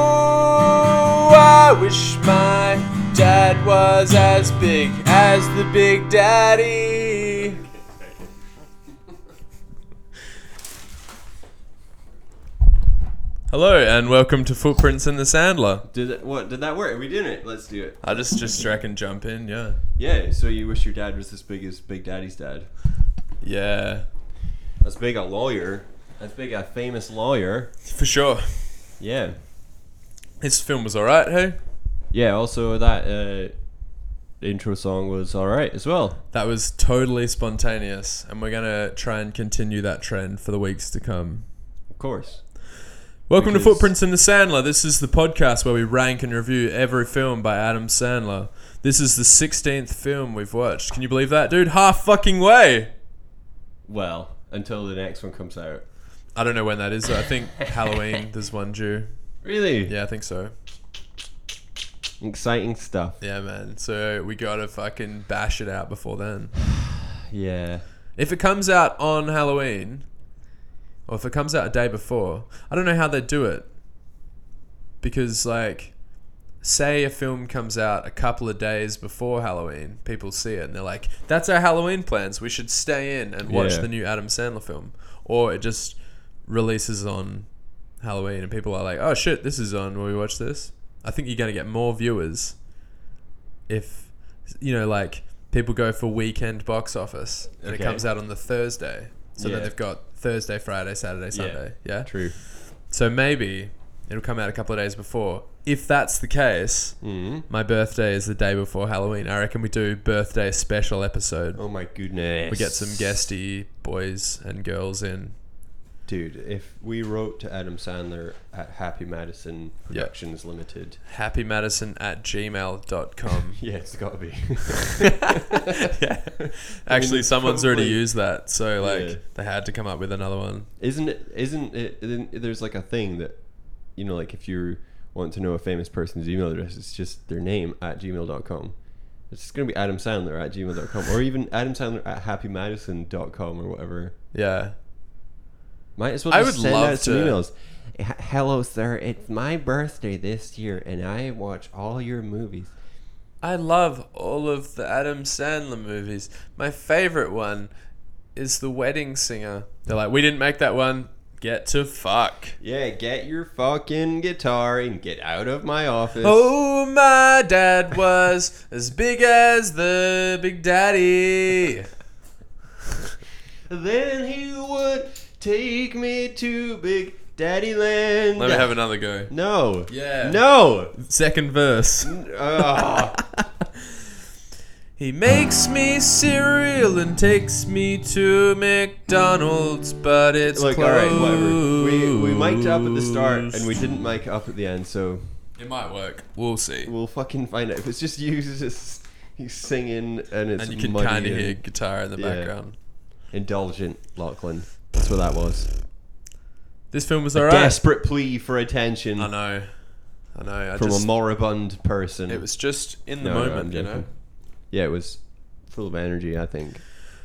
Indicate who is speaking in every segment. Speaker 1: Oh, I wish my dad was as big as the Big Daddy. Hello and welcome to Footprints in the Sandler.
Speaker 2: Did it, what? Did that work? We did it. Let's do it.
Speaker 1: I just just reckon jump in, yeah,
Speaker 2: Yeah. So you wish your dad was as big as Big Daddy's dad?
Speaker 1: yeah,
Speaker 2: That's big a lawyer. That's big a famous lawyer.
Speaker 1: for sure.
Speaker 2: Yeah.
Speaker 1: This film was alright, hey.
Speaker 2: Yeah. Also, that uh, intro song was all right as well.
Speaker 1: That was totally spontaneous, and we're gonna try and continue that trend for the weeks to come.
Speaker 2: Of course.
Speaker 1: Welcome to
Speaker 2: Because-
Speaker 1: Footprints in the Sandler. This is the podcast where we rank and review every film by Adam Sandler. This is the 16th film we've watched. Can you believe that, dude? Half fucking way!
Speaker 2: Well, until the next one comes out.
Speaker 1: I don't know when that is. Though. I think Halloween, there's one due.
Speaker 2: Really?
Speaker 1: Yeah, I think so.
Speaker 2: Exciting stuff.
Speaker 1: Yeah, man. So we gotta fucking bash it out before then.
Speaker 2: Yeah.
Speaker 1: If it comes out on Halloween, or if it comes out a day before, I don't know how they do it. Because, like, say a film comes out a couple of days before Halloween, people see it and they're like, that's our Halloween plans. We should stay in and watch
Speaker 2: Yeah.
Speaker 1: the new Adam Sandler film. Or it just releases on Halloween and people are like, oh shit, this is on. Will we watch this? I think you're going to get more viewers if, you know, like, people go for weekend box office and it
Speaker 2: Okay.
Speaker 1: comes out on the Thursday. So then
Speaker 2: Yeah.
Speaker 1: they've got Thursday, Friday, Saturday, Sunday. Yeah.
Speaker 2: True.
Speaker 1: So maybe it'll come out a couple of days before. If that's the case,
Speaker 2: Mm.
Speaker 1: my birthday is the day before Halloween. I reckon we do birthday special episode.
Speaker 2: Oh my goodness.
Speaker 1: We get some guesty boys and girls in.
Speaker 2: Dude, if we wrote to Adam Sandler at Happy Madison
Speaker 1: Yeah.
Speaker 2: Productions Limited,
Speaker 1: HappyMadison at gmail.com.
Speaker 2: yeah, it's got to be.
Speaker 1: yeah. Actually, someone's already
Speaker 2: probably-
Speaker 1: used that. So, like,
Speaker 2: Yeah.
Speaker 1: they had to come up with another one.
Speaker 2: isn't it isn't it isn't- there's like a thing that you know like if you want to know a famous person's email address it's just their name at gmail.com it's just going to be adam sandler at gmail.com or even adam sandler at happymadison.com or whatever
Speaker 1: Yeah.
Speaker 2: might as well
Speaker 1: I
Speaker 2: just
Speaker 1: would
Speaker 2: send
Speaker 1: love
Speaker 2: out some
Speaker 1: to-
Speaker 2: emails H- hello sir it's my birthday this year and i watch all your movies
Speaker 1: I love all of the Adam Sandler movies. My favorite one is The Wedding Singer. They're like, we didn't make that one. Get to fuck.
Speaker 2: yeah get your fucking guitar and get out of my office
Speaker 1: Oh, my dad was as big as the Big Daddy.
Speaker 2: then he would take me to big daddy land
Speaker 1: Let me have another go.
Speaker 2: No.
Speaker 1: Yeah.
Speaker 2: No.
Speaker 1: Second verse.
Speaker 2: Ugh.
Speaker 1: He makes me cereal and takes me to McDonald's, but it's
Speaker 2: Look, all
Speaker 1: closed.
Speaker 2: right, whatever. We we mic'd up at the start and we didn't mic up at the end, so
Speaker 1: It might work. We'll see.
Speaker 2: we'll fucking find out. If it's just you just you singing and it's
Speaker 1: and you can
Speaker 2: muddy
Speaker 1: kind of
Speaker 2: and
Speaker 1: hear guitar in the
Speaker 2: Yeah.
Speaker 1: background.
Speaker 2: indulgent Lachlan. That's what that was.
Speaker 1: This film was alright.
Speaker 2: Desperate plea for attention
Speaker 1: I know, I know. I
Speaker 2: from
Speaker 1: just,
Speaker 2: a moribund person.
Speaker 1: it was just in the
Speaker 2: No, no, I'm
Speaker 1: moment, you know.
Speaker 2: joking. yeah, it was full of energy. I think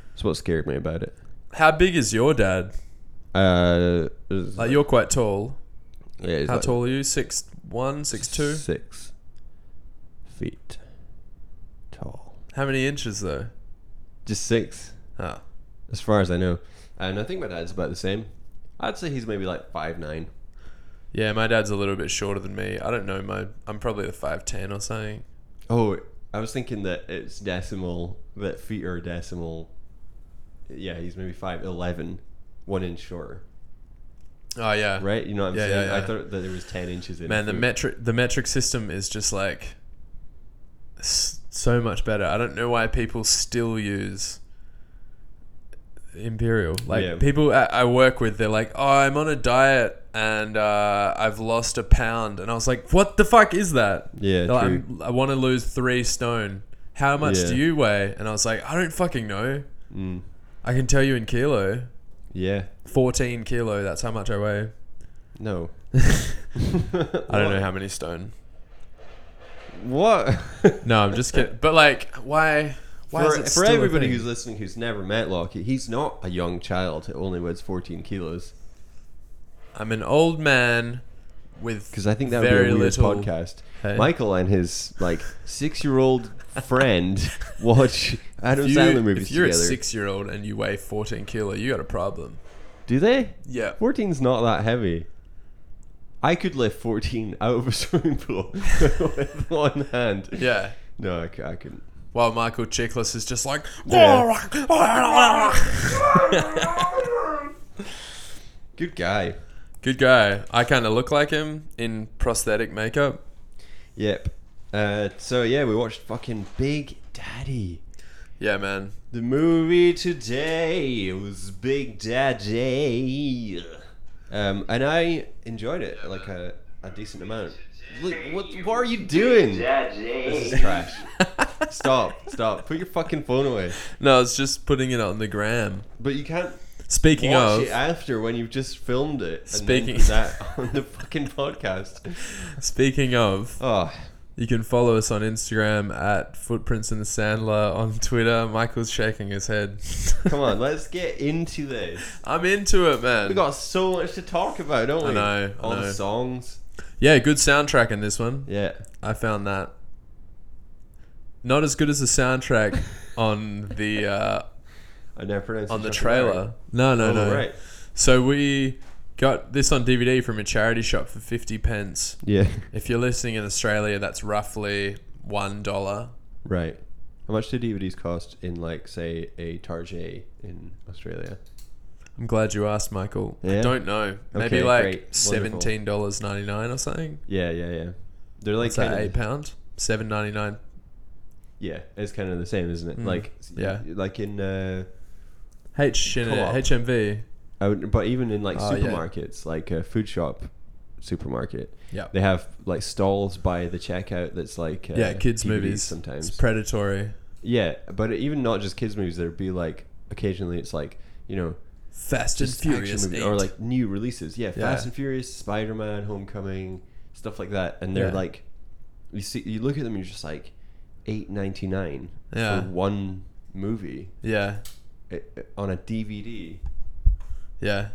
Speaker 2: that's what scared me about it.
Speaker 1: How big is your dad?
Speaker 2: Uh, it was
Speaker 1: Like you're quite tall.
Speaker 2: yeah, it was
Speaker 1: How
Speaker 2: like
Speaker 1: tall are you? Six one, six two.
Speaker 2: Six feet tall.
Speaker 1: How many inches though?
Speaker 2: Just six,
Speaker 1: Ah,
Speaker 2: as far as I know. And I think my dad's about the same. I'd say he's maybe like five nine.
Speaker 1: yeah. My dad's a little bit shorter than me. I don't know. My I'm probably the five ten or something.
Speaker 2: Oh, I was thinking that it's decimal. That feet are decimal. Yeah, he's maybe five eleven, one inch shorter.
Speaker 1: Oh yeah.
Speaker 2: Right? You know what I'm
Speaker 1: Yeah,
Speaker 2: saying?
Speaker 1: yeah, yeah.
Speaker 2: I thought that there was ten inches in. a
Speaker 1: Man, the
Speaker 2: foot.
Speaker 1: metric the metric system is just like s- so much better. I don't know why people still use imperial. Like
Speaker 2: Yeah.
Speaker 1: people I, I work with, they're like, "Oh, I'm on a diet and uh, I've lost a pound," and I was like, "What the fuck is that?"
Speaker 2: Yeah,
Speaker 1: They're like,
Speaker 2: true.
Speaker 1: "I'm- I want to lose three stone. How much
Speaker 2: Yeah.
Speaker 1: do you weigh? And I was like, "I don't fucking know.
Speaker 2: Mm.
Speaker 1: I can tell you in kilo.
Speaker 2: Yeah.
Speaker 1: Fourteen kilo. That's how much I weigh.
Speaker 2: No.
Speaker 1: I don't know how many stone."
Speaker 2: What?
Speaker 1: No, I'm just kidding. But like, why? Why
Speaker 2: for,
Speaker 1: is it
Speaker 2: for
Speaker 1: still a
Speaker 2: everybody
Speaker 1: thing?
Speaker 2: who's listening who's never met Lockie, he's not a young child who only weighs 14 kilos.
Speaker 1: I'm an old man with
Speaker 2: because I think that would
Speaker 1: very
Speaker 2: be a weird
Speaker 1: little
Speaker 2: podcast.
Speaker 1: Hey.
Speaker 2: Michael and his like six-year-old friend watch Adam
Speaker 1: If you-
Speaker 2: Sandler movies
Speaker 1: If you're
Speaker 2: together.
Speaker 1: a six-year-old and you weigh 14 kilo, you got a problem.
Speaker 2: Do they?
Speaker 1: Yeah.
Speaker 2: 14's not that heavy. I could lift 14 out of a swimming pool with one hand.
Speaker 1: Yeah.
Speaker 2: No, I, cou- I couldn't.
Speaker 1: While Michael Chiklis is just like, "Oh,
Speaker 2: Good guy.
Speaker 1: good guy. I kind of look like him in prosthetic makeup.
Speaker 2: Yep. Uh, so yeah, we watched fucking Big Daddy.
Speaker 1: Yeah, man.
Speaker 2: The movie today was Big Daddy. Um, and I enjoyed it like a, a decent amount. Look, what, what are you doing? This is trash. Stop, stop. Put your fucking phone away.
Speaker 1: No, it's just putting it on the gram.
Speaker 2: But you can't
Speaker 1: Speaking
Speaker 2: watch
Speaker 1: of,
Speaker 2: it after when you've just filmed it. And
Speaker 1: Speaking-
Speaker 2: then put that on the fucking podcast.
Speaker 1: speaking of,
Speaker 2: Oh,
Speaker 1: you can follow us on Instagram at Footprints in the Sandler on Twitter. Michael's shaking his head.
Speaker 2: come on, let's get into this.
Speaker 1: I'm into it, man.
Speaker 2: We got so much to talk about, don't we?
Speaker 1: know, I
Speaker 2: All
Speaker 1: know.
Speaker 2: the songs.
Speaker 1: yeah, good soundtrack in this one.
Speaker 2: Yeah.
Speaker 1: I found that not as good as the soundtrack on the uh,
Speaker 2: I never pronounced
Speaker 1: on the
Speaker 2: Chuck E.
Speaker 1: trailer. No,
Speaker 2: Berry.
Speaker 1: no, no.
Speaker 2: Oh, right.
Speaker 1: So we got this on DVD from a charity shop for fifty pence.
Speaker 2: Yeah.
Speaker 1: If you're listening in Australia, that's roughly one dollar.
Speaker 2: Right. How much do DVDs cost in, like, say, a Target in Australia?
Speaker 1: I'm glad you asked, Michael. I
Speaker 2: Yeah?
Speaker 1: don't know. Maybe
Speaker 2: Okay,
Speaker 1: like
Speaker 2: great.
Speaker 1: seventeen dollars ninety nine or something.
Speaker 2: Yeah, yeah, yeah. They're like
Speaker 1: Is that
Speaker 2: kind
Speaker 1: eight
Speaker 2: of,
Speaker 1: pound? Seven ninety nine.
Speaker 2: yeah, it's kind of the same, isn't it? Like,
Speaker 1: Mm, yeah.
Speaker 2: like in uh,
Speaker 1: H in
Speaker 2: Co-op.
Speaker 1: it, HMV.
Speaker 2: I would, but even in like
Speaker 1: Oh, yeah.
Speaker 2: supermarkets, like a food shop, supermarket,
Speaker 1: Yeah.
Speaker 2: they have like stalls by the checkout that's like uh,
Speaker 1: Yeah, kids
Speaker 2: DVDs
Speaker 1: movies
Speaker 2: sometimes.
Speaker 1: It's predatory.
Speaker 2: yeah, but even not just kids movies. There'd be like occasionally it's like you know
Speaker 1: Fast and
Speaker 2: just action
Speaker 1: Furious
Speaker 2: movies
Speaker 1: 8.
Speaker 2: or like new releases. Yeah, Fast
Speaker 1: Yeah.
Speaker 2: and Furious, Spider Man, Homecoming, stuff like that. And they're
Speaker 1: Yeah.
Speaker 2: like, you see, you look at them, you're just like, eight ninety nine
Speaker 1: Yeah.
Speaker 2: for one movie
Speaker 1: yeah,
Speaker 2: eh, eh, on a DVD.
Speaker 1: yeah.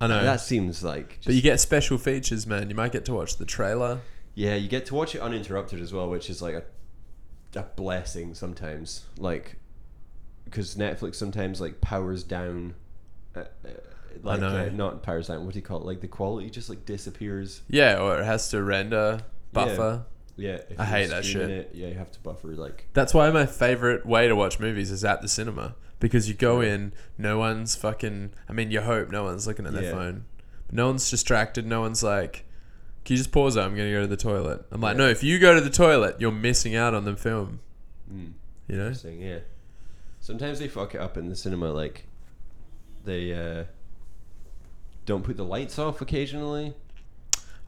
Speaker 1: I know.
Speaker 2: That seems like, just,
Speaker 1: but you get special features, man. You might get to watch the trailer.
Speaker 2: yeah, you get to watch it uninterrupted as well, which is like a, a blessing sometimes. Like, because Netflix sometimes like powers down. Uh, uh, like,
Speaker 1: know.
Speaker 2: Uh, not powers down. What do you call it? Like the quality just like disappears.
Speaker 1: Yeah, or it has to render buffer.
Speaker 2: Yeah, if
Speaker 1: I
Speaker 2: you're
Speaker 1: hate that
Speaker 2: streaming
Speaker 1: shit.
Speaker 2: It, yeah, you have to buffer like
Speaker 1: That's why my favorite way to watch movies is at the cinema because you go in, no one's fucking. I mean, you hope no one's looking at their
Speaker 2: Yeah.
Speaker 1: phone. No one's distracted. No one's like, "Can you just pause? I'm gonna go to the toilet." I'm like,
Speaker 2: Yeah.
Speaker 1: "No, if you go to the toilet, you're missing out on the film."
Speaker 2: mm,
Speaker 1: You know?
Speaker 2: interesting. Yeah, sometimes they fuck it up in the cinema. Like they uh, don't put the lights off occasionally,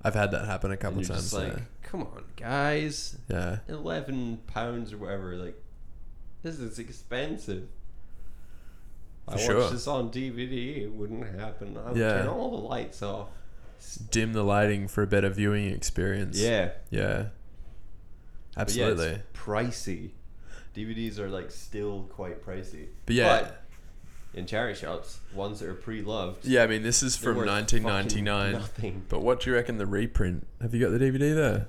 Speaker 1: I've had that happen a
Speaker 2: and
Speaker 1: couple
Speaker 2: you're
Speaker 1: times.
Speaker 2: just like,
Speaker 1: yeah.
Speaker 2: "Come on, guys,
Speaker 1: yeah.
Speaker 2: eleven pounds or whatever. Like this is expensive." I
Speaker 1: For
Speaker 2: watched
Speaker 1: sure.
Speaker 2: this on DVD. It wouldn't happen. I would
Speaker 1: Yeah.
Speaker 2: turn all the lights off.
Speaker 1: dim the lighting for a better viewing experience.
Speaker 2: Yeah, But
Speaker 1: Yeah.
Speaker 2: yeah, it's
Speaker 1: Absolutely. But yeah.
Speaker 2: pricey. DVDs are like still quite pricey.
Speaker 1: But yeah,
Speaker 2: in charity shops, ones that are pre-loved.
Speaker 1: I mean, this is
Speaker 2: they're
Speaker 1: from
Speaker 2: worth
Speaker 1: 1999.
Speaker 2: fucking Nothing.
Speaker 1: But what do you reckon the reprint? Have you got the DVD there?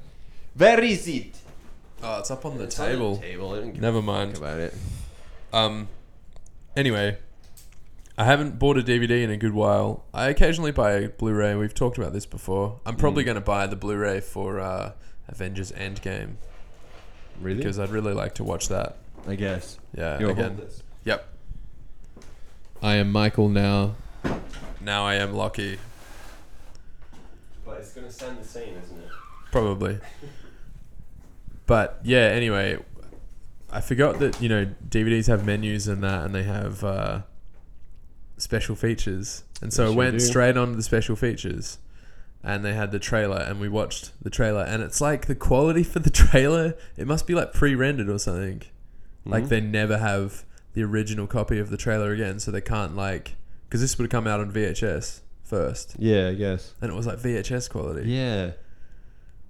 Speaker 2: Where is it?
Speaker 1: Oh, it's up on the
Speaker 2: It's on
Speaker 1: table.
Speaker 2: table. I don't give
Speaker 1: Never
Speaker 2: a
Speaker 1: mind.
Speaker 2: fuck about it.
Speaker 1: Um. Anyway, I haven't bought a DVD in a good while. I occasionally buy a Blu-ray. We've talked about this before. I'm probably going to buy the Blu-ray for uh, Avengers Endgame
Speaker 2: Really?
Speaker 1: because I'd really like to watch that.
Speaker 2: I guess.
Speaker 1: Yeah.
Speaker 2: You're
Speaker 1: again. Yep. I am Michael now. Now I am Lockie.
Speaker 2: But it's gonna sound the same, isn't it?
Speaker 1: Probably. But yeah, anyway, I forgot that, you know, DVDs have menus and that, and they have uh, special features. And so
Speaker 2: They
Speaker 1: I
Speaker 2: sure
Speaker 1: went
Speaker 2: do.
Speaker 1: straight on to the special features. And they had the trailer, and we watched the trailer. And it's like the quality for the trailer, it must be like pre rendered or something. Like they never have the original copy of the trailer again, so they can't, like, because this would have come out on VHS first.
Speaker 2: Yeah, I guess.
Speaker 1: And it was like VHS quality
Speaker 2: Yeah.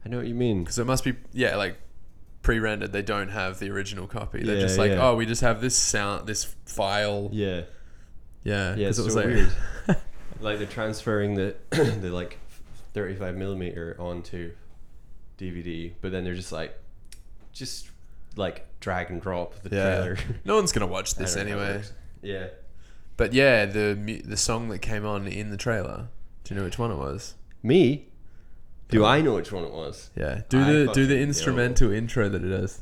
Speaker 2: I know what you mean.
Speaker 1: because it must be yeah like pre-rendered they don't have the original copy they're
Speaker 2: Yeah,
Speaker 1: just like
Speaker 2: yeah.
Speaker 1: oh we just have this sound this file
Speaker 2: Yeah.
Speaker 1: yeah
Speaker 2: Yeah, it's
Speaker 1: 'cause it was
Speaker 2: so
Speaker 1: like
Speaker 2: weird. like they're transferring the the like f- 35 millimeter onto DVD, but then they're just like, just like drag and drop the
Speaker 1: Yeah.
Speaker 2: trailer.
Speaker 1: No one's gonna watch
Speaker 2: I
Speaker 1: this
Speaker 2: don't know how it
Speaker 1: anyway.
Speaker 2: works. Yeah.
Speaker 1: But yeah, the mu- the song that came on in the trailer. Do you know which one it was?
Speaker 2: Me? Do I know which one it was?
Speaker 1: Yeah. Do
Speaker 2: I
Speaker 1: the do
Speaker 2: fucking
Speaker 1: the
Speaker 2: know.
Speaker 1: instrumental intro that it does.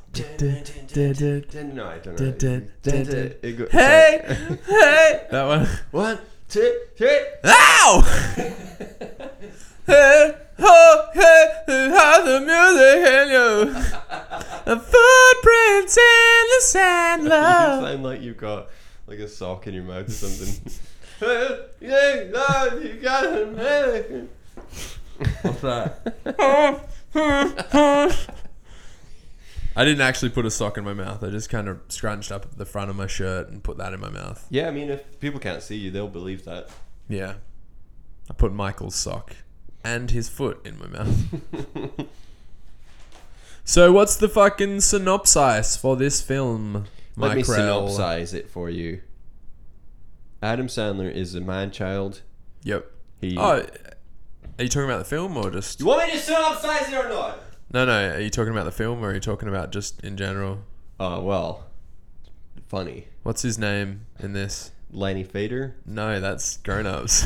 Speaker 2: No, I don't know.
Speaker 1: Dun, dun, dun, dun.
Speaker 2: It go-
Speaker 1: Hey,
Speaker 2: sorry.
Speaker 1: hey, that one.
Speaker 2: One, two, three.
Speaker 1: Ow! hey, ho, hey, who has the music in you? The footprints in the sand,
Speaker 2: You
Speaker 1: love.
Speaker 2: sound like you've got like a sock in your mouth or something. Hey, love, you got a man.
Speaker 1: What's that? I didn't actually put a sock in my mouth. I just kind of scrunched up the front of my shirt and put that in my mouth.
Speaker 2: Yeah, I mean, if people can't see you, they'll believe that.
Speaker 1: Yeah. I put Michael's sock and his foot in my mouth. so, what's the fucking synopsis for this film,
Speaker 2: Let me
Speaker 1: Michael?
Speaker 2: synopsize it for you. Adam Sandler is a man child.
Speaker 1: Yep.
Speaker 2: He.
Speaker 1: Oh, are you talking about the film or just.
Speaker 2: you want me to synopsize it or not?
Speaker 1: No, no. Are you talking about the film or are you talking about just in general?
Speaker 2: Oh well, funny.
Speaker 1: What's his name in this?
Speaker 2: Lenny Fader.
Speaker 1: No, that's grown ups.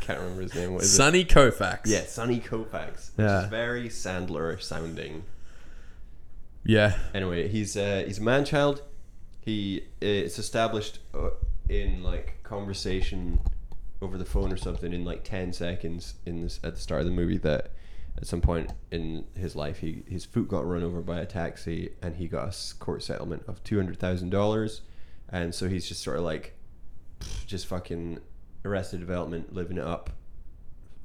Speaker 2: Can't remember his name. What is it?
Speaker 1: Sonny Koufax.
Speaker 2: Yeah, Sonny Koufax. Which
Speaker 1: Yeah.
Speaker 2: is very Sandler sounding.
Speaker 1: Yeah.
Speaker 2: Anyway, he's uh, he's a man child. He it's established uh, in like conversation over the phone or something in like ten seconds in this at the start of the movie that at some point in his life he his foot got run over by a taxi and he got a s- court settlement of two hundred thousand dollars, and so he's just sort of like pff, just fucking Arrested Development living it up,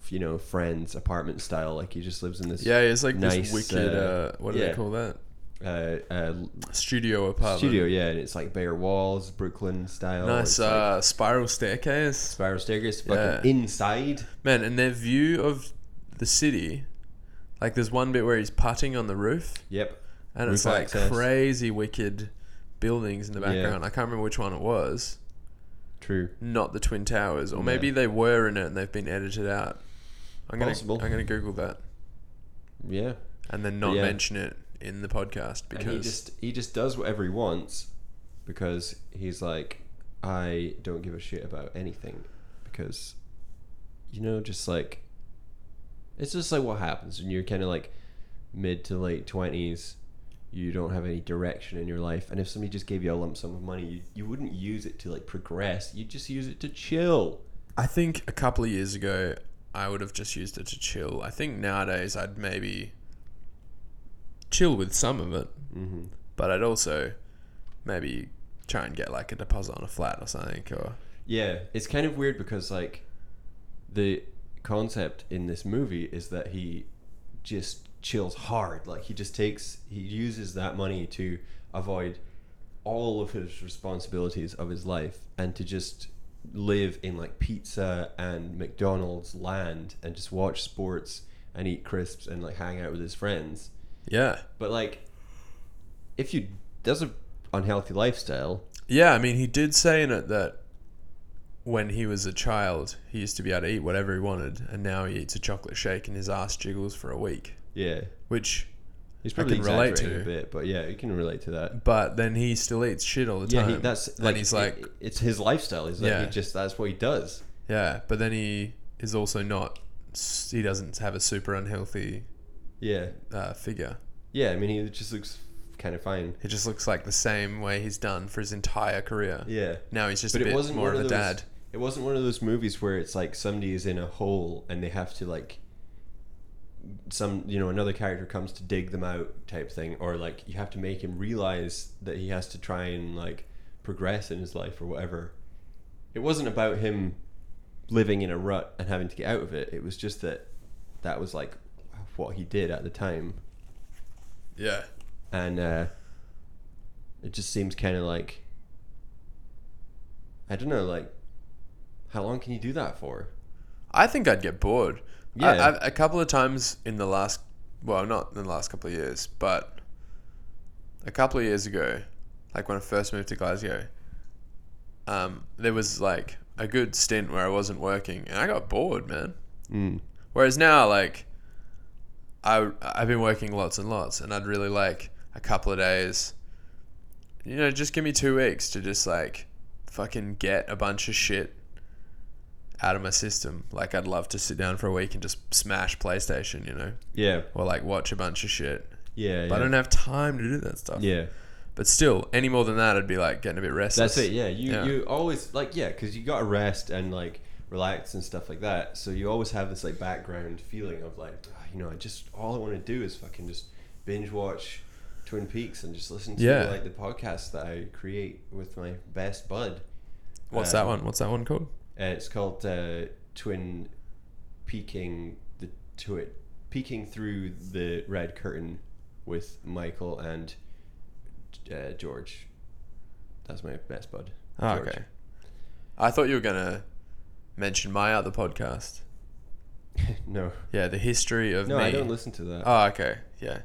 Speaker 2: f- you know, friends apartment style. Like he just lives in this
Speaker 1: Yeah, it's like
Speaker 2: Nice,
Speaker 1: this wicked, uh,
Speaker 2: uh,
Speaker 1: what do
Speaker 2: yeah.
Speaker 1: they call that?
Speaker 2: uh, uh,
Speaker 1: Studio apartment.
Speaker 2: studio, yeah, and it's like bare walls, Brooklyn style.
Speaker 1: Nice
Speaker 2: it's like
Speaker 1: uh, spiral staircase.
Speaker 2: spiral staircase, fucking
Speaker 1: yeah.
Speaker 2: inside.
Speaker 1: Man, and their view of the city, like there's one bit where he's putting on the roof,
Speaker 2: Yep.
Speaker 1: and it's
Speaker 2: Roof
Speaker 1: like
Speaker 2: access.
Speaker 1: crazy wicked buildings in the background. I can't remember which one it was.
Speaker 2: True.
Speaker 1: Not the Twin Towers, or maybe they were in it and they've been edited out. I'm gonna
Speaker 2: Possible.
Speaker 1: I'm gonna Google that
Speaker 2: Yeah.
Speaker 1: and then not
Speaker 2: Yeah.
Speaker 1: mention it in the podcast
Speaker 2: And he
Speaker 1: because
Speaker 2: just he just does whatever he wants because he's like, I don't give a shit about anything because you know, just like it's just like what happens when you're kinda like mid to late twenties, you don't have any direction in your life, and if somebody just gave you a lump sum of money, you, you wouldn't use it to like progress, you'd just use it to chill.
Speaker 1: I think a couple of years ago, I would have just used it to chill. I think nowadays I'd maybe chill with some of it,
Speaker 2: Mhm.
Speaker 1: but I'd also maybe try and get like a deposit on a flat or something. Or
Speaker 2: Yeah, it's kind of weird because like the concept in this movie is that he just chills hard. Like he just takes he uses that money to avoid all of his responsibilities of his life and to just live in like pizza and McDonald's land and just watch sports and eat crisps and like hang out with his friends.
Speaker 1: yeah,
Speaker 2: But like if you that's a unhealthy lifestyle.
Speaker 1: yeah. I mean, he did say in it that when he was a child, he used to be able to eat whatever he wanted, and now he eats a chocolate shake and his ass jiggles for a week,
Speaker 2: Yeah.
Speaker 1: which.
Speaker 2: He's probably
Speaker 1: can relate
Speaker 2: exaggerating
Speaker 1: to.
Speaker 2: a bit, but yeah, you can relate to that.
Speaker 1: But then he still eats shit all the
Speaker 2: Yeah,
Speaker 1: time.
Speaker 2: he, that's
Speaker 1: and he's like,
Speaker 2: it- it's his lifestyle. Is yeah.
Speaker 1: Yeah.
Speaker 2: he just that's what he does.
Speaker 1: Yeah, but then he is also not. He doesn't have a super unhealthy
Speaker 2: Yeah,
Speaker 1: uh, figure.
Speaker 2: yeah. I mean, he just looks kind of fine.
Speaker 1: He just looks like the same way he's done for his entire career.
Speaker 2: Yeah,
Speaker 1: Now he's just
Speaker 2: but
Speaker 1: a bit
Speaker 2: it wasn't
Speaker 1: more
Speaker 2: one
Speaker 1: of a
Speaker 2: those,
Speaker 1: dad.
Speaker 2: It wasn't one of those movies where it's like somebody is in a hole and they have to like some you know another character comes to dig them out type thing, or like you have to make him realize that he has to try and like progress in his life or whatever. It wasn't about him living in a rut and having to get out of it. It was just that that was like what he did at the time.
Speaker 1: Yeah.
Speaker 2: and uh, it just seems kind of like I don't know, like how long can you do that for?
Speaker 1: I think I'd get bored.
Speaker 2: Yeah.
Speaker 1: Yeah. I, I've, a couple of times in the last, well, not in the last couple of years, but a couple of years ago, like when I first moved to Glasgow, um, there was like a good stint where I wasn't working and I got bored, man.
Speaker 2: Mm.
Speaker 1: Whereas now, like, I I've been working lots and lots, and I'd really like a couple of days. You know, just give me two weeks to just like fucking get a bunch of shit out of my system. Like, I'd love to sit down for a week and just smash PlayStation, you know,
Speaker 2: Yeah.
Speaker 1: or like watch a bunch of shit.
Speaker 2: Yeah.
Speaker 1: But I
Speaker 2: yeah.
Speaker 1: don't have time to do that stuff.
Speaker 2: yeah.
Speaker 1: But still, any more than that, I'd be like getting a bit restless.
Speaker 2: That's it. Yeah, you
Speaker 1: Yeah.
Speaker 2: you always like yeah, because you got to rest and like relax and stuff like that. So you always have this like background feeling of like "Ah, you know I just all I want to do is fucking just binge watch Twin Peaks and just listen to
Speaker 1: Yeah.
Speaker 2: like the podcast that I create with my best bud.
Speaker 1: What's
Speaker 2: Uh,
Speaker 1: that one? What's that one called?
Speaker 2: Uh, it's called uh, Twin Peaking the to it peeking through the red curtain with Michael and uh, George. That's my best bud.
Speaker 1: Oh,
Speaker 2: George.
Speaker 1: okay. I thought you were gonna mention my other podcast.
Speaker 2: no.
Speaker 1: Yeah, the history of
Speaker 2: No,
Speaker 1: me.
Speaker 2: I don't listen to that.
Speaker 1: Oh, okay. Yeah.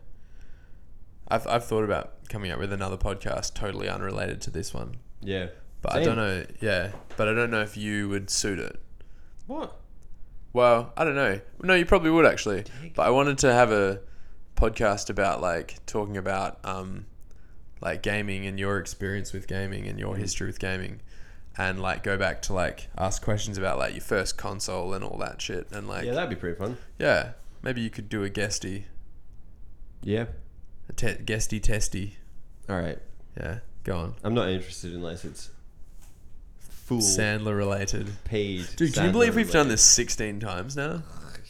Speaker 1: I've I've thought about coming up with another podcast totally unrelated to this one,
Speaker 2: yeah.
Speaker 1: but I
Speaker 2: Same.
Speaker 1: don't know. Yeah, but I don't know if you would suit it.
Speaker 2: What?
Speaker 1: Well, I don't know. No, you probably would actually. But I wanted to have a podcast about like talking about um, like gaming and your experience with gaming and
Speaker 2: Mm-hmm.
Speaker 1: your history with gaming, and like go back to like ask questions about like your first console and all that shit and like
Speaker 2: yeah,
Speaker 1: yeah,
Speaker 2: that'd be pretty fun.
Speaker 1: maybe you could do a guesty,
Speaker 2: Yeah.
Speaker 1: a te- guesty testy.
Speaker 2: All right.
Speaker 1: Yeah, go on.
Speaker 2: I'm not interested unless it's fool
Speaker 1: Sandler related.
Speaker 2: paid.
Speaker 1: Dude, can you believe we've done this 16 times now?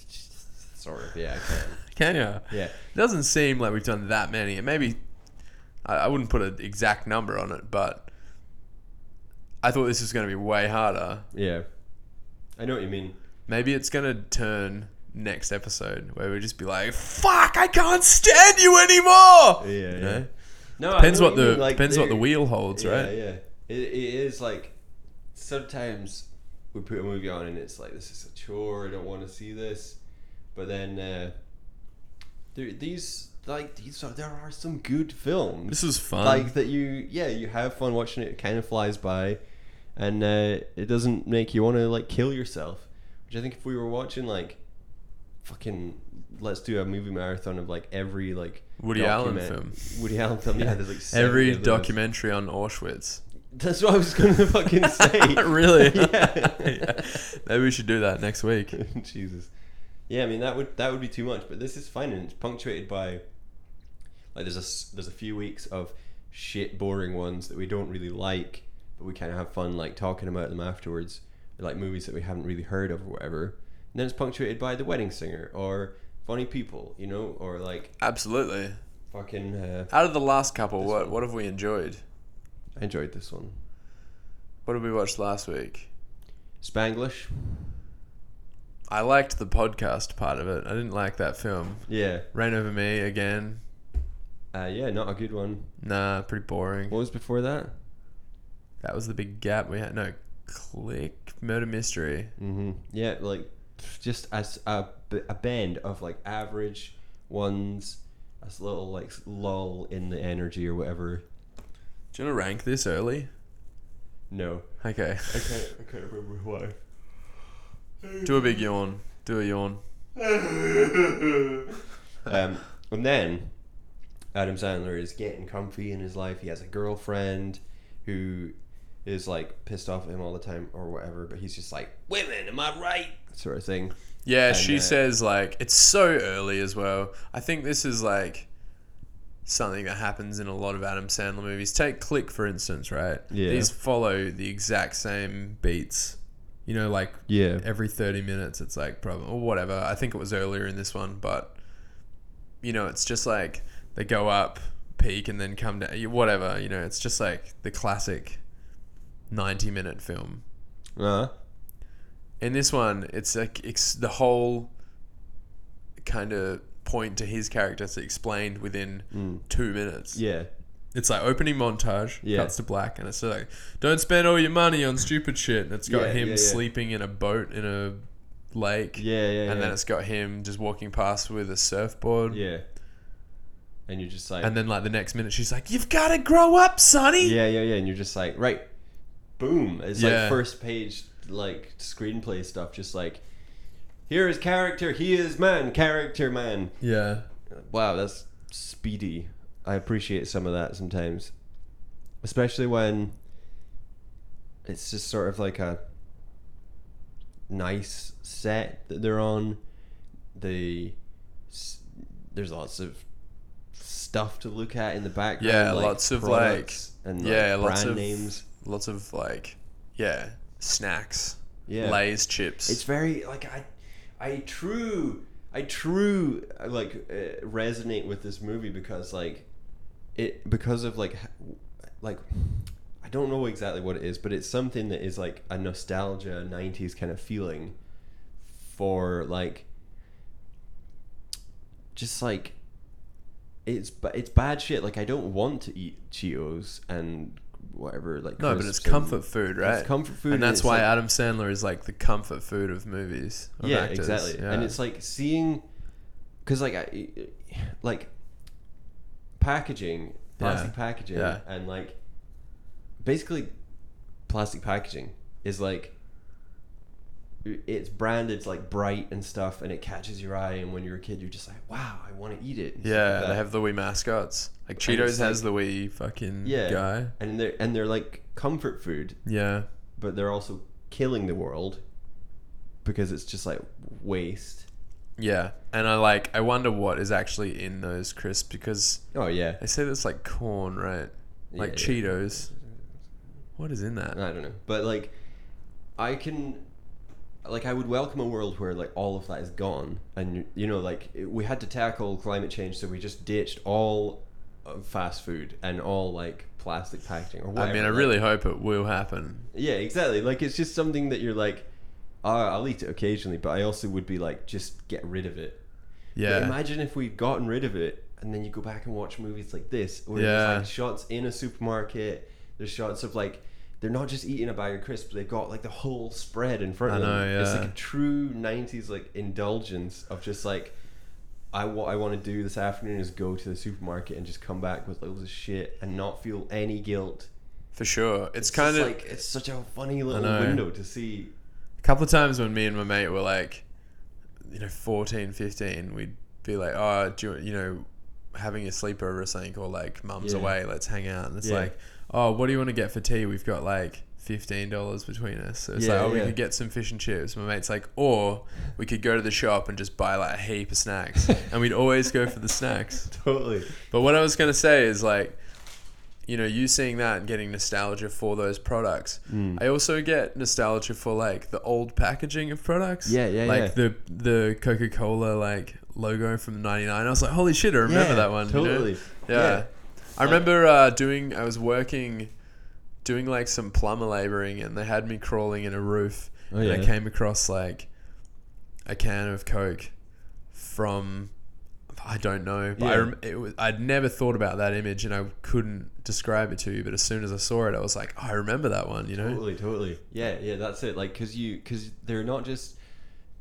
Speaker 2: Sort of. Yeah, I can.
Speaker 1: Can you?
Speaker 2: Yeah.
Speaker 1: It doesn't seem like we've done that many. It maybe I, I wouldn't put an exact number on it, but I thought this was going to be way harder.
Speaker 2: Yeah. I know what you mean.
Speaker 1: Maybe it's going to turn next episode where we just be like, "Fuck, I can't stand you anymore."
Speaker 2: Yeah,
Speaker 1: You know?
Speaker 2: yeah. No, I
Speaker 1: Depends
Speaker 2: know
Speaker 1: what
Speaker 2: you
Speaker 1: the
Speaker 2: mean, like,
Speaker 1: depends what the
Speaker 2: there-
Speaker 1: wheel holds,
Speaker 2: yeah,
Speaker 1: right?
Speaker 2: Yeah. It, it is like sometimes we put a movie on and it's like this is a chore. I don't want to see this, but then uh, there, these like these are there are some good films
Speaker 1: This was fun.
Speaker 2: like that you yeah you have fun watching it. It kind of flies by, and uh, it doesn't make you want to like kill yourself. Which I think if we were watching like fucking let's do a movie marathon of like every like
Speaker 1: Woody Allen
Speaker 2: document- Woody Allen film yeah there's like seven
Speaker 1: Every
Speaker 2: of those.
Speaker 1: documentary on Auschwitz.
Speaker 2: That's what I was gonna fucking say.
Speaker 1: really?
Speaker 2: Yeah.
Speaker 1: Yeah. Maybe we should do that next week.
Speaker 2: Jesus. Yeah, I mean that would that would be too much, but this is fine and it's punctuated by like there's a s- there's a few weeks of shit boring ones that we don't really like, but we kind of have fun like talking about them afterwards, like movies that we haven't really heard of or whatever. And then it's punctuated by The Wedding Singer or Funny People, you know, or like
Speaker 1: Absolutely.
Speaker 2: fucking uh,
Speaker 1: Out of the last couple,
Speaker 2: This
Speaker 1: what
Speaker 2: one.
Speaker 1: what have we enjoyed?
Speaker 2: I enjoyed this one.
Speaker 1: What did we watch last week?
Speaker 2: Spanglish.
Speaker 1: I liked the podcast part of it. I didn't like that film.
Speaker 2: Yeah.
Speaker 1: Rain Over Me again.
Speaker 2: Uh, yeah, not a good one.
Speaker 1: Nah, pretty boring.
Speaker 2: What was before that?
Speaker 1: That was the big gap we had. No, Click Murder Mystery.
Speaker 2: hmm Yeah, like just as a, b- a bend of like average ones, a s- little like lull in the energy or whatever.
Speaker 1: Do you want to rank this early?
Speaker 2: No,
Speaker 1: Okay.
Speaker 2: I can't. I can't remember why.
Speaker 1: Do a big yawn. Do a yawn.
Speaker 2: Um, and then Adam Sandler is getting comfy in his life. He has a girlfriend who is like pissed off at him all the time or whatever, but he's just like, "Women, am I right?" sort of thing.
Speaker 1: Yeah, she
Speaker 2: uh,
Speaker 1: says like it's so early as well. I think this is like something that happens in a lot of Adam Sandler movies. Take Click for instance, right?
Speaker 2: Yeah.
Speaker 1: These follow the exact same beats. You know, like
Speaker 2: Yeah,
Speaker 1: every 30 minutes it's like problem or whatever i think it was earlier in this one but you know it's just like they go up peak and then come down you- whatever you know it's just like the classic 90 minute film
Speaker 2: uh,
Speaker 1: in this one it's like it's the whole kind of point to his character is explained within two minutes
Speaker 2: Mm. yeah,
Speaker 1: it's like opening montage
Speaker 2: Yeah.
Speaker 1: cuts to black and it's like don't spend all your money on stupid shit and it's got
Speaker 2: Yeah,
Speaker 1: him
Speaker 2: yeah, yeah.
Speaker 1: sleeping in a boat in a lake
Speaker 2: yeah, yeah.
Speaker 1: and
Speaker 2: yeah.
Speaker 1: then it's got him just walking past with a surfboard.
Speaker 2: yeah, and you're just like,
Speaker 1: And then like the next minute, she's like, "You've got to grow up, Sonny."
Speaker 2: Yeah, yeah, yeah. And you're just like, right, boom. It's
Speaker 1: Yeah.
Speaker 2: like first page, like screenplay stuff, just like Here is character. He is man. Character man.
Speaker 1: Yeah.
Speaker 2: Wow, that's speedy. I appreciate some of that sometimes, especially when it's just sort of like a nice set that they're on. The s- there's lots of stuff to look at in the background.
Speaker 1: Yeah, lots of, like-
Speaker 2: products and like,
Speaker 1: yeah,
Speaker 2: brand
Speaker 1: lots of-
Speaker 2: names.
Speaker 1: Lots of like, yeah, snacks,
Speaker 2: Yeah,
Speaker 1: Lay's chips.
Speaker 2: It's very like I, I true, I true uh, like uh, resonate with this movie because like, it because of like, h- like, I don't know exactly what it is, but it's something that is like a nostalgia '90s kind of feeling, for like. Just like, it's ba- it's bad shit. Like I don't want to eat Cheetos and whatever. Like
Speaker 1: no, but it's
Speaker 2: crisps and-
Speaker 1: comfort food, right?
Speaker 2: It's comfort food,
Speaker 1: and that's
Speaker 2: it's,
Speaker 1: why
Speaker 2: like,
Speaker 1: Adam Sandler is like the comfort food of movies. of
Speaker 2: yeah
Speaker 1: actors.
Speaker 2: exactly and it's like seeing because like I, e, like packaging plastic
Speaker 1: Yeah.
Speaker 2: packaging
Speaker 1: Yeah.
Speaker 2: and like basically plastic packaging is like it's branded like bright and stuff and it catches your eye and when you're a kid you're just like wow i want to eat it and stuff
Speaker 1: yeah,
Speaker 2: like
Speaker 1: they
Speaker 2: that.
Speaker 1: have the wee mascots. Like
Speaker 2: And it's
Speaker 1: Cheetos has the wee fucking
Speaker 2: Yeah.
Speaker 1: guy.
Speaker 2: and they're and they're like comfort food
Speaker 1: Yeah,
Speaker 2: but they're also killing the world because it's just like waste
Speaker 1: yeah. And I like, I wonder what is actually in those crisps because
Speaker 2: oh yeah
Speaker 1: they say that's like corn, right? Like
Speaker 2: Yeah, Uh, yeah.
Speaker 1: Cheetos. What is in that?
Speaker 2: I don't know, but like, I can, like, I would welcome a world where like all of that is gone, and you know, like, it- we had to tackle climate change, so we just ditched all of fast food and all like plastic packaging or whatever.
Speaker 1: I mean, I
Speaker 2: like-
Speaker 1: really hope it will happen.
Speaker 2: yeah, exactly. Like, it's just something that you're like, oh, I'll eat it occasionally, but I also would be like, just get rid of it. But
Speaker 1: Yeah.
Speaker 2: imagine if we'd gotten rid of it, and then you go back and watch movies like this, where
Speaker 1: Yeah.
Speaker 2: there's like shots in a supermarket. There's shots of like they're not just eating a bag of crisps; they've got like the whole spread in front
Speaker 1: I
Speaker 2: of them.
Speaker 1: know,
Speaker 2: It's
Speaker 1: yeah.
Speaker 2: like a true '90s like indulgence of just like. I, what I want to do this afternoon is go to the supermarket and just come back with loads of shit and not feel any guilt.
Speaker 1: For sure. It's,
Speaker 2: just
Speaker 1: kind of
Speaker 2: like it's such a funny little
Speaker 1: know.
Speaker 2: window to see.
Speaker 1: a couple of times when me and my mate were like, you know, 14, 15, we'd be like, oh, do you, you know, having a sleepover or something, or like, mum's
Speaker 2: Yeah.
Speaker 1: away, let's hang out. And it's
Speaker 2: Yeah.
Speaker 1: like, oh, what do you want to get for tea? We've got like $15 between us. So it's
Speaker 2: Yeah,
Speaker 1: like, oh,
Speaker 2: yeah.
Speaker 1: we could get some fish and chips. My mate's like, or we could go to the shop and just buy like a heap of snacks. and we'd always go for the snacks.
Speaker 2: Totally.
Speaker 1: But what I was gonna say is like, you know, you seeing that and getting nostalgia for those products.
Speaker 2: Mm.
Speaker 1: I also get nostalgia for like the old packaging of products.
Speaker 2: Yeah, yeah,
Speaker 1: like
Speaker 2: yeah.
Speaker 1: the the Coca Cola like logo from '99. I was like, holy shit, I remember
Speaker 2: Yeah,
Speaker 1: that one. you know?
Speaker 2: Totally.
Speaker 1: Yeah.
Speaker 2: Yeah.
Speaker 1: I remember uh, doing. I was working, doing like some plumber laboring, and they had me crawling in a roof,
Speaker 2: Oh,
Speaker 1: and I
Speaker 2: yeah.
Speaker 1: came across like a can of Coke from I don't know. But I
Speaker 2: Yeah.
Speaker 1: rem- it was, I'd never thought about that image, and I couldn't describe it to you. But as soon as I saw it, I was like, "Oh, I remember that one. You know?
Speaker 2: Totally, totally. Yeah, yeah, that's it. Like, cause you, cause they're not just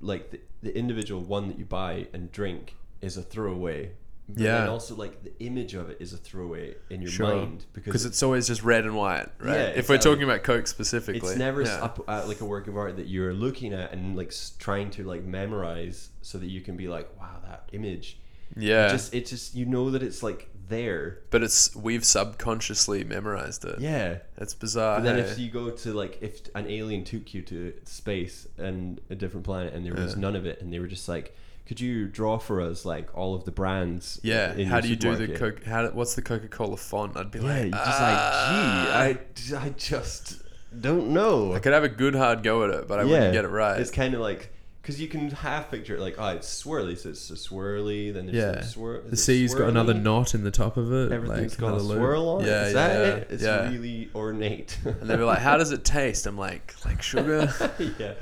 Speaker 2: like the, the individual one that you buy and drink is a throwaway. But
Speaker 1: Yeah.
Speaker 2: And also, like the image of it is a throwaway in your
Speaker 1: Sure.
Speaker 2: mind
Speaker 1: Because
Speaker 2: because it's,
Speaker 1: it's always just red and white,
Speaker 2: Yeah,
Speaker 1: right? If we're
Speaker 2: exactly.
Speaker 1: talking about Coke specifically,
Speaker 2: it's never s
Speaker 1: yeah.
Speaker 2: up at like a work of art that you're looking at and like s- trying to like memorize so that you can be like, wow, that image.
Speaker 1: Yeah,
Speaker 2: Just it's just you know that it's like there.
Speaker 1: but it's we've subconsciously memorized it.
Speaker 2: Yeah.
Speaker 1: It's bizarre.
Speaker 2: And then
Speaker 1: hey?
Speaker 2: if you go to like if an alien took you to space and a different planet and there was
Speaker 1: Yeah.
Speaker 2: none of it and they were just like, could you draw for us like all of the brands?
Speaker 1: Yeah.
Speaker 2: in
Speaker 1: how
Speaker 2: your
Speaker 1: do you do the
Speaker 2: supermarket?"
Speaker 1: Coke? How do- what's the Coca Cola font? I'd be
Speaker 2: Yeah,
Speaker 1: like,
Speaker 2: you're just
Speaker 1: "Ah."
Speaker 2: like, gee, I, I just don't know.
Speaker 1: I could have a good hard go at it, but I wouldn't get it right.
Speaker 2: It's kind of like because you can half picture it like, oh, it's swirly, so it's a swirly. Then there's
Speaker 1: Yeah.
Speaker 2: some swirl.
Speaker 1: The C's got another knot in the top of it.
Speaker 2: Everything's
Speaker 1: like,
Speaker 2: got a
Speaker 1: another loop.
Speaker 2: swirl on.
Speaker 1: Yeah,
Speaker 2: Yeah, Is
Speaker 1: yeah,
Speaker 2: that
Speaker 1: yeah,
Speaker 2: it? It's
Speaker 1: yeah.
Speaker 2: really ornate.
Speaker 1: And they were like, "How does it taste?" I'm like, "Like sugar."
Speaker 2: yeah.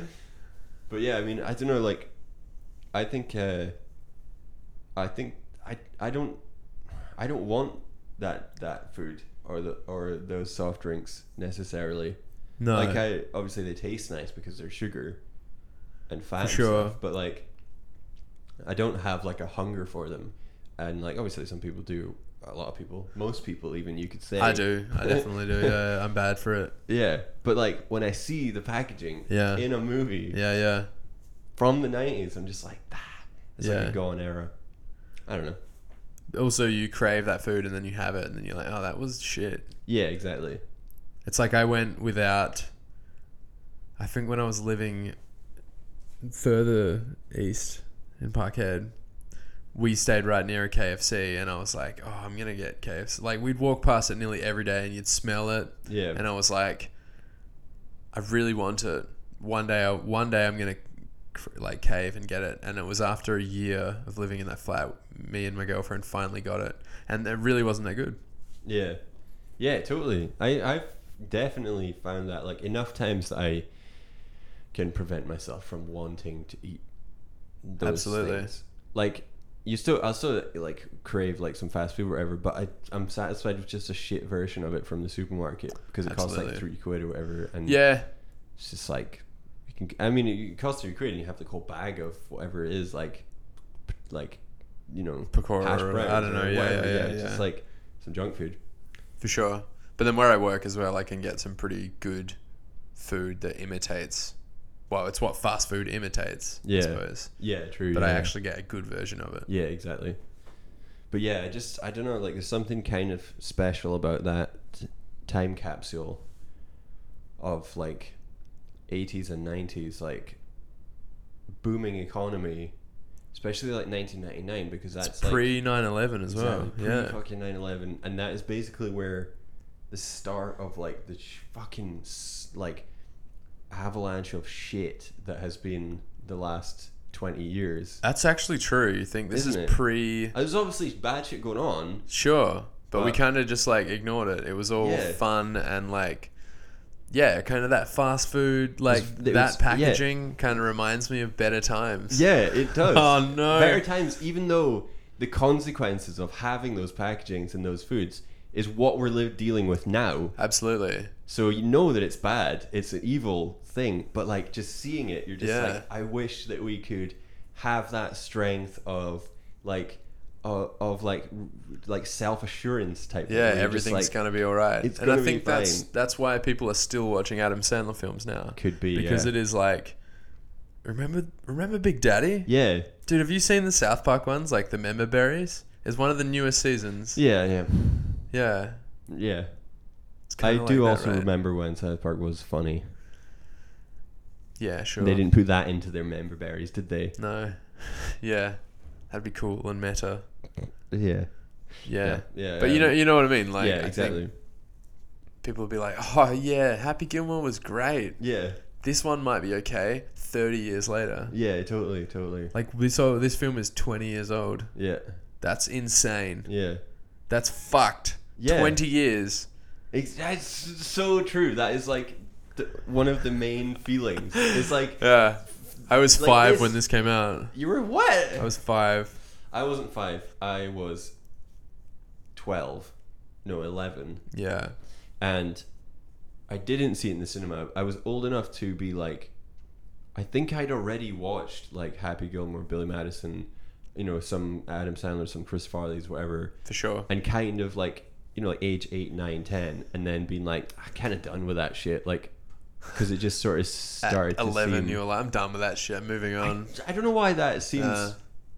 Speaker 2: But yeah, I mean, I don't know. Like, I think, uh, I think, I, I don't, I don't want that that food or the or those soft drinks necessarily.
Speaker 1: no,
Speaker 2: Like, I obviously they taste nice because they're sugar and fat. and
Speaker 1: sure.
Speaker 2: stuff, but like, I don't have like a hunger for them, and like obviously some people do. A lot of people, most people, even you could say.
Speaker 1: I do. I definitely do. Yeah, I'm bad for it.
Speaker 2: Yeah, but like when I see the packaging
Speaker 1: Yeah.
Speaker 2: in a movie,
Speaker 1: Yeah, yeah.
Speaker 2: from the nineties. I'm just like, ah, it's like
Speaker 1: Yeah.
Speaker 2: a gone era. I don't know.
Speaker 1: Also, you crave that food and then you have it and then you're like, oh, that was shit.
Speaker 2: Yeah, exactly.
Speaker 1: It's like I went without. I think when I was living further east in Parkhead, we stayed right near a KFC, and I was like, "Oh, I'm gonna get KFC." Like we'd walk past it nearly every day, and you'd smell it,
Speaker 2: Yeah,
Speaker 1: and I was like, "I really want it. One day, I, one day, I'm gonna cr- like cave and get it." And it was after a year of living in that flat, me and my girlfriend finally got it, and it really wasn't that good.
Speaker 2: yeah, yeah. Totally. I I've definitely found that like enough times that I can prevent myself from wanting to eat. Those
Speaker 1: Absolutely.
Speaker 2: things. Like you still, I still like crave like some fast food or whatever, but I I'm satisfied with just a shit version of it from the supermarket because it costs
Speaker 1: Absolutely.
Speaker 2: like three quid or whatever, and
Speaker 1: Yeah,
Speaker 2: it's just like you can i mean it costs three quid and you have the whole bag of whatever it is like p- like you know
Speaker 1: pakora.
Speaker 2: hash
Speaker 1: or-
Speaker 2: browns
Speaker 1: I don't
Speaker 2: or
Speaker 1: know. Yeah, yeah,
Speaker 2: whatever,
Speaker 1: yeah.
Speaker 2: it's
Speaker 1: yeah.
Speaker 2: just like some junk food
Speaker 1: For sure. But then where I work as well, I can get some pretty good food that imitates. Well, it's what fast food imitates, I
Speaker 2: Yeah.
Speaker 1: suppose.
Speaker 2: yeah true
Speaker 1: But I
Speaker 2: yeah.
Speaker 1: actually get a good version of it.
Speaker 2: yeah exactly but yeah i just i don't know like there's something kind of special about that t- time capsule of like 80s and 90s like booming economy especially like 1999 because that's
Speaker 1: It's
Speaker 2: like
Speaker 1: pre 9 11 as well.
Speaker 2: Exactly,
Speaker 1: Yeah.
Speaker 2: pre fucking 9/11, and that is basically where the start of like the sh- fucking s- like avalanche of shit that has been the last twenty years.
Speaker 1: That's actually true. You think this
Speaker 2: Isn't
Speaker 1: is
Speaker 2: it?
Speaker 1: pre.
Speaker 2: There's obviously bad shit going on.
Speaker 1: Sure. But we
Speaker 2: But-
Speaker 1: kind of just like ignored it. It was all
Speaker 2: Yeah.
Speaker 1: fun and like. Yeah, kind of that fast food, like
Speaker 2: it
Speaker 1: that
Speaker 2: was- yeah.
Speaker 1: packaging kind of reminds me of better times.
Speaker 2: Yeah, it does.
Speaker 1: Oh, no.
Speaker 2: There are times, even though the consequences of having those packagings and those foods is what we're li- dealing with now.
Speaker 1: Absolutely.
Speaker 2: So you know that it's bad, it's an evil thing, but like just seeing it, you're just
Speaker 1: Yeah.
Speaker 2: like, I wish that we could have that strength of like of, of like r- like self assurance type.
Speaker 1: Yeah,
Speaker 2: thing. You're just
Speaker 1: everything's
Speaker 2: like,
Speaker 1: gonna be all right.
Speaker 2: it's
Speaker 1: and I
Speaker 2: gonna be
Speaker 1: think that's
Speaker 2: fine.
Speaker 1: that's why people are still watching Adam Sandler films now.
Speaker 2: Could be,
Speaker 1: because
Speaker 2: yeah.
Speaker 1: it is like, remember remember Big Daddy,
Speaker 2: yeah,
Speaker 1: dude. Have you seen the South Park ones like the Member Berries? Is one of the newest seasons.
Speaker 2: yeah, yeah,
Speaker 1: Yeah,
Speaker 2: yeah.
Speaker 1: It's
Speaker 2: I
Speaker 1: kinda
Speaker 2: do
Speaker 1: like that,
Speaker 2: also
Speaker 1: right?
Speaker 2: remember when South Park was funny.
Speaker 1: Yeah, sure.
Speaker 2: They didn't put that into their member berries, did they?
Speaker 1: No. yeah, that'd be cool and meta.
Speaker 2: Yeah,
Speaker 1: Yeah.
Speaker 2: yeah. yeah
Speaker 1: But you know, you know what I mean. Like,
Speaker 2: yeah,
Speaker 1: I think
Speaker 2: exactly.
Speaker 1: people would be like, "Oh yeah, Happy Gilmore was great.
Speaker 2: Yeah,
Speaker 1: This one might be okay." Thirty years later,
Speaker 2: yeah, totally, totally.
Speaker 1: like we saw, this film is twenty years old.
Speaker 2: Yeah,
Speaker 1: That's insane.
Speaker 2: yeah.
Speaker 1: That's fucked.
Speaker 2: Yeah.
Speaker 1: 20 years.
Speaker 2: Ex- That's so true. That is like th- one of the main feelings. It's like
Speaker 1: Yeah. I was
Speaker 2: Like
Speaker 1: five
Speaker 2: this-
Speaker 1: when this came out.
Speaker 2: you were what?
Speaker 1: I was five.
Speaker 2: I wasn't five. I was twelve, no eleven,
Speaker 1: Yeah.
Speaker 2: and I didn't see it in the cinema. I was old enough to be like, I think I'd already watched like Happy Gilmore, Billy Madison, you know, some Adam Sandler, some Chris Farley's, whatever,
Speaker 1: For sure.
Speaker 2: and kind of like you know like age eight, nine, ten, and then being like, I kind of done with that shit, like. Because it just sort of
Speaker 1: At
Speaker 2: started.
Speaker 1: 11,
Speaker 2: to seem,
Speaker 1: you were like, I'm done with that shit. Moving on.
Speaker 2: I don't know why that seems.
Speaker 1: Uh.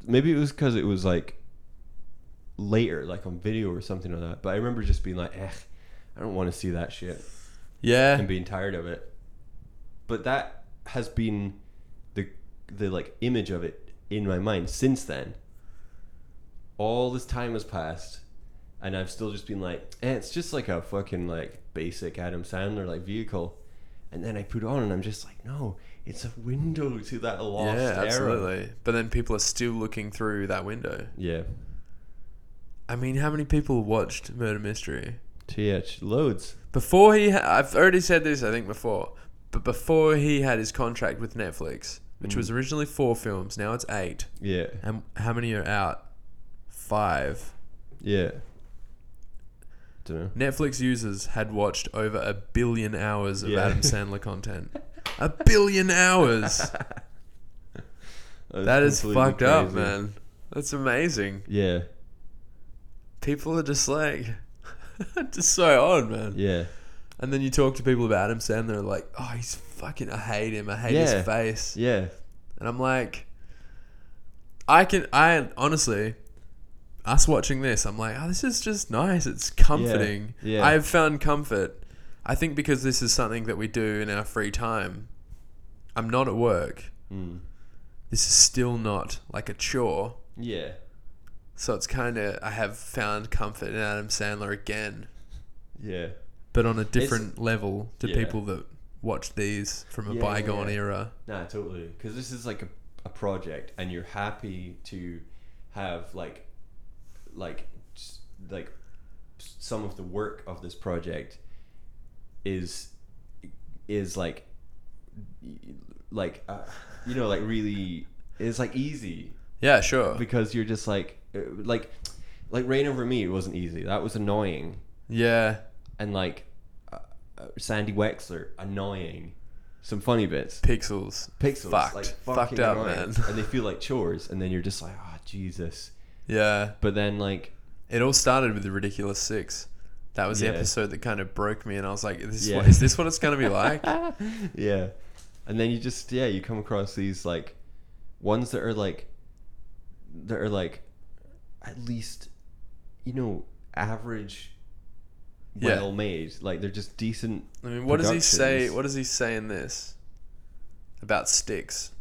Speaker 2: maybe it was because it was like later, like on video or something like that. But I remember just being like, "Eh, I don't want to see that shit,"
Speaker 1: yeah.
Speaker 2: and being tired of it. But that has been the the like image of it in my mind since then. All this time has passed, and I've still just been like, eh, "It's just like a fucking like basic Adam Sandler like vehicle." And then I put on, and I'm just like, "No." It's a window to that
Speaker 1: Yeah,
Speaker 2: lost era.
Speaker 1: absolutely. But then people are still looking through that window.
Speaker 2: Yeah.
Speaker 1: I mean, how many people watched Murder Mystery?
Speaker 2: TH loads.
Speaker 1: Before he, ha- I've already said this, I think before, but before he had his contract with
Speaker 2: Mm.
Speaker 1: Netflix, which was originally four films, now it's eight.
Speaker 2: Yeah.
Speaker 1: And how many are out? Five.
Speaker 2: Yeah. Dunno.
Speaker 1: Netflix users had watched over a billion hours of
Speaker 2: Yeah.
Speaker 1: Adam Sandler content. a billion hours. That is fucked up, man. That's amazing.
Speaker 2: Yeah.
Speaker 1: People are just like just so on, man.
Speaker 2: Yeah.
Speaker 1: And then you talk to people about Adam Sandler like, "Oh, he's fucking I hate him. I hate
Speaker 2: Yeah.
Speaker 1: his face."
Speaker 2: Yeah.
Speaker 1: and I'm like, I can, I honestly, us watching this, I'm like, oh, this is just nice. It's comforting.
Speaker 2: yeah.
Speaker 1: I've found comfort. I think because this is something that we do in our free time. I'm not at work.
Speaker 2: Mm.
Speaker 1: This is still not like a chore.
Speaker 2: Yeah.
Speaker 1: So it's kind of I have found comfort in Adam Sandler again,
Speaker 2: Yeah.
Speaker 1: but on a different level to
Speaker 2: yeah.
Speaker 1: people that watch these from a
Speaker 2: Yeah, yeah,
Speaker 1: bygone
Speaker 2: yeah.
Speaker 1: era.
Speaker 2: Nah, totally. Because this is like a, a project, and you're happy to have like, like, s- like, s- some of the work of this project is is like, y- like, uh, you know, like really, it's like easy
Speaker 1: Yeah, sure.
Speaker 2: because you're just like, uh, like, like rain over me. It wasn't easy. That was annoying,
Speaker 1: yeah,
Speaker 2: and like, uh, uh, Sandy Wexler, annoying. Some funny bits
Speaker 1: pixels.
Speaker 2: pixels
Speaker 1: Fucked.
Speaker 2: like
Speaker 1: Fucked
Speaker 2: fucking
Speaker 1: up,
Speaker 2: annoying.
Speaker 1: man.
Speaker 2: and they feel like chores and then you're just like oh jesus
Speaker 1: Yeah,
Speaker 2: but then like
Speaker 1: it all started with the ridiculous six. That was
Speaker 2: Yeah.
Speaker 1: the episode that kind of broke me, and I was like, "Is this,
Speaker 2: Yeah.
Speaker 1: what, is this what it's going to be like?"
Speaker 2: yeah and then you just yeah you come across these like ones that are like that are like at least you know average
Speaker 1: Yeah.
Speaker 2: well made like they're just decent
Speaker 1: I mean, what does he say?
Speaker 2: Productions.
Speaker 1: What does he say in this about sticks?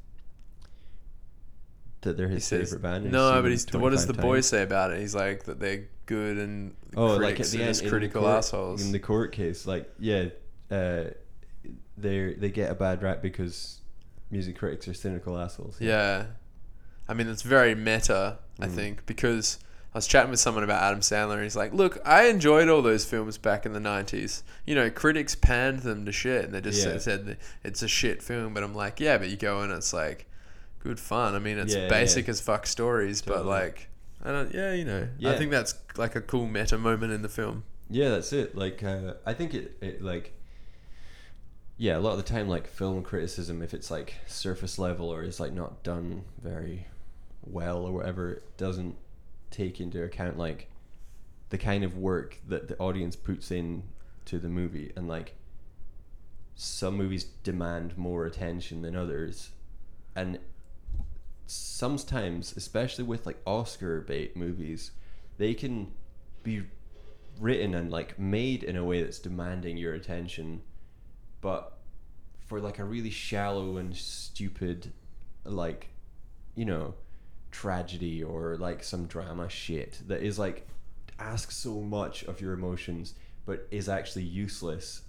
Speaker 2: that they're
Speaker 1: He
Speaker 2: his
Speaker 1: says,
Speaker 2: favorite band
Speaker 1: "No,
Speaker 2: seen
Speaker 1: but he's, what does
Speaker 2: 25
Speaker 1: the
Speaker 2: times.
Speaker 1: boy say about it?" He's like that they're good and
Speaker 2: oh like at
Speaker 1: critics
Speaker 2: the
Speaker 1: are
Speaker 2: end
Speaker 1: just
Speaker 2: in the
Speaker 1: critical
Speaker 2: court-
Speaker 1: assholes.
Speaker 2: in the court case like yeah uh they they get a bad rap because music critics are cynical assholes
Speaker 1: Yeah. I mean, it's very meta, I
Speaker 2: Mm.
Speaker 1: think, because I was chatting with someone about Adam Sandler, and he's like, Look, I enjoyed all those films back in the 90s. You know, critics panned them to shit, and they just
Speaker 2: Yeah.
Speaker 1: said, said that it's a shit film. But I'm like, Yeah, but you go and it's like, good fun. I mean, it's
Speaker 2: Yeah,
Speaker 1: basic as fuck stories, but
Speaker 2: Totally.
Speaker 1: like, I don't, yeah, you know, I
Speaker 2: Yeah.
Speaker 1: think that's like a cool meta moment in the film.
Speaker 2: yeah that's it like uh, i think it, it like yeah a lot of the time like film criticism if it's like surface level or is like not done very well or whatever it doesn't take into account like the kind of work that the audience puts in to the movie and like some movies demand more attention than others and sometimes especially with like oscar bait movies they can be written and like made in a way that's demanding your attention but for like a really shallow and stupid like you know tragedy or like some drama shit that is like asks so much of your emotions but is actually useless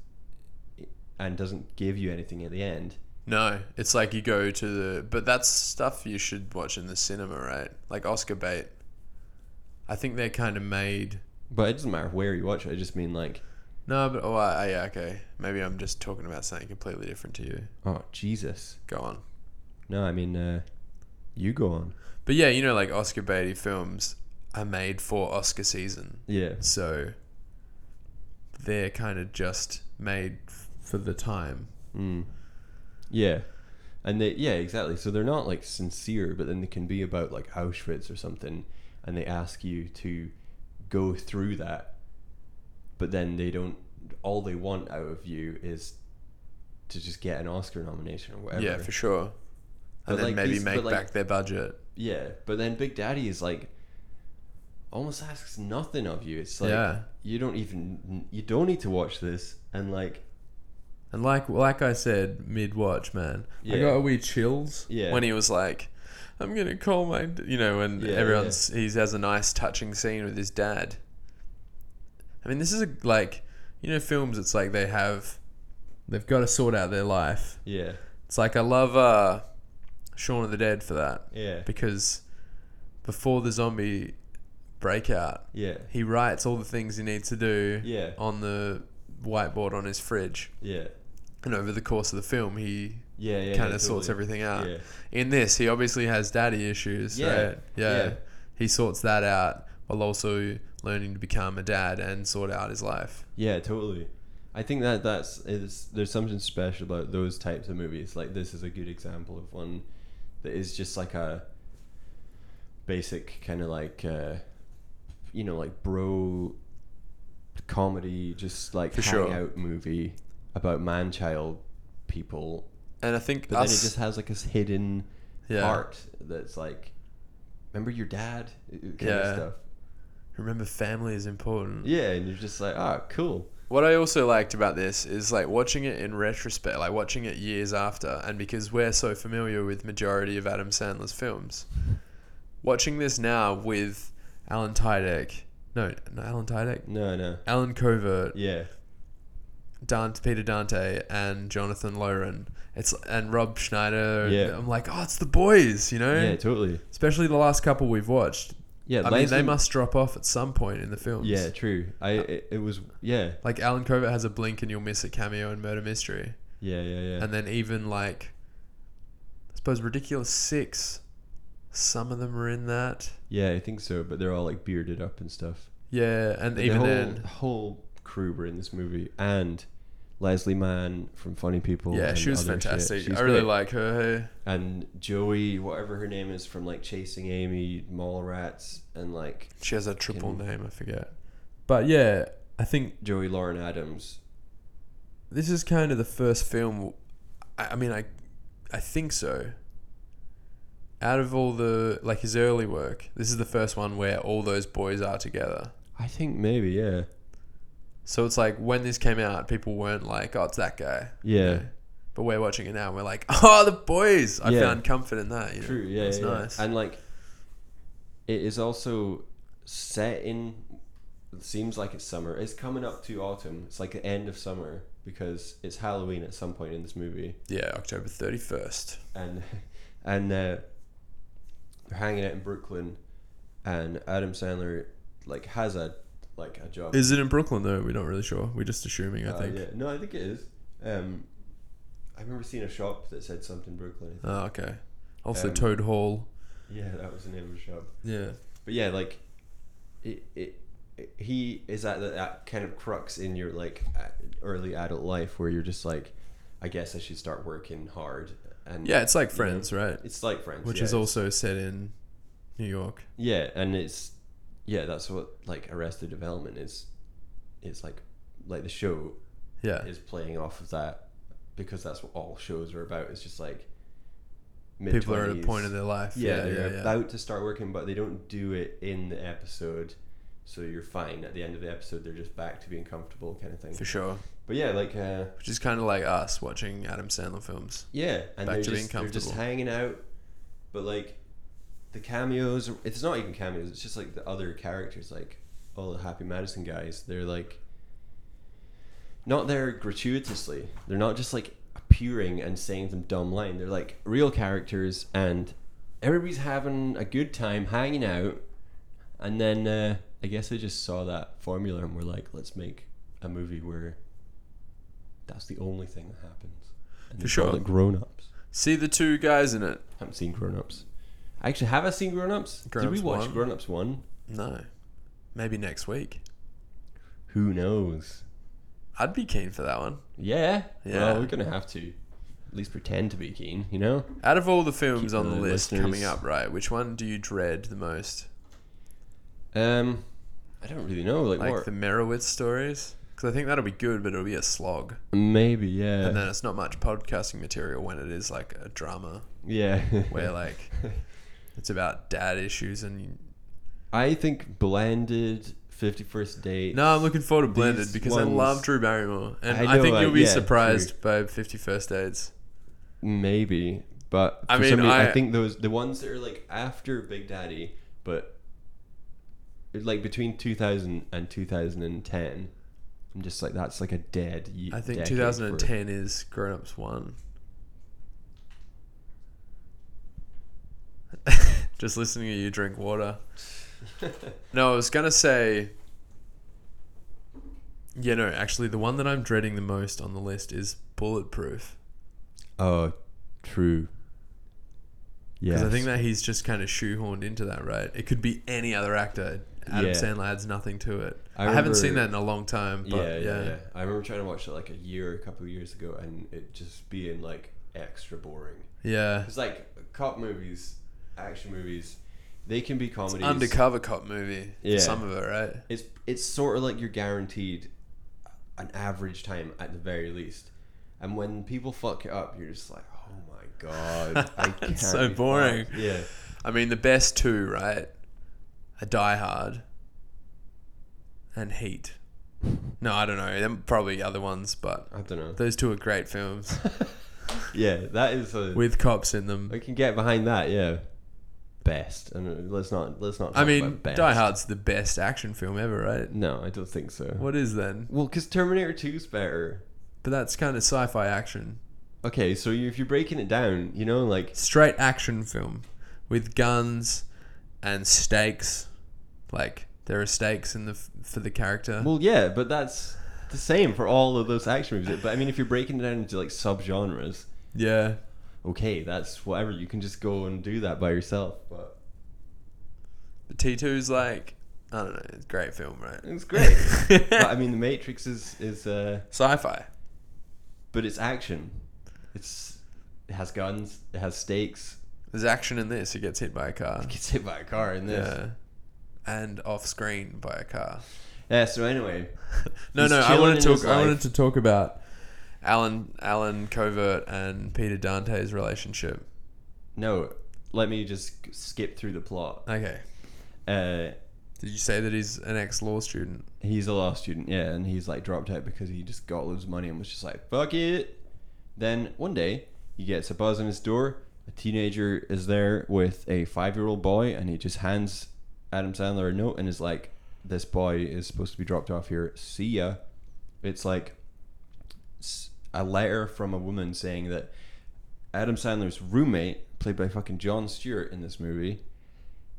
Speaker 2: and doesn't give you anything at the end
Speaker 1: No, it's like you go to the, but that's stuff you should watch in the cinema, right? Like Oscar bait. I think they're kind of made
Speaker 2: but it doesn't matter where you watch it i just mean like
Speaker 1: No, but oh, I, I- yeah, okay. Maybe I'm just talking about something completely different to you.
Speaker 2: oh jesus
Speaker 1: Go on.
Speaker 2: no i mean uh you go on
Speaker 1: But yeah, you know, like Oscar Beatty films are made for Oscar season,
Speaker 2: yeah
Speaker 1: so they're kind of just made f- for the time.
Speaker 2: Mm. Yeah. And they yeah, exactly. So they're not like sincere, but then they can be about like Auschwitz or something and they ask you to go through that. But then they don't all they want out of you is to just get an Oscar nomination or whatever.
Speaker 1: Yeah, for sure.
Speaker 2: But
Speaker 1: And then
Speaker 2: like
Speaker 1: maybe
Speaker 2: these-
Speaker 1: make
Speaker 2: but like-
Speaker 1: back their budget.
Speaker 2: Yeah, but then Big Daddy is like almost asks nothing of you. It's like
Speaker 1: Yeah.
Speaker 2: you don't even you don't need to watch this and like
Speaker 1: And like like I said, mid watch, man, I
Speaker 2: Yeah.
Speaker 1: got a wee chills
Speaker 2: Yeah.
Speaker 1: when he was like, "I'm gonna call my," d-" you know, when
Speaker 2: Yeah,
Speaker 1: everyone's he has a nice touching scene with his dad. I mean, this is a, like, you know, films. It's like they have, they've got to sort out their life.
Speaker 2: yeah,
Speaker 1: It's like I love uh, Shaun of the Dead for that
Speaker 2: yeah,
Speaker 1: because before the zombie breakout,
Speaker 2: yeah,
Speaker 1: he writes all the things he needs to do
Speaker 2: yeah,
Speaker 1: on the whiteboard on his fridge
Speaker 2: yeah.
Speaker 1: and over the course of the film, he
Speaker 2: Yeah, yeah.
Speaker 1: kind
Speaker 2: yeah,
Speaker 1: of sorts
Speaker 2: totally.
Speaker 1: everything out.
Speaker 2: Yeah.
Speaker 1: In this, he obviously has daddy issues,
Speaker 2: Yeah,
Speaker 1: right? Yeah.
Speaker 2: yeah.
Speaker 1: He sorts that out while also learning to become a dad and sort out his life.
Speaker 2: Yeah, totally. I think that that's is there's something special about those types of movies. Like this is a good example of one that is just like a basic kind of like uh, you know like bro comedy, just like
Speaker 1: For sure.
Speaker 2: hangout movie about man child people.
Speaker 1: And I think
Speaker 2: But
Speaker 1: us,
Speaker 2: then it just has like this hidden
Speaker 1: Yeah.
Speaker 2: part that's like, remember your dad, kind
Speaker 1: Yeah.
Speaker 2: of stuff.
Speaker 1: Remember, family is important.
Speaker 2: Yeah, and you're just like, oh, cool.
Speaker 1: What I also liked about this is like watching it in retrospect, like watching it years after, and because we're so familiar with majority of Adam Sandler's films, watching this now with Alan Tudyk, no, not Alan Tudyk,
Speaker 2: No, no.
Speaker 1: Alan Covert,
Speaker 2: Yeah,
Speaker 1: Dante, Peter Dante, and Jonathan Loren, it's and Rob Schneider. and
Speaker 2: Yeah.
Speaker 1: I'm like, oh, it's the boys, you know,
Speaker 2: yeah, totally.
Speaker 1: especially the last couple we've watched.
Speaker 2: Yeah,
Speaker 1: I mean, they
Speaker 2: Lansing-
Speaker 1: must Uh, drop off at some point in the films.
Speaker 2: Yeah, true. I it, it was yeah,
Speaker 1: Like Alan Covert has a blink and you'll miss a cameo in Murder Mystery.
Speaker 2: yeah, yeah, yeah.
Speaker 1: and then even like I suppose ridiculous six. Some of them are in that.
Speaker 2: yeah, I think so. But they're all like bearded up and stuff.
Speaker 1: Yeah, and
Speaker 2: But
Speaker 1: even
Speaker 2: the whole,
Speaker 1: then,
Speaker 2: the whole crew were in this movie, and Leslie Mann from Funny People.
Speaker 1: yeah,
Speaker 2: and
Speaker 1: she was
Speaker 2: other shit.
Speaker 1: fantastic.
Speaker 2: She's
Speaker 1: I really
Speaker 2: great.
Speaker 1: like her. Hey,
Speaker 2: and Joey, whatever her name is, from like Chasing Amy, Mallrats, and like
Speaker 1: she has a triple
Speaker 2: Can-
Speaker 1: name. I forget. But yeah, I think
Speaker 2: Joey Lauren Adams.
Speaker 1: this is kind of the first film. I, I mean, I, I think so. Out of all the like his early work, this is the first one where all those boys are together.
Speaker 2: I think maybe yeah,
Speaker 1: So it's like when this came out, people weren't like, "Oh, it's that guy."
Speaker 2: yeah,
Speaker 1: Yeah. But we're watching it now and we're like, oh, the boys. I
Speaker 2: Yeah.
Speaker 1: found comfort in that. You know?
Speaker 2: true, yeah,
Speaker 1: It's
Speaker 2: yeah, yeah.
Speaker 1: nice.
Speaker 2: And like, it is also set in. It seems like it's summer. It's coming up to autumn. It's like the end of summer because it's Halloween at some point in this movie.
Speaker 1: Yeah, October 31st.
Speaker 2: and and uh, they're hanging out in Brooklyn, and Adam Sandler like has a like a job.
Speaker 1: Is it in Brooklyn, though? We're not really sure. We're just assuming, I
Speaker 2: Uh,
Speaker 1: think.
Speaker 2: yeah. No, I think it is. Um, I remember seeing a shop that said something Brooklyn. I think.
Speaker 1: Oh, okay. Also,
Speaker 2: Um,
Speaker 1: Toad Hall.
Speaker 2: Yeah, that was the name of the shop.
Speaker 1: Yeah.
Speaker 2: But yeah, like it. it it- he is at that, that kind of crux in your like a- early adult life where you're just like, I guess I should start working hard and
Speaker 1: Yeah, it's like
Speaker 2: you know,
Speaker 1: Friends, right?
Speaker 2: It's like friends,
Speaker 1: Which
Speaker 2: yeah,
Speaker 1: is
Speaker 2: it's-
Speaker 1: also set in New York.
Speaker 2: Yeah, and it's yeah, that's what like Arrested Development is. It's like like the show
Speaker 1: Yeah.
Speaker 2: is playing off of that because that's what all shows are about. It's just like
Speaker 1: People are at a
Speaker 2: mid-twenties.
Speaker 1: point in their life.
Speaker 2: yeah,
Speaker 1: Yeah, yeah,
Speaker 2: they're
Speaker 1: yeah.
Speaker 2: about to start working, but they don't do it in the episode. So you're fine. At the end of the episode, they're just back to being comfortable, kind of thing.
Speaker 1: For sure.
Speaker 2: But yeah, like uh,
Speaker 1: Which is kind of like us watching Adam Sandler films.
Speaker 2: Yeah, and they're,
Speaker 1: Back to being
Speaker 2: just, they're just
Speaker 1: comfortable.
Speaker 2: hanging out, but like the cameos. It's not even cameos. It's just like the other characters, like all the Happy Madison guys. They're like not there gratuitously. They're not just like appearing and saying some dumb line. They're like real characters, and everybody's having a good time hanging out. And then uh, I guess they just saw that formula and were like, let's make a movie where that's the only thing that happens. And
Speaker 1: For
Speaker 2: they called
Speaker 1: sure.
Speaker 2: it Grown Ups.
Speaker 1: See the two guys in it?
Speaker 2: Haven't seen Grown Ups. Actually, have I seen Grown Ups? Did
Speaker 1: Grown
Speaker 2: we
Speaker 1: Ups
Speaker 2: watch
Speaker 1: one?
Speaker 2: Grown Ups one?
Speaker 1: No. Maybe next week.
Speaker 2: Who knows?
Speaker 1: I'd be keen for that one.
Speaker 2: Yeah.
Speaker 1: Yeah.
Speaker 2: Well, we're gonna have to at least pretend to be keen. You know.
Speaker 1: Out of all the films
Speaker 2: Keep
Speaker 1: on the,
Speaker 2: the
Speaker 1: list
Speaker 2: listeners-
Speaker 1: coming up, right, which one do you dread the most?
Speaker 2: Um, I don't really know. Like,
Speaker 1: Like
Speaker 2: what?
Speaker 1: the Merowitz stories? Because I think that'll be good, but it'll be a slog.
Speaker 2: Maybe. Yeah.
Speaker 1: And then it's not much podcasting material when it is like a drama
Speaker 2: yeah.
Speaker 1: where like it's about dad issues and.
Speaker 2: I think blended Fifty First Date.
Speaker 1: No, I'm looking forward to Blended
Speaker 2: These
Speaker 1: because I
Speaker 2: ones-
Speaker 1: love Drew Barrymore, and
Speaker 2: I
Speaker 1: I,
Speaker 2: know,
Speaker 1: think
Speaker 2: uh,
Speaker 1: you'll be
Speaker 2: yeah,
Speaker 1: surprised by Fifty First Dates.
Speaker 2: Maybe, but
Speaker 1: I
Speaker 2: for
Speaker 1: mean,
Speaker 2: some reason, I,
Speaker 1: I-
Speaker 2: think those the ones that are like after Big Daddy, but like between 2000 and 2010, I'm just like that's like a dead. ye-
Speaker 1: I think
Speaker 2: decade
Speaker 1: 2010 is Grown Ups One. Just listening to you drink water.
Speaker 2: for-
Speaker 1: No, I was gonna say. Yeah, no. Actually, the one that I'm dreading the most on the list is Bulletproof
Speaker 2: oh, true.
Speaker 1: because
Speaker 2: Yeah,
Speaker 1: I think that he's just kind of shoehorned into that, right? It could be any other actor. Adam
Speaker 2: Yeah.
Speaker 1: Sandler adds nothing to it. I,
Speaker 2: I
Speaker 1: haven't
Speaker 2: remember-
Speaker 1: seen that in a long time, but
Speaker 2: yeah,
Speaker 1: yeah,
Speaker 2: yeah, yeah. I remember trying to watch it like a year, a couple of years ago, and it just being like extra boring.
Speaker 1: yeah.
Speaker 2: Because like cop movies, action movies, they can be comedies.
Speaker 1: Undercover cop movie.
Speaker 2: Yeah.
Speaker 1: For some of it, right?
Speaker 2: it's it's sort of like you're guaranteed an average time at the very least. And when people fuck it up, you're just like, oh my god, I can't
Speaker 1: So
Speaker 2: be
Speaker 1: boring.
Speaker 2: fucked. Yeah,
Speaker 1: I mean, the best two, right? A Die Hard and Heat. No, I don't know. There probably other ones, but
Speaker 2: I don't know.
Speaker 1: those two are great films
Speaker 2: Yeah, that is. A,
Speaker 1: with cops in them.
Speaker 2: I can get behind that. Yeah, best. And uh, let's not let's not.
Speaker 1: I
Speaker 2: talk
Speaker 1: mean,
Speaker 2: about best.
Speaker 1: Die Hard's the best action film ever, right?
Speaker 2: No, I don't think so.
Speaker 1: What is then?
Speaker 2: Well, because Terminator 2's better.
Speaker 1: But that's kind of sci-fi action,
Speaker 2: Okay, so you, if you're breaking it down, you know, like
Speaker 1: straight action film with guns and stakes. Like there are stakes in the f- for the character.
Speaker 2: Well, yeah, but that's the same for all of those action movies. But I mean, if you're breaking it down into like subgenres,
Speaker 1: Yeah.
Speaker 2: okay, that's whatever. You can just go and do that by yourself. But
Speaker 1: T 2s like I don't know, it's a great film, right?
Speaker 2: it's great. but I mean, The Matrix is is, uh,
Speaker 1: Sci-fi.
Speaker 2: but it's action. It's it has guns. It has stakes.
Speaker 1: There's action in this. He gets hit by a car.
Speaker 2: It gets hit by a car in this.
Speaker 1: Yeah. And off screen by a car.
Speaker 2: Yeah, so anyway,
Speaker 1: No,
Speaker 2: He's
Speaker 1: no. I
Speaker 2: chilling
Speaker 1: wanted
Speaker 2: in
Speaker 1: to
Speaker 2: his
Speaker 1: talk. I wanted
Speaker 2: life.
Speaker 1: to talk about Alan Alan Covert and Peter Dante's relationship.
Speaker 2: no. Let me just skip through the plot.
Speaker 1: Okay.
Speaker 2: Uh,
Speaker 1: Did you say that he's an ex-law student?
Speaker 2: he's a law student, yeah, and he's like dropped out because he just got all his money and was just like, fuck it. Then one day, he gets a buzz on his door. A teenager is there with a five year old boy, and he just hands Adam Sandler a note and is like, this boy is supposed to be dropped off here. See ya. It's like s- a letter from a woman saying that Adam Sandler's roommate, played by fucking John Stewart in this movie,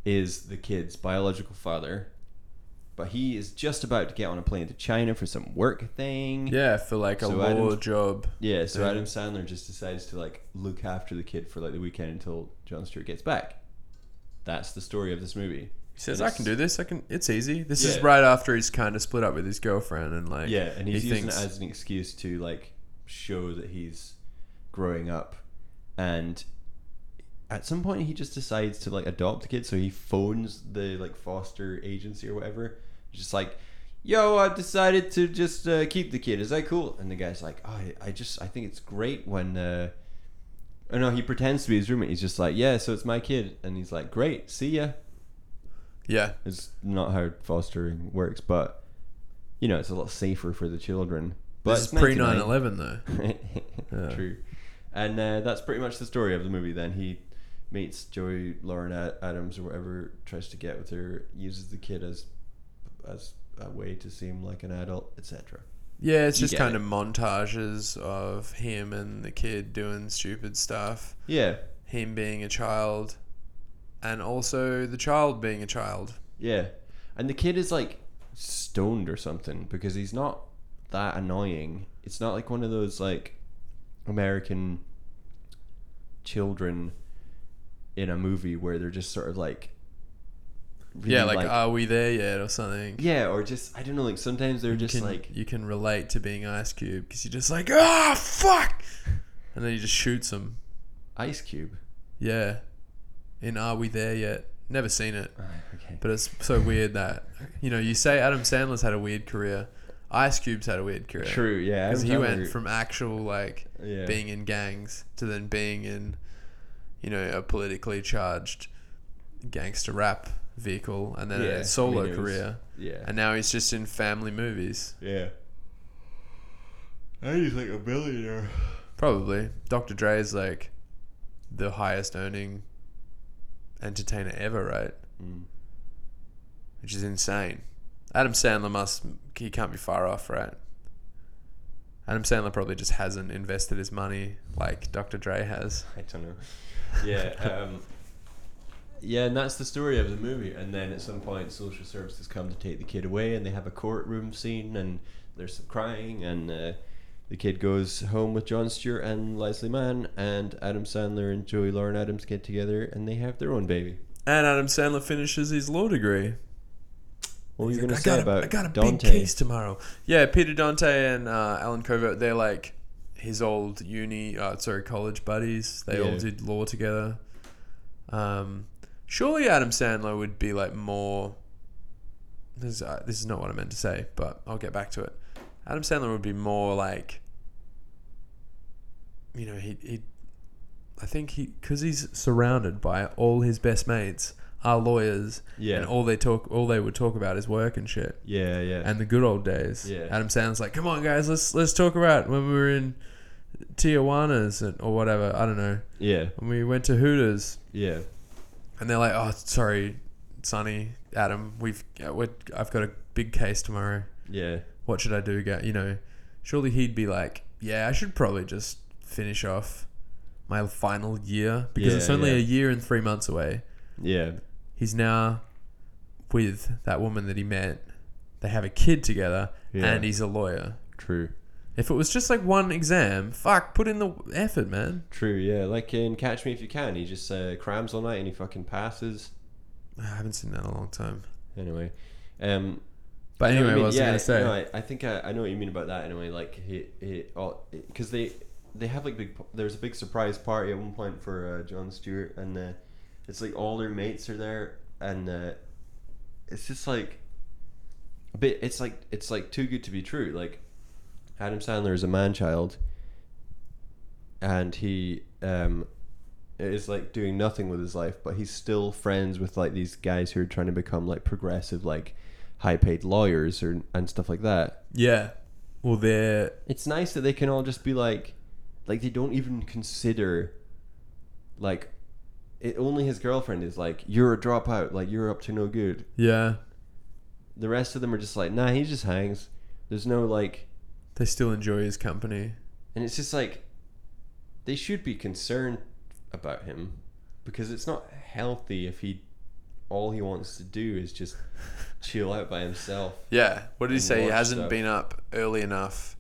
Speaker 2: is the kid's biological father but he is just about to get on a plane to China for some work thing.
Speaker 1: Yeah, for like a
Speaker 2: So
Speaker 1: law
Speaker 2: Adam-
Speaker 1: job.
Speaker 2: Yeah, so
Speaker 1: Yeah.
Speaker 2: Adam Sandler just decides to like look after the kid for like the weekend until John Stewart gets back. That's the story of this movie.
Speaker 1: He says,
Speaker 2: And
Speaker 1: "I can do this. I can. It's easy." This is
Speaker 2: Yeah.
Speaker 1: right after he's kind of split up with his girlfriend and like.
Speaker 2: Yeah, and he's
Speaker 1: he
Speaker 2: using
Speaker 1: thinks,
Speaker 2: it as an excuse to like show that he's growing up, and at some point he just decides to like adopt the kid. So he phones the like foster agency or whatever, just like, "Yo, I've decided to just uh, keep the kid. Is that cool?" And the guy's like, oh, "I, I just I think it's great when." Uh, Oh no, he pretends to be his roommate. He's just like, yeah, so it's my kid, and he's like, great, see ya.
Speaker 1: "Yeah,
Speaker 2: It's not how fostering works, but you know, it's a lot safer for the children. But
Speaker 1: this is
Speaker 2: it's
Speaker 1: pre
Speaker 2: 99.
Speaker 1: 9/11 though." Yeah.
Speaker 2: True. And uh, that's pretty much the story of the movie. Then he meets Joey Lauren A- Adams or whatever, tries to get with her, uses the kid as as a way to seem like an adult, etc.
Speaker 1: Yeah, it's
Speaker 2: You
Speaker 1: just
Speaker 2: get
Speaker 1: kind
Speaker 2: it.
Speaker 1: of montages of him and the kid doing stupid stuff,
Speaker 2: Yeah,
Speaker 1: him being a child, and also the child being a child.
Speaker 2: yeah. And the kid is like stoned or something because he's not that annoying. It's not like one of those like American children in a movie where they're just sort of like really,
Speaker 1: yeah, like, uh, are we there yet or something?
Speaker 2: Yeah, or just I don't know. Like sometimes they're
Speaker 1: you
Speaker 2: just
Speaker 1: can,
Speaker 2: like
Speaker 1: you can relate to being Ice Cube because you're just like, ah, fuck, and then he just shoots him.
Speaker 2: Ice Cube.
Speaker 1: Yeah, in Are We There Yet? Never seen it,
Speaker 2: okay.
Speaker 1: but it's so weird that you know you say Adam Sandler's had a weird career, Ice Cube's had a weird career.
Speaker 2: True. Yeah.
Speaker 1: Because
Speaker 2: Adam
Speaker 1: he
Speaker 2: Sandler-
Speaker 1: went from actual like
Speaker 2: yeah.
Speaker 1: being in gangs to then being in, you know, a politically charged gangster rap vehicle and then
Speaker 2: Yeah, I
Speaker 1: a
Speaker 2: mean,
Speaker 1: solo
Speaker 2: it was-
Speaker 1: career.
Speaker 2: yeah.
Speaker 1: And now he's just in family movies.
Speaker 2: yeah. And he's like a billionaire.
Speaker 1: Probably. Dr. Dre is like the highest earning entertainer ever, right?
Speaker 2: Mm.
Speaker 1: Which is insane. Adam Sandler must, he can't be far off, right? Adam Sandler probably just hasn't invested his money like Dr. Dre has.
Speaker 2: I don't know. Yeah. Um, yeah, and that's the story of the movie. And then at some point, social services come to take the kid away, and they have a courtroom scene, and there's some crying, and uh, the kid goes home with John Stewart and Leslie Mann, and Adam Sandler and Joey Lauren Adams get together, and they have their own baby.
Speaker 1: And Adam Sandler finishes his law degree.
Speaker 2: What were you
Speaker 1: He's
Speaker 2: going to
Speaker 1: like,
Speaker 2: say
Speaker 1: I got
Speaker 2: about
Speaker 1: a, I got a
Speaker 2: Dante?
Speaker 1: big case tomorrow. Yeah, Peter Dante and uh, Alan Covert, they're like his old uni, uh, sorry, college buddies. They all
Speaker 2: Yeah.
Speaker 1: did law together. Um, surely Adam Sandler would be like more. This is, uh, this is not what I meant to say, but I'll get back to it. Adam Sandler would be more like, you know, he he I think he because he's surrounded by all his best mates are lawyers,
Speaker 2: Yeah.
Speaker 1: and all they talk all they would talk about is work and shit
Speaker 2: Yeah, yeah.
Speaker 1: and the good old days.
Speaker 2: Yeah.
Speaker 1: Adam Sandler's like, come on guys, let's let's talk about when we were in Tijuana's and, or whatever. I don't know.
Speaker 2: yeah,
Speaker 1: When we went to Hooters,
Speaker 2: yeah.
Speaker 1: and they're like, oh sorry, Sonny, Adam, we've uh, we're, I've got a big case tomorrow.
Speaker 2: Yeah.
Speaker 1: What should I do? Go, you know, surely he'd be like, yeah, I should probably just finish off my final year because
Speaker 2: Yeah,
Speaker 1: it's only
Speaker 2: yeah.
Speaker 1: a year and three months away.
Speaker 2: Yeah.
Speaker 1: He's now with that woman that he met. They have a kid together,
Speaker 2: Yeah.
Speaker 1: and he's a lawyer.
Speaker 2: True.
Speaker 1: If it was just like one exam, fuck, put in the effort, man.
Speaker 2: True, yeah. Like in Catch Me If You Can, he just uh, crams all night and he fucking passes.
Speaker 1: I haven't seen that in a long time.
Speaker 2: Anyway. Um,
Speaker 1: But
Speaker 2: you know what I
Speaker 1: anyway, what,
Speaker 2: mean?
Speaker 1: was I
Speaker 2: yeah,
Speaker 1: going to say?
Speaker 2: no, I, I think I, I know what you mean about that anyway. Like, he, he, because they they have like big, there's a big surprise party at one point for uh, John Stewart, and uh, it's like all their mates are there, and uh, it's just like a bit, it's like, it's like too good to be true. Like, Adam Sandler is a man child, and he um, is like doing nothing with his life, but he's still friends with like these guys who are trying to become like progressive, like high paid lawyers or, and stuff like that.
Speaker 1: yeah. Well, they're
Speaker 2: It's nice that they can all just be like, like they don't even consider, like, it only his girlfriend is like, you're a dropout, like you're up to no good.
Speaker 1: yeah,
Speaker 2: The rest of them are just like, nah, he just hangs. There's no like,
Speaker 1: they still enjoy his company.
Speaker 2: And it's just like they should be concerned about him because it's not healthy if he all he wants to do is just chill out by himself.
Speaker 1: Yeah. What did he
Speaker 2: and
Speaker 1: say? He
Speaker 2: watch
Speaker 1: hasn't
Speaker 2: stuff.
Speaker 1: been up early enough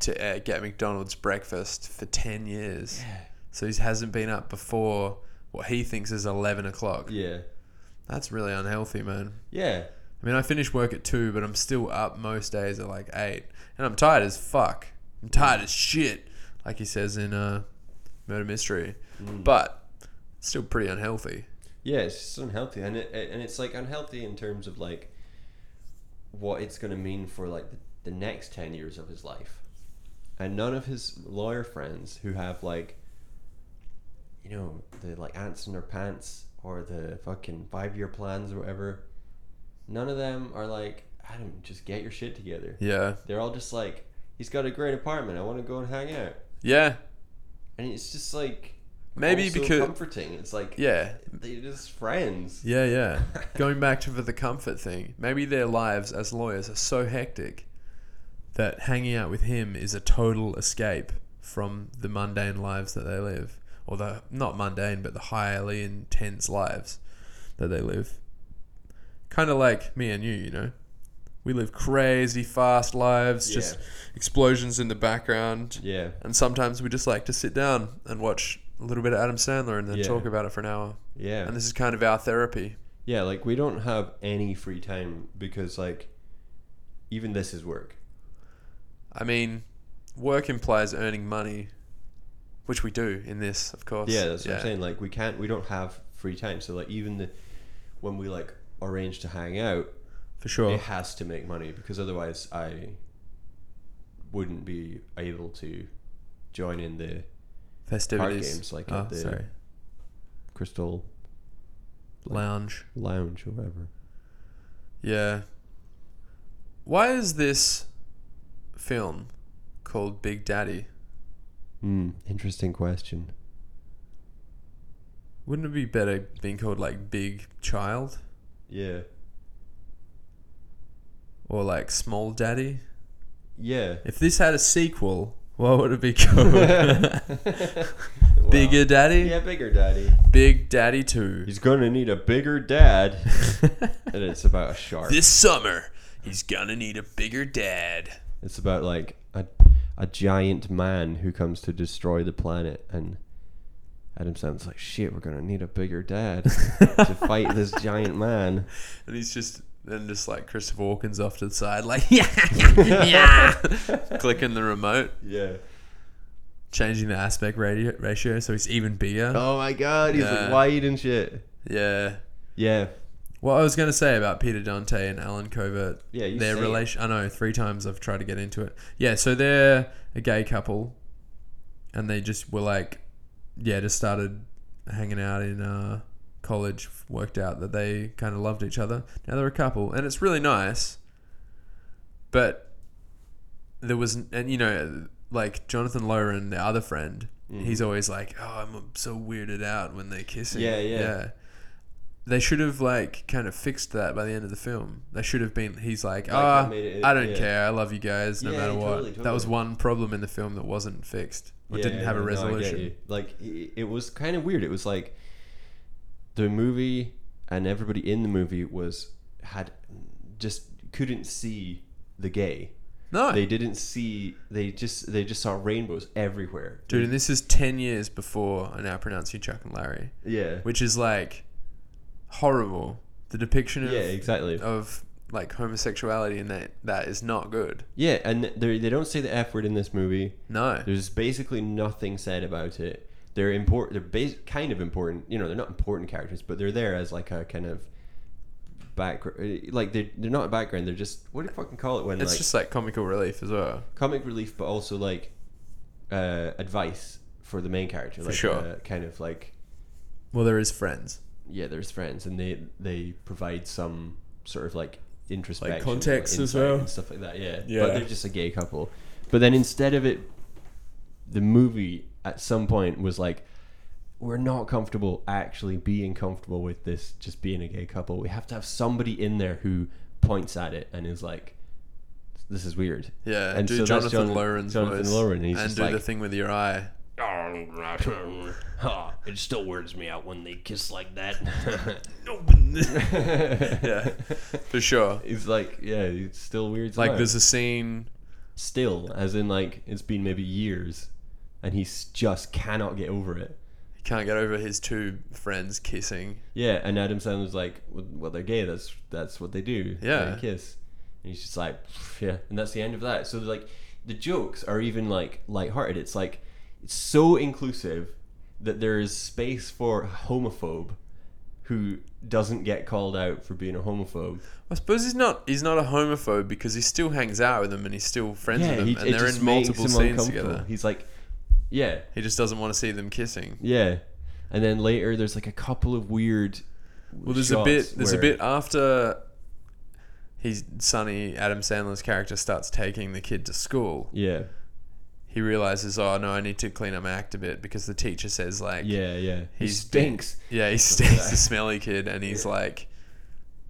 Speaker 1: to uh, get McDonald's breakfast for 10 years. So he hasn't been up before what he thinks is 11 o'clock.
Speaker 2: Yeah.
Speaker 1: That's really unhealthy, man.
Speaker 2: Yeah.
Speaker 1: I mean, I finish work at 2, but I'm still up most days at like 8. And I'm tired as fuck. I'm tired as shit, like he says in uh, Murder Mystery. But still pretty unhealthy.
Speaker 2: Yeah, it's just unhealthy and it, it- and it's like unhealthy in terms of like what it's going to mean for like the, the next 10 years of his life. And none of his lawyer friends who have like you know, the like ants in their pants or the fucking 5-year plans or whatever. None of them are like, Adam, just get your shit together.
Speaker 1: Yeah.
Speaker 2: They're all just like, he's got a great apartment. I want to go and hang out.
Speaker 1: Yeah.
Speaker 2: And it's just like
Speaker 1: Maybe
Speaker 2: also
Speaker 1: because.
Speaker 2: comforting. It's like
Speaker 1: Yeah.
Speaker 2: they're just friends.
Speaker 1: Yeah, yeah. Going back to the comfort thing, maybe their lives as lawyers are so hectic that hanging out with him is a total escape from the mundane lives that they live, or the not mundane, but the highly intense lives that they live. Kind of like me and you, you know. We live crazy fast lives, just
Speaker 2: Yeah.
Speaker 1: explosions in the background.
Speaker 2: Yeah.
Speaker 1: And sometimes we just like to sit down and watch a little bit of Adam Sandler and then
Speaker 2: Yeah.
Speaker 1: talk about it for an hour.
Speaker 2: Yeah.
Speaker 1: And this is kind of our therapy.
Speaker 2: yeah, like we don't have any free time because like even this is work.
Speaker 1: I mean, work implies earning money, which we do in this, of course.
Speaker 2: Yeah, that's what I'm saying. Like we can't we don't have free time. So like even the when we like arrange to hang out,
Speaker 1: For sure.
Speaker 2: it has to make money because otherwise I wouldn't be able to join in the
Speaker 1: Festivities.
Speaker 2: games, like
Speaker 1: oh,
Speaker 2: at the-
Speaker 1: sorry.
Speaker 2: Crystal
Speaker 1: Lounge.
Speaker 2: Lounge or whatever.
Speaker 1: Yeah. Why is this film called Big Daddy?
Speaker 2: Hmm. Interesting question.
Speaker 1: Wouldn't it be better being called like Big Child
Speaker 2: Yeah.
Speaker 1: or like Small Daddy?
Speaker 2: Yeah.
Speaker 1: If this had a sequel, what would it be called?
Speaker 2: Wow.
Speaker 1: Bigger Daddy?
Speaker 2: Yeah, bigger daddy.
Speaker 1: Big Daddy 2.
Speaker 2: He's gonna need a bigger dad. and it's about a shark.
Speaker 1: This summer, he's gonna need a bigger dad.
Speaker 2: It's about like a a giant man who comes to destroy the planet and Adam Sandler's like, shit, we're gonna need a bigger dad to fight this giant man.
Speaker 1: And he's just then just like Christopher Walken's off to the side, like yeah, yeah, clicking the remote,
Speaker 2: Yeah.
Speaker 1: changing the aspect radio, ratio so he's even bigger.
Speaker 2: Oh my god, he's
Speaker 1: Yeah.
Speaker 2: like wide and shit.
Speaker 1: Yeah.
Speaker 2: Yeah.
Speaker 1: What I was gonna say about Peter Dante and Alan Covert,
Speaker 2: Yeah, you
Speaker 1: their
Speaker 2: say it.
Speaker 1: relation. I know three times I've tried to get into it. Yeah, so they're a gay couple, and they just were like yeah, just started hanging out in uh, college. Worked out that they kind of loved each other. Now they're a couple, and it's really nice. But there was, and you know, like Jonathan Loren, the other friend,
Speaker 2: Mm.
Speaker 1: he's always like, "Oh, I'm so weirded out when they're kissing."
Speaker 2: Yeah, yeah.
Speaker 1: They should have like kind of fixed that by the end of the film. They should have been. He's like,
Speaker 2: that
Speaker 1: "Ah,
Speaker 2: made it-
Speaker 1: I don't
Speaker 2: yeah.
Speaker 1: care. I love you guys no
Speaker 2: Yeah,
Speaker 1: matter what."
Speaker 2: totally,
Speaker 1: That was
Speaker 2: totally.
Speaker 1: one problem in the film that wasn't fixed or didn't have a
Speaker 2: no, I get
Speaker 1: resolution.
Speaker 2: you. like it, it was kind of weird. It was like the movie and everybody in the movie was had just couldn't see the gay.
Speaker 1: no,
Speaker 2: They didn't see. They just they just saw rainbows everywhere.
Speaker 1: dude, and this is ten years before I now pronounce you Chuck and Larry,
Speaker 2: Yeah.
Speaker 1: which is like horrible. The depiction of
Speaker 2: Yeah. Exactly.
Speaker 1: of like homosexuality in that that is not good.
Speaker 2: Yeah, and they they don't say the f word in this movie.
Speaker 1: No,
Speaker 2: There's basically nothing said about it. They're important. They're bas- kind of important. You know, they're not important characters, but they're there as like a kind of background. Like they're they're not a background. They're just what do you fucking call it when
Speaker 1: it's
Speaker 2: like
Speaker 1: just like comical relief as well.
Speaker 2: comic relief, but also like uh, advice for the main character. like,
Speaker 1: sure.
Speaker 2: Uh, kind of like
Speaker 1: Well, there is friends,
Speaker 2: yeah, there's friends, and they they provide some sort of like introspection, or
Speaker 1: context as
Speaker 2: insight
Speaker 1: well.
Speaker 2: and stuff like that. Yeah,
Speaker 1: Yeah.
Speaker 2: But they're just a gay couple. But then instead of it, the movie at some point was like, we're not comfortable actually being comfortable with this just being a gay couple. We have to have somebody in there who points at it and is like, this is weird.
Speaker 1: yeah. And,
Speaker 2: And
Speaker 1: do
Speaker 2: so that's
Speaker 1: Jonathan
Speaker 2: Jonathan-
Speaker 1: Loren's
Speaker 2: Jonathan
Speaker 1: voice,
Speaker 2: Loren, he's
Speaker 1: and
Speaker 2: just
Speaker 1: do the
Speaker 2: like-
Speaker 1: thing with your eye.
Speaker 3: it still weirds me out when they kiss like that.
Speaker 1: Yeah, for sure.
Speaker 2: It's like, yeah, it's still weird.
Speaker 1: Like
Speaker 2: somehow.
Speaker 1: there's a scene.
Speaker 2: still, as in like it's been maybe years, and he just cannot get over it.
Speaker 1: He can't get over his two friends kissing.
Speaker 2: Yeah, and Adam Sandler's like, well, they're gay. That's that's what they do.
Speaker 1: Yeah.
Speaker 2: they kiss, and he's just like, yeah, and that's the end of that. So like, the jokes are even like lighthearted. It's like it's so inclusive that there is space for a homophobe who doesn't get called out for being a homophobe.
Speaker 1: I suppose he's not he's not a homophobe because he still hangs out with them and he's still friends with them
Speaker 2: he,
Speaker 1: and
Speaker 2: it
Speaker 1: they're
Speaker 2: just
Speaker 1: in
Speaker 2: makes
Speaker 1: multiple
Speaker 2: him
Speaker 1: scenes
Speaker 2: uncomfortable.
Speaker 1: together.
Speaker 2: He's like, yeah,
Speaker 1: He just doesn't want to see them kissing.
Speaker 2: Yeah, and then later there's like a couple of weird.
Speaker 1: Well, there's a bit. There's a bit after. He's Sonny Adam Sandler's character starts taking the kid to school.
Speaker 2: Yeah,
Speaker 1: He realizes, oh no, I need to clean up my act a bit because the teacher says like,
Speaker 2: yeah, yeah. He
Speaker 1: He's
Speaker 2: stinks.
Speaker 1: yeah, he stinks the smelly kid, and he's like,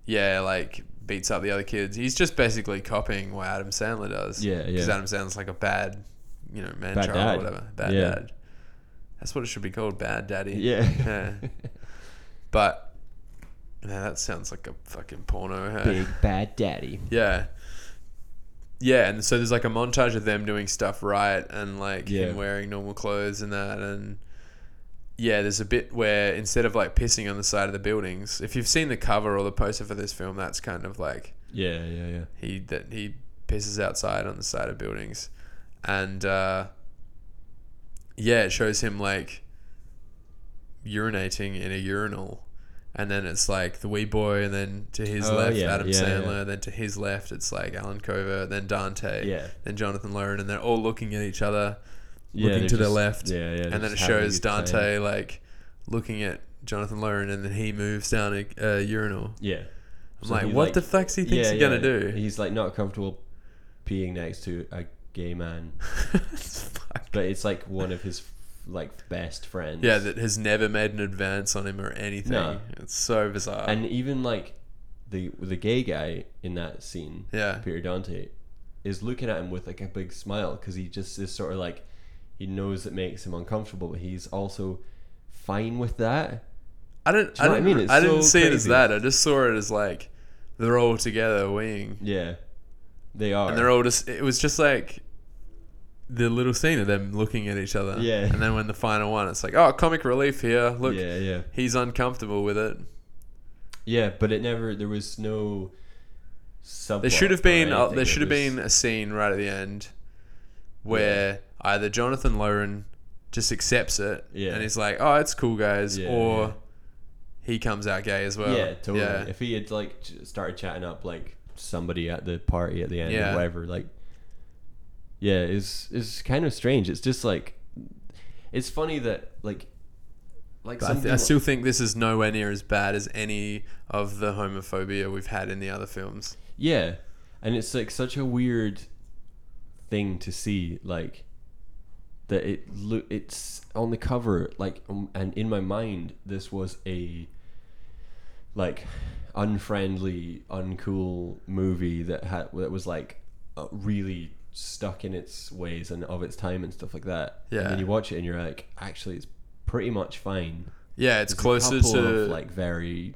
Speaker 1: yeah, like beats up the other kids. He's just basically copying what Adam Sandler does.
Speaker 2: Yeah,
Speaker 1: Because
Speaker 2: yeah.
Speaker 1: Adam Sandler's like a bad, you know, man
Speaker 2: Bad
Speaker 1: child
Speaker 2: dad.
Speaker 1: or whatever. Bad
Speaker 2: Yeah.
Speaker 1: dad. That's what it should be called, bad daddy.
Speaker 2: Yeah.
Speaker 1: Yeah. But man, that sounds like a fucking porno. huh?
Speaker 2: Big bad daddy.
Speaker 1: Yeah. Yeah, and so there's like a montage of them doing stuff right and like
Speaker 2: Yeah.
Speaker 1: him wearing normal clothes and that and yeah, there's a bit where instead of like pissing on the side of the buildings, if you've seen the cover or the poster for this film, that's kind of like
Speaker 2: Yeah, yeah, yeah.
Speaker 1: he that he pisses outside on the side of buildings and uh yeah it shows him like urinating in a urinal and then it's like the wee boy and then to his
Speaker 2: Oh,
Speaker 1: left
Speaker 2: yeah,
Speaker 1: adam
Speaker 2: yeah,
Speaker 1: sandler
Speaker 2: yeah.
Speaker 1: then to his left it's like alan cover then dante
Speaker 2: Yeah.
Speaker 1: then jonathan loren and they're all looking at each other looking to the left
Speaker 2: Yeah, yeah.
Speaker 1: and then it shows dante like looking at jonathan loren and then he moves down a, a urinal
Speaker 2: Yeah.
Speaker 1: i'm like what the fuck's he thinks he's gonna do
Speaker 2: He's like not comfortable being next to a gay man,
Speaker 1: Fuck.
Speaker 2: but it's like one of his like best friends.
Speaker 1: Yeah, that has never made an advance on him or anything.
Speaker 2: No.
Speaker 1: It's so bizarre.
Speaker 2: and even like the the gay guy in that scene,
Speaker 1: Yeah.
Speaker 2: Peter Dante, is looking at him with like a big smile because he just is sort of like he knows it makes him uncomfortable, but he's also fine with that.
Speaker 1: I don't.
Speaker 2: Do
Speaker 1: I
Speaker 2: you know what
Speaker 1: don't.
Speaker 2: I
Speaker 1: I,
Speaker 2: mean? It's
Speaker 1: didn't
Speaker 2: so
Speaker 1: see it as
Speaker 2: crazy.
Speaker 1: that. I just saw it as like they're all together weeing,
Speaker 2: Yeah, they are.
Speaker 1: and they're all just. It was just like the little scene of them looking at each other.
Speaker 2: Yeah.
Speaker 1: And then when the final one, it's like, oh, comic relief here. Look,
Speaker 2: yeah, yeah,
Speaker 1: he's uncomfortable with it.
Speaker 2: yeah. But it never. There was no. Subplot
Speaker 1: There should have
Speaker 2: or
Speaker 1: been. Uh,
Speaker 2: anything.
Speaker 1: there
Speaker 2: It
Speaker 1: should have
Speaker 2: was-
Speaker 1: been a scene right at the end where either Jonathan Loren just accepts it
Speaker 2: Yeah.
Speaker 1: and he's like, "Oh, it's cool, guys,"
Speaker 2: Yeah,
Speaker 1: or
Speaker 2: yeah.
Speaker 1: he comes out gay as well.
Speaker 2: Yeah, totally.
Speaker 1: Yeah.
Speaker 2: If he had like j- started chatting up like somebody at the party at the end
Speaker 1: Yeah.
Speaker 2: or whatever, like yeah, it's it's kind of strange. It's just like it's funny that like like
Speaker 1: But I,
Speaker 2: some
Speaker 1: th- I
Speaker 2: people-
Speaker 1: still think this is nowhere near as bad as any of the homophobia we've had in the other films.
Speaker 2: Yeah. And it's like such a weird thing to see like that it lo- it's on the cover like um, and in my mind this was a like unfriendly uncool movie that had that was like uh, really stuck in its ways and of its time and stuff like that. And
Speaker 1: Yeah.
Speaker 2: then you watch it and you're like actually it's pretty much fine
Speaker 1: Yeah, it's
Speaker 2: there's a
Speaker 1: closer
Speaker 2: couple
Speaker 1: to
Speaker 2: of, like very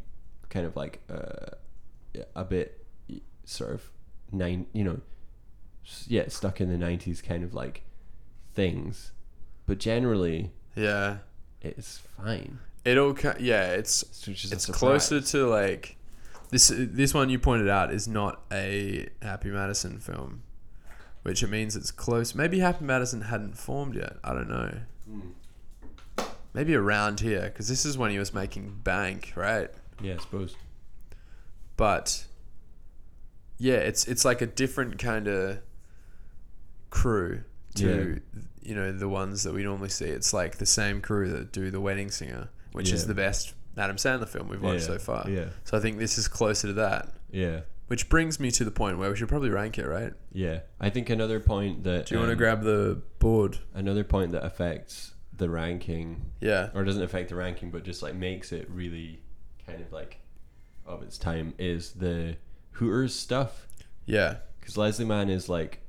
Speaker 2: kind of like uh, yeah, a bit y- sort of nine you know s- yeah stuck in the 90s kind of like things but generally
Speaker 1: yeah.
Speaker 2: it's fine
Speaker 1: It'll ca- yeah, it's
Speaker 2: it's, just a
Speaker 1: it's
Speaker 2: surprise.
Speaker 1: closer to like this this one you pointed out is not a Happy Madison film, which it means it's close. Maybe Happy Madison hadn't formed yet. I don't know.
Speaker 2: Hmm.
Speaker 1: Maybe around here because this is when he was making bank, right?
Speaker 2: yeah I suppose
Speaker 1: But yeah, it's it's like a different kind of crew to you know the ones that we normally see. It's like the same crew that do the Wedding Singer, which is
Speaker 2: Yeah.
Speaker 1: the best Adam Sandler film we've watched
Speaker 2: Yeah,
Speaker 1: so far.
Speaker 2: yeah
Speaker 1: So I think this is closer to that,
Speaker 2: yeah
Speaker 1: which brings me to the point where we should probably rank it, right?
Speaker 2: yeah I think another point that
Speaker 1: Do you want to
Speaker 2: um,
Speaker 1: grab the board?
Speaker 2: another point that affects the ranking
Speaker 1: Yeah.
Speaker 2: or doesn't affect the ranking, but just like makes it really kind of like of its time is the Hooters stuff
Speaker 1: Yeah.
Speaker 2: because Leslie Mann is like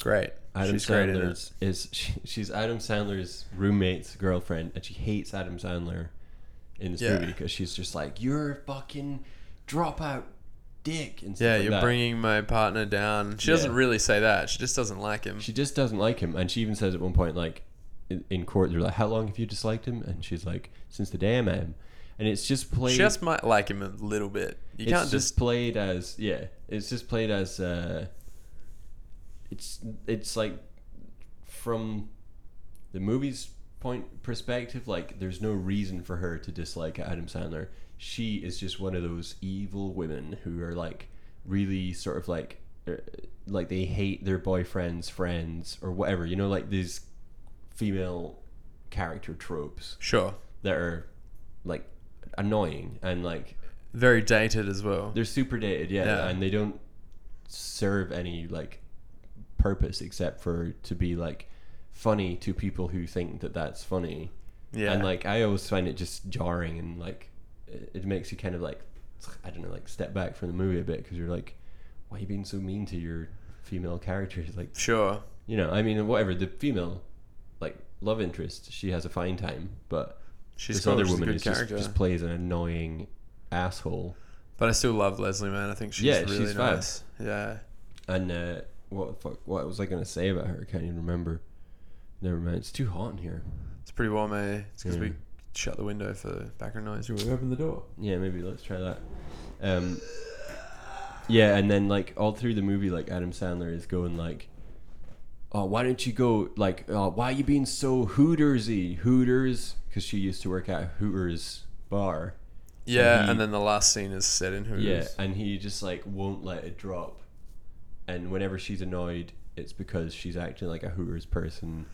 Speaker 1: Great.
Speaker 2: Adam
Speaker 1: She's great in it.
Speaker 2: Sandler's is she, she's Adam Sandler's roommate's girlfriend, and she hates Adam Sandler in this
Speaker 1: Yeah.
Speaker 2: movie because she's just like you're a fucking dropout dick and stuff
Speaker 1: Yeah,
Speaker 2: like
Speaker 1: you're
Speaker 2: that.
Speaker 1: bringing my partner down. She doesn't
Speaker 2: Yeah.
Speaker 1: really say that. She just doesn't like him.
Speaker 2: She just doesn't like him, and she even says at one point, like in, in court, they're like, "How long have you disliked him?" And she's like, "Since the day I met him." And it's just played.
Speaker 1: She just might like him a little bit. You
Speaker 2: it's
Speaker 1: can't
Speaker 2: just,
Speaker 1: just
Speaker 2: played as yeah. It's just played as uh, it's it's like from the movie's point perspective, like there's no reason for her to dislike Adam Sandler. She is just one of those evil women who are like really sort of like uh, like they hate their boyfriend's friends or whatever. You know, like these female character tropes
Speaker 1: sure.
Speaker 2: that are like annoying and like
Speaker 1: Very dated as well.
Speaker 2: they're super dated, yeah,
Speaker 1: Yeah.
Speaker 2: and they don't serve any like purpose except for to be like funny to people who think that that's funny.
Speaker 1: Yeah.
Speaker 2: And like I always find it just jarring and like it it makes you kind of like I don't know, like step back from the movie a bit because you're like, why are you being so mean to your female characters? Like,
Speaker 1: sure.
Speaker 2: you know, I mean, whatever the female like love interest, she has a fine time, but
Speaker 1: She's
Speaker 2: this
Speaker 1: cool.
Speaker 2: other
Speaker 1: She's
Speaker 2: woman
Speaker 1: a
Speaker 2: is
Speaker 1: good
Speaker 2: just,
Speaker 1: character.
Speaker 2: just plays an annoying asshole.
Speaker 1: but I still love Leslie Man. I think she's
Speaker 2: Yeah,
Speaker 1: really
Speaker 2: she's fab.
Speaker 1: nice. Yeah.
Speaker 2: And uh, what the fuck, what was I gonna say about her? I can't even remember. Never mind. It's too hot in here.
Speaker 1: It's pretty warm, eh? It's because
Speaker 2: Yeah.
Speaker 1: we shut the window for background noise. We opened the door.
Speaker 2: Yeah, maybe let's try that. Um, yeah, and then like all through the movie, like Adam Sandler is going like, "Oh, why don't you go like, oh, why are you being so Hootersy, Hooters?" Because she used to work at a Hooters bar.
Speaker 1: Yeah,
Speaker 2: And he-
Speaker 1: and then the last scene is set in Hooters.
Speaker 2: Yeah, and he just like won't let it drop. And whenever she's annoyed, it's because she's acting like a Hooters person,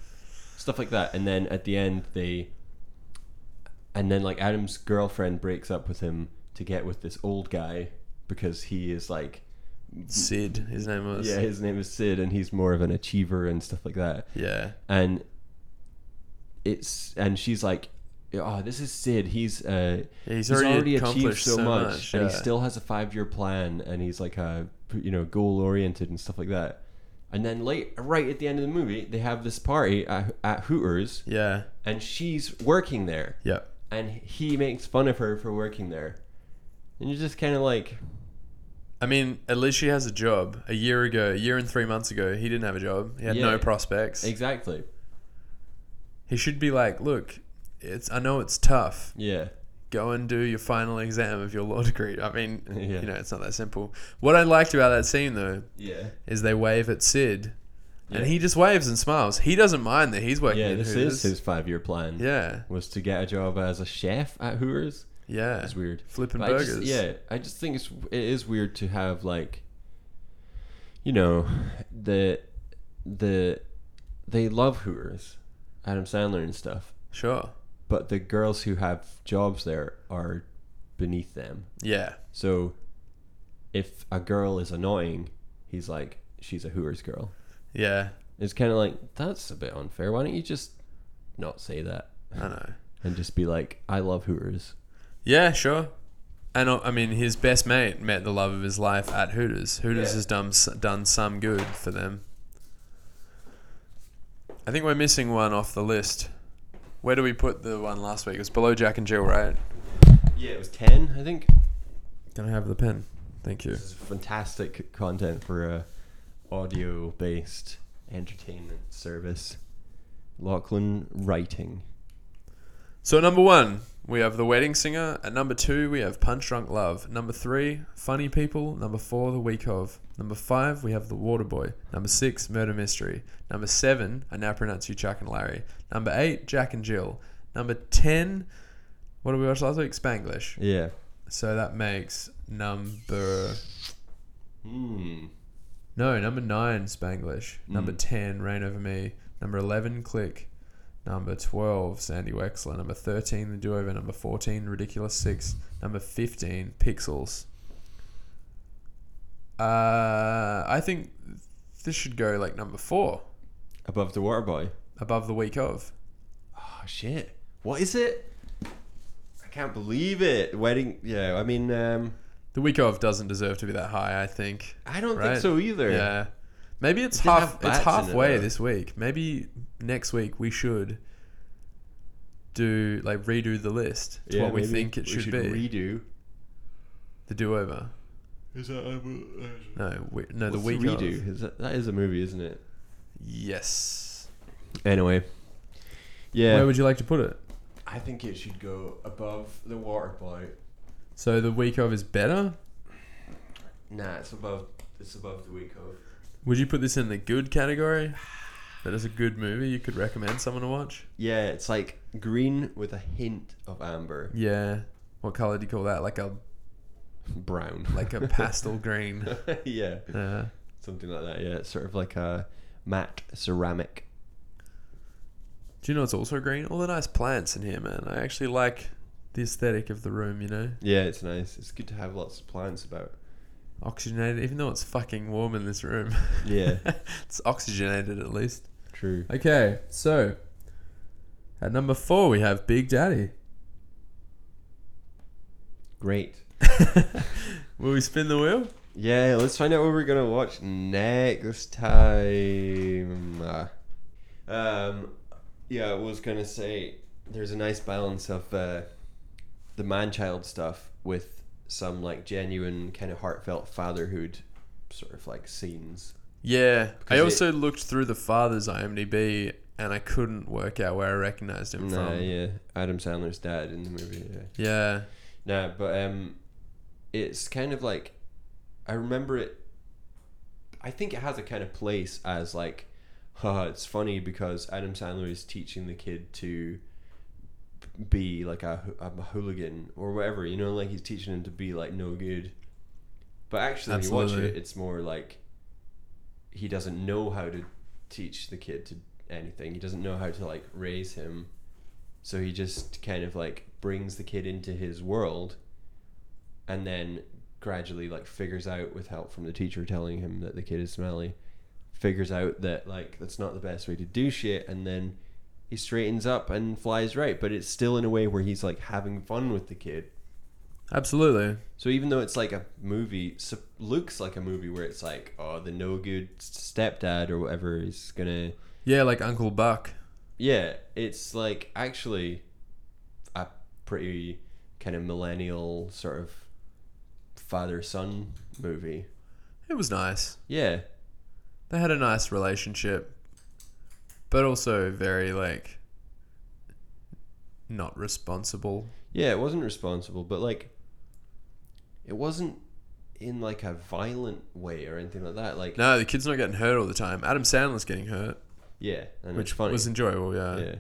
Speaker 2: stuff like that. And then at the end, they, and then like Adam's girlfriend breaks up with him to get with this old guy because he is like,
Speaker 1: Sid, his name was.
Speaker 2: yeah, his name is Sid, and he's more of an achiever and stuff like that.
Speaker 1: Yeah.
Speaker 2: And it's and she's like, oh, this is Sid. He's uh
Speaker 1: He's,
Speaker 2: he's
Speaker 1: already,
Speaker 2: already,
Speaker 1: accomplished
Speaker 2: achieved so, much, and he
Speaker 1: yeah.
Speaker 2: still has a five-year plan, and he's like a you know goal-oriented and stuff like that. And then late, right at the end of the movie, they have this party at, at Hooters,
Speaker 1: Yeah.
Speaker 2: and she's working there,
Speaker 1: Yep.
Speaker 2: and he makes fun of her for working there, and you're just kind of like,
Speaker 1: I mean, at least she has a job. A year ago, a year and three months ago, he didn't have a job. He had
Speaker 2: Yeah.
Speaker 1: no prospects.
Speaker 2: exactly,
Speaker 1: He should be like, look, it's I know it's tough.
Speaker 2: yeah,
Speaker 1: Go and do your final exam of your law degree. I mean,
Speaker 2: Yeah.
Speaker 1: you know, it's not that simple. What I liked about that scene though
Speaker 2: yeah,
Speaker 1: is they wave at Sid,
Speaker 2: Yeah.
Speaker 1: and he just waves and smiles. He doesn't mind that he's working.
Speaker 2: yeah.
Speaker 1: in
Speaker 2: This
Speaker 1: Hooters.
Speaker 2: is his five-year plan.
Speaker 1: Yeah,
Speaker 2: was to get a job as a chef at Hooters.
Speaker 1: yeah,
Speaker 2: That's weird.
Speaker 1: flipping
Speaker 2: But I just-
Speaker 1: burgers.
Speaker 2: yeah, I just think it's it is weird to have like, you know, the the they love Hooters, Adam Sandler and stuff,
Speaker 1: sure.
Speaker 2: but the girls who have jobs there are beneath them.
Speaker 1: Yeah.
Speaker 2: So if a girl is annoying, he's like, she's a hooer's girl.
Speaker 1: Yeah.
Speaker 2: It's kind of like, that's a bit unfair. Why don't you just not say that
Speaker 1: I know.
Speaker 2: and just be like, I love hooters?
Speaker 1: Yeah, sure. And uh, I mean, his best mate met the love of his life at Hooters. Hooters has done s- done some good for them. I think we're missing one off the list. Where do we put the one last week? It was below Jack and Jill, right?
Speaker 2: Yeah, it was 10, I think.
Speaker 1: Can I have the pen? Thank you.
Speaker 2: This is fantastic content for a audio based entertainment service. Lachlan writing.
Speaker 1: So at number one, we have The Wedding Singer. At number two, we have Punch Drunk Love. Number three, Funny People. Number four, The Week of. Number five, we have The Waterboy. Number six, Murder Mystery. Number seven, I now pronounce you Chuck and Larry. Number eight, Jack and Jill. Number ten, what did we watch last week? Spanglish.
Speaker 2: Yeah.
Speaker 1: So that makes number
Speaker 2: Hmm.
Speaker 1: no number nine Spanglish. Number
Speaker 2: Mm.
Speaker 1: ten, Rain Over Me. Number eleven, Click. Number 12, Sandy Wexler. Number 13, The Do Over. Number 14, Ridiculous Six. Number 15, Pixels. Uh, I think this should go like number four,
Speaker 2: Above the Waterboy.
Speaker 1: above the week of.
Speaker 2: Oh shit! What is it? I can't believe it. Wedding. Yeah, I mean, um,
Speaker 1: The week of doesn't deserve to be that high, I think.
Speaker 2: I don't
Speaker 1: Right.
Speaker 2: think so either.
Speaker 1: Yeah. Maybe it's
Speaker 2: didn't
Speaker 1: half
Speaker 2: have
Speaker 1: it's
Speaker 2: bats in it,
Speaker 1: halfway
Speaker 2: though.
Speaker 1: this week. Maybe next week we should do like redo the list to
Speaker 2: Yeah,
Speaker 1: what we
Speaker 2: maybe
Speaker 1: think it
Speaker 2: we
Speaker 1: should, be.
Speaker 2: Redo.
Speaker 1: the do over.
Speaker 3: Is that Uh,
Speaker 1: No, we, no, the
Speaker 2: What's
Speaker 1: week of.
Speaker 2: redo. Is that, that is a movie, isn't it?
Speaker 1: Yes.
Speaker 2: Anyway. Yeah.
Speaker 1: Where would you like to put it?
Speaker 2: I think it should go above the water boy.
Speaker 1: So the week of is better.
Speaker 2: Nah, it's above. It's above the week of.
Speaker 1: Would you put this in the good category? That is a good movie you could recommend someone to watch.
Speaker 2: Yeah, it's like green with a hint of amber,
Speaker 1: Yeah. What color do you call that? Like a
Speaker 2: brown,
Speaker 1: like a pastel green.
Speaker 2: yeah,
Speaker 1: Yeah.
Speaker 2: something like that. Yeah, it's sort of like a matte ceramic.
Speaker 1: Do you know it's also green? All the nice plants in here, man. I actually like the aesthetic of the room, you know?
Speaker 2: Yeah, it's nice. It's good to have lots of plants about.
Speaker 1: Oxygenated, even though it's fucking warm in this room.
Speaker 2: Yeah.
Speaker 1: it's oxygenated at least.
Speaker 2: True.
Speaker 1: Okay, so at number four, we have Big Daddy.
Speaker 2: Great.
Speaker 1: Will we spin the wheel?
Speaker 2: Yeah, let's find out what we're gonna watch next time. Um, yeah, I was gonna say there's a nice balance of uh, the man-child stuff with some like genuine kind of heartfelt fatherhood sort of like scenes.
Speaker 1: Yeah. I
Speaker 2: it-
Speaker 1: also looked through the father's IMDb and I couldn't work out where I recognized him
Speaker 2: Nah,
Speaker 1: from.
Speaker 2: yeah, Adam Sandler's dad in the movie. Yeah.
Speaker 1: Yeah.
Speaker 2: No, but um, it's kind of like I remember it. I think it has a kind of place as like, haha, it's funny because Adam Sandler is teaching the kid to be like a, hoo- a hooligan or whatever. You know, like he's teaching him to be like no good. But actually, when you watch
Speaker 1: Absolutely.
Speaker 2: it, it's more like he doesn't know how to teach the kid to anything. He doesn't know how to like raise him. So he just kind of like brings the kid into his world and then gradually like figures out with help from the teacher telling him that the kid is smelly, figures out that like that's not the best way to do shit and then he straightens up and flies right, but it's still in a way where he's like having fun with the kid.
Speaker 1: Absolutely.
Speaker 2: So even though it's like a movie, sup- looks like a movie where it's like, oh, the no good stepdad or whatever is gonna,
Speaker 1: Yeah, like Uncle Buck.
Speaker 2: yeah, it's like actually a pretty kind of millennial sort of father son movie.
Speaker 1: It was nice.
Speaker 2: Yeah,
Speaker 1: they had a nice relationship, but also very like not responsible.
Speaker 2: yeah, it wasn't responsible, but like, it wasn't in like a violent way or anything like that. Like,
Speaker 1: No, the kid's not getting hurt all the time. Adam Sandler's getting hurt,
Speaker 2: yeah, and
Speaker 1: which
Speaker 2: it's funny.
Speaker 1: was enjoyable. Yeah.
Speaker 2: yeah.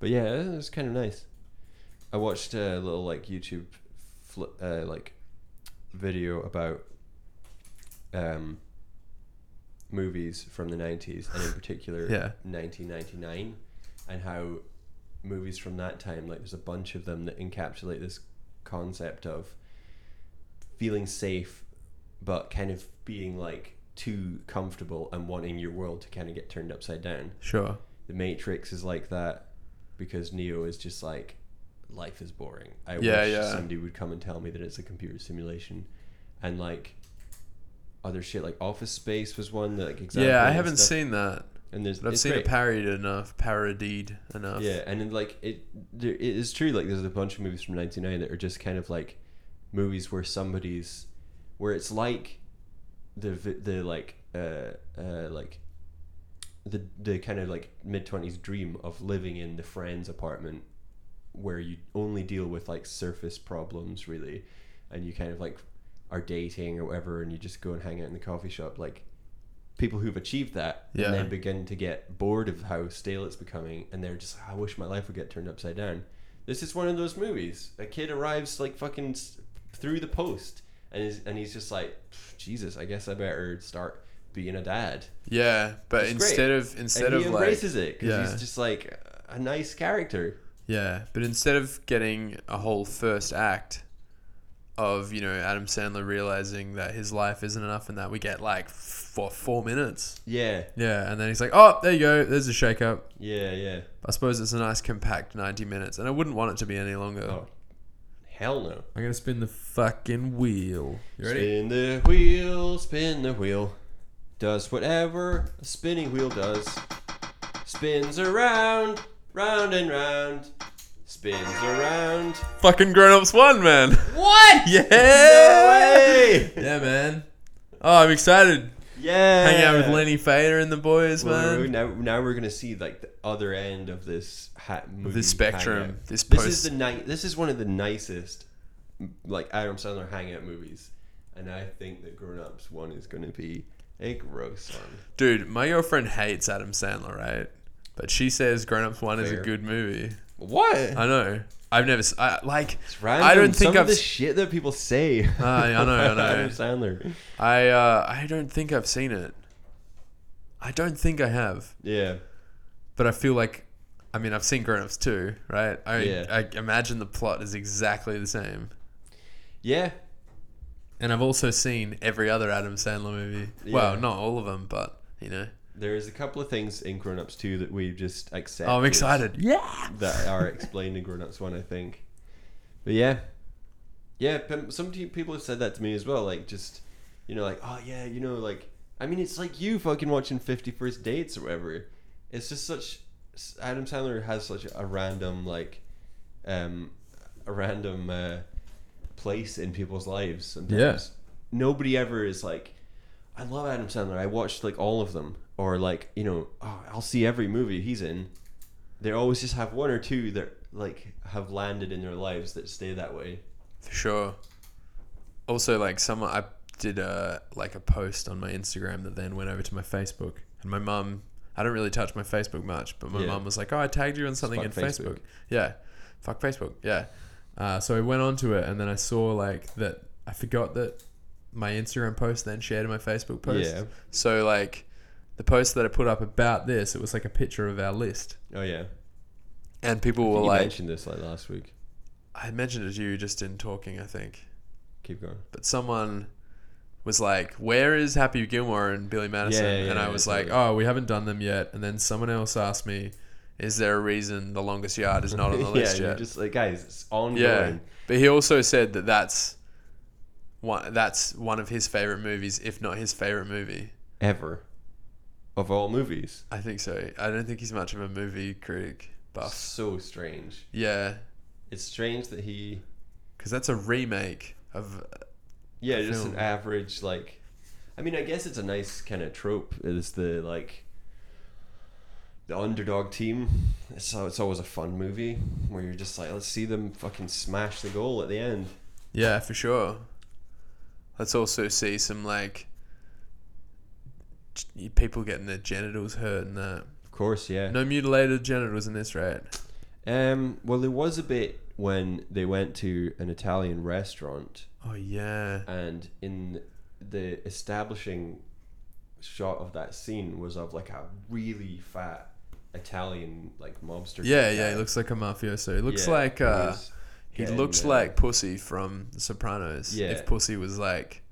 Speaker 2: But yeah, it was kind of nice. I watched a little like YouTube fl- uh, like video about um movies from the 90s and in particular
Speaker 1: Yeah.
Speaker 2: 1999 and how movies from that time, like there's a bunch of them that encapsulate this concept of feeling safe, but kind of being like too comfortable and wanting your world to kind of get turned upside down.
Speaker 1: Sure.
Speaker 2: The Matrix is like that because Neo is just like, life is boring. I
Speaker 1: Yeah,
Speaker 2: wish
Speaker 1: yeah.
Speaker 2: somebody would come and tell me that it's a computer simulation, and like other shit like Office Space was one that like exactly.
Speaker 1: yeah, I haven't seen that,
Speaker 2: And there's
Speaker 1: but I've
Speaker 2: it's
Speaker 1: seen
Speaker 2: great.
Speaker 1: it parodied enough, parodied enough.
Speaker 2: Yeah, and then like it, there, it is true. Like there's a bunch of movies from '99 that are just kind of like movies where somebody's, where it's like the vi- the like uh uh like the the kind of like mid twenties dream of living in the friend's apartment, where you only deal with like surface problems really, and you kind of like are dating or whatever, and you just go and hang out in the coffee shop like. People who've achieved that
Speaker 1: Yeah.
Speaker 2: and then begin to get bored of how stale it's becoming, and they're just, I wish my life would get turned upside down. This is one of those movies. A kid arrives like fucking s- through the post, and is, and he's just like, "Pff, Jesus, I guess I better start being a dad.
Speaker 1: Yeah, but
Speaker 2: It's great.
Speaker 1: instead of instead
Speaker 2: and
Speaker 1: of
Speaker 2: he
Speaker 1: like
Speaker 2: embraces it because
Speaker 1: yeah.
Speaker 2: he's just like a nice character.
Speaker 1: Yeah, but instead of getting a whole first act of, you know, Adam Sandler realizing that his life isn't enough and that we get like for four minutes.
Speaker 2: Yeah,
Speaker 1: Yeah, and then he's like, oh, there you go, there's a shake up.
Speaker 2: yeah, yeah.
Speaker 1: I suppose it's a nice compact 90 minutes, and I wouldn't want it to be any longer.
Speaker 2: Oh, hell no.
Speaker 1: I'm going to spin the fucking wheel. You ready?
Speaker 2: Spin the wheel, spin the wheel. Does whatever a spinning wheel does. Spins around, round and round. Spins around.
Speaker 1: Fucking Grown Ups 1, man.
Speaker 2: What?
Speaker 1: yeah!
Speaker 2: way!
Speaker 1: Yeah, man. Oh, I'm excited.
Speaker 2: Yeah.
Speaker 1: Hanging out with Lenny Fader and the boys,
Speaker 2: Well,
Speaker 1: man.
Speaker 2: Now, now we're gonna see like the other end of this hat movie.
Speaker 1: spectrum,
Speaker 2: hangout.
Speaker 1: this
Speaker 2: is
Speaker 1: post-
Speaker 2: the night. This is one of the nicest, m- like Adam Sandler hangout movies, and I think that Grown Ups one is gonna be a gross one.
Speaker 1: Dude, my girlfriend hates Adam Sandler, right? But she says Grown Ups One is a
Speaker 2: Fair.
Speaker 1: good movie.
Speaker 2: What?
Speaker 1: I know. I've never s- I, like.
Speaker 2: It's random.
Speaker 1: I don't think
Speaker 2: Some
Speaker 1: I've
Speaker 2: of the
Speaker 1: s-
Speaker 2: shit that people say.
Speaker 1: I know, I
Speaker 2: about
Speaker 1: know.
Speaker 2: Adam Sandler.
Speaker 1: I uh, I don't think I've seen it. I don't think I have,
Speaker 2: Yeah.
Speaker 1: but I feel like, I mean, I've seen Grown Ups Two, right? I
Speaker 2: Yeah.
Speaker 1: I imagine the plot is exactly the same,
Speaker 2: Yeah.
Speaker 1: and I've also seen every other Adam Sandler movie. Well,
Speaker 2: Yeah.
Speaker 1: not all of them, but you know.
Speaker 2: There is a couple of things in Grown Ups too that we've just accepted.
Speaker 1: Oh, I'm excited. Yeah.
Speaker 2: that are explained in Grown Ups One, I think. But yeah, yeah. but Some te- people have said that to me as well. Like, just you know, like, oh yeah, you know, like, I mean, it's like you fucking watching Fifty First Dates or whatever. It's just such. Adam Sandler has such a random like, um, a random uh, place in people's lives. Sometimes.
Speaker 1: Yeah.
Speaker 2: Nobody ever is like, I love Adam Sandler. I watched like all of them, or like you know, oh, I'll see every movie he's in they always just have one or two that like have landed in their lives that stay that way.
Speaker 1: For sure. Also, like someone, I did a like a post on my Instagram that then went over to my Facebook, and my mum. I don't really touch my Facebook much, but my
Speaker 2: Yeah.
Speaker 1: mum was like, "Oh, I tagged you on something in
Speaker 2: fuck
Speaker 1: Facebook.
Speaker 2: Facebook.
Speaker 1: Yeah, fuck Facebook. Yeah." Uh, so I went onto it, and then I saw like that. I forgot that my Instagram post then shared my Facebook post.
Speaker 2: Yeah.
Speaker 1: So like, the post that I put up about this, it was like a picture of our list,
Speaker 2: Oh yeah,
Speaker 1: and people were
Speaker 2: you
Speaker 1: like,
Speaker 2: mentioned this like last week.
Speaker 1: "I mentioned it to you just in talking, I think."
Speaker 2: Keep going.
Speaker 1: but someone was like, "Where is Happy Gilmore and Billy Madison?"
Speaker 2: Yeah, yeah,
Speaker 1: and I
Speaker 2: yeah,
Speaker 1: was
Speaker 2: totally.
Speaker 1: like, "Oh, we haven't done them yet." And then someone else asked me, "Is there a reason The Longest Yard is not on the list
Speaker 2: yeah, you're
Speaker 1: yet?"
Speaker 2: just like guys, it's ongoing.
Speaker 1: yeah, but he also said that that's one that's one of his favorite movies, if not his favorite movie.
Speaker 2: Ever, of all movies,
Speaker 1: I think so. I don't think he's much of a movie critic buff.
Speaker 2: so strange.
Speaker 1: Yeah,
Speaker 2: It's strange that he,
Speaker 1: because that's a remake of
Speaker 2: yeah,
Speaker 1: The
Speaker 2: just
Speaker 1: film.
Speaker 2: an average like. I mean, I guess it's a nice kind of trope. Is the like. The underdog team. It's, it's always a fun movie where you're just like, let's see them fucking smash the goal at the end.
Speaker 1: Yeah, for sure. Let's also see some like g- people getting their genitals hurt and that.
Speaker 2: Of course, yeah.
Speaker 1: No mutilated genitals in this, right?
Speaker 2: Um, well, there was a bit when they went to an Italian restaurant,
Speaker 1: Oh yeah.
Speaker 2: and in the establishing shot of that scene was of like a really fat Italian like mobster.
Speaker 1: Yeah,
Speaker 2: type
Speaker 1: yeah, he
Speaker 2: guy.
Speaker 1: looks like a mafioso. He looks
Speaker 2: Yeah,
Speaker 1: like
Speaker 2: he
Speaker 1: uh,
Speaker 2: is
Speaker 1: he
Speaker 2: getting
Speaker 1: looks
Speaker 2: there.
Speaker 1: like Pussy from The Sopranos.
Speaker 2: Yeah.
Speaker 1: If Pussy was like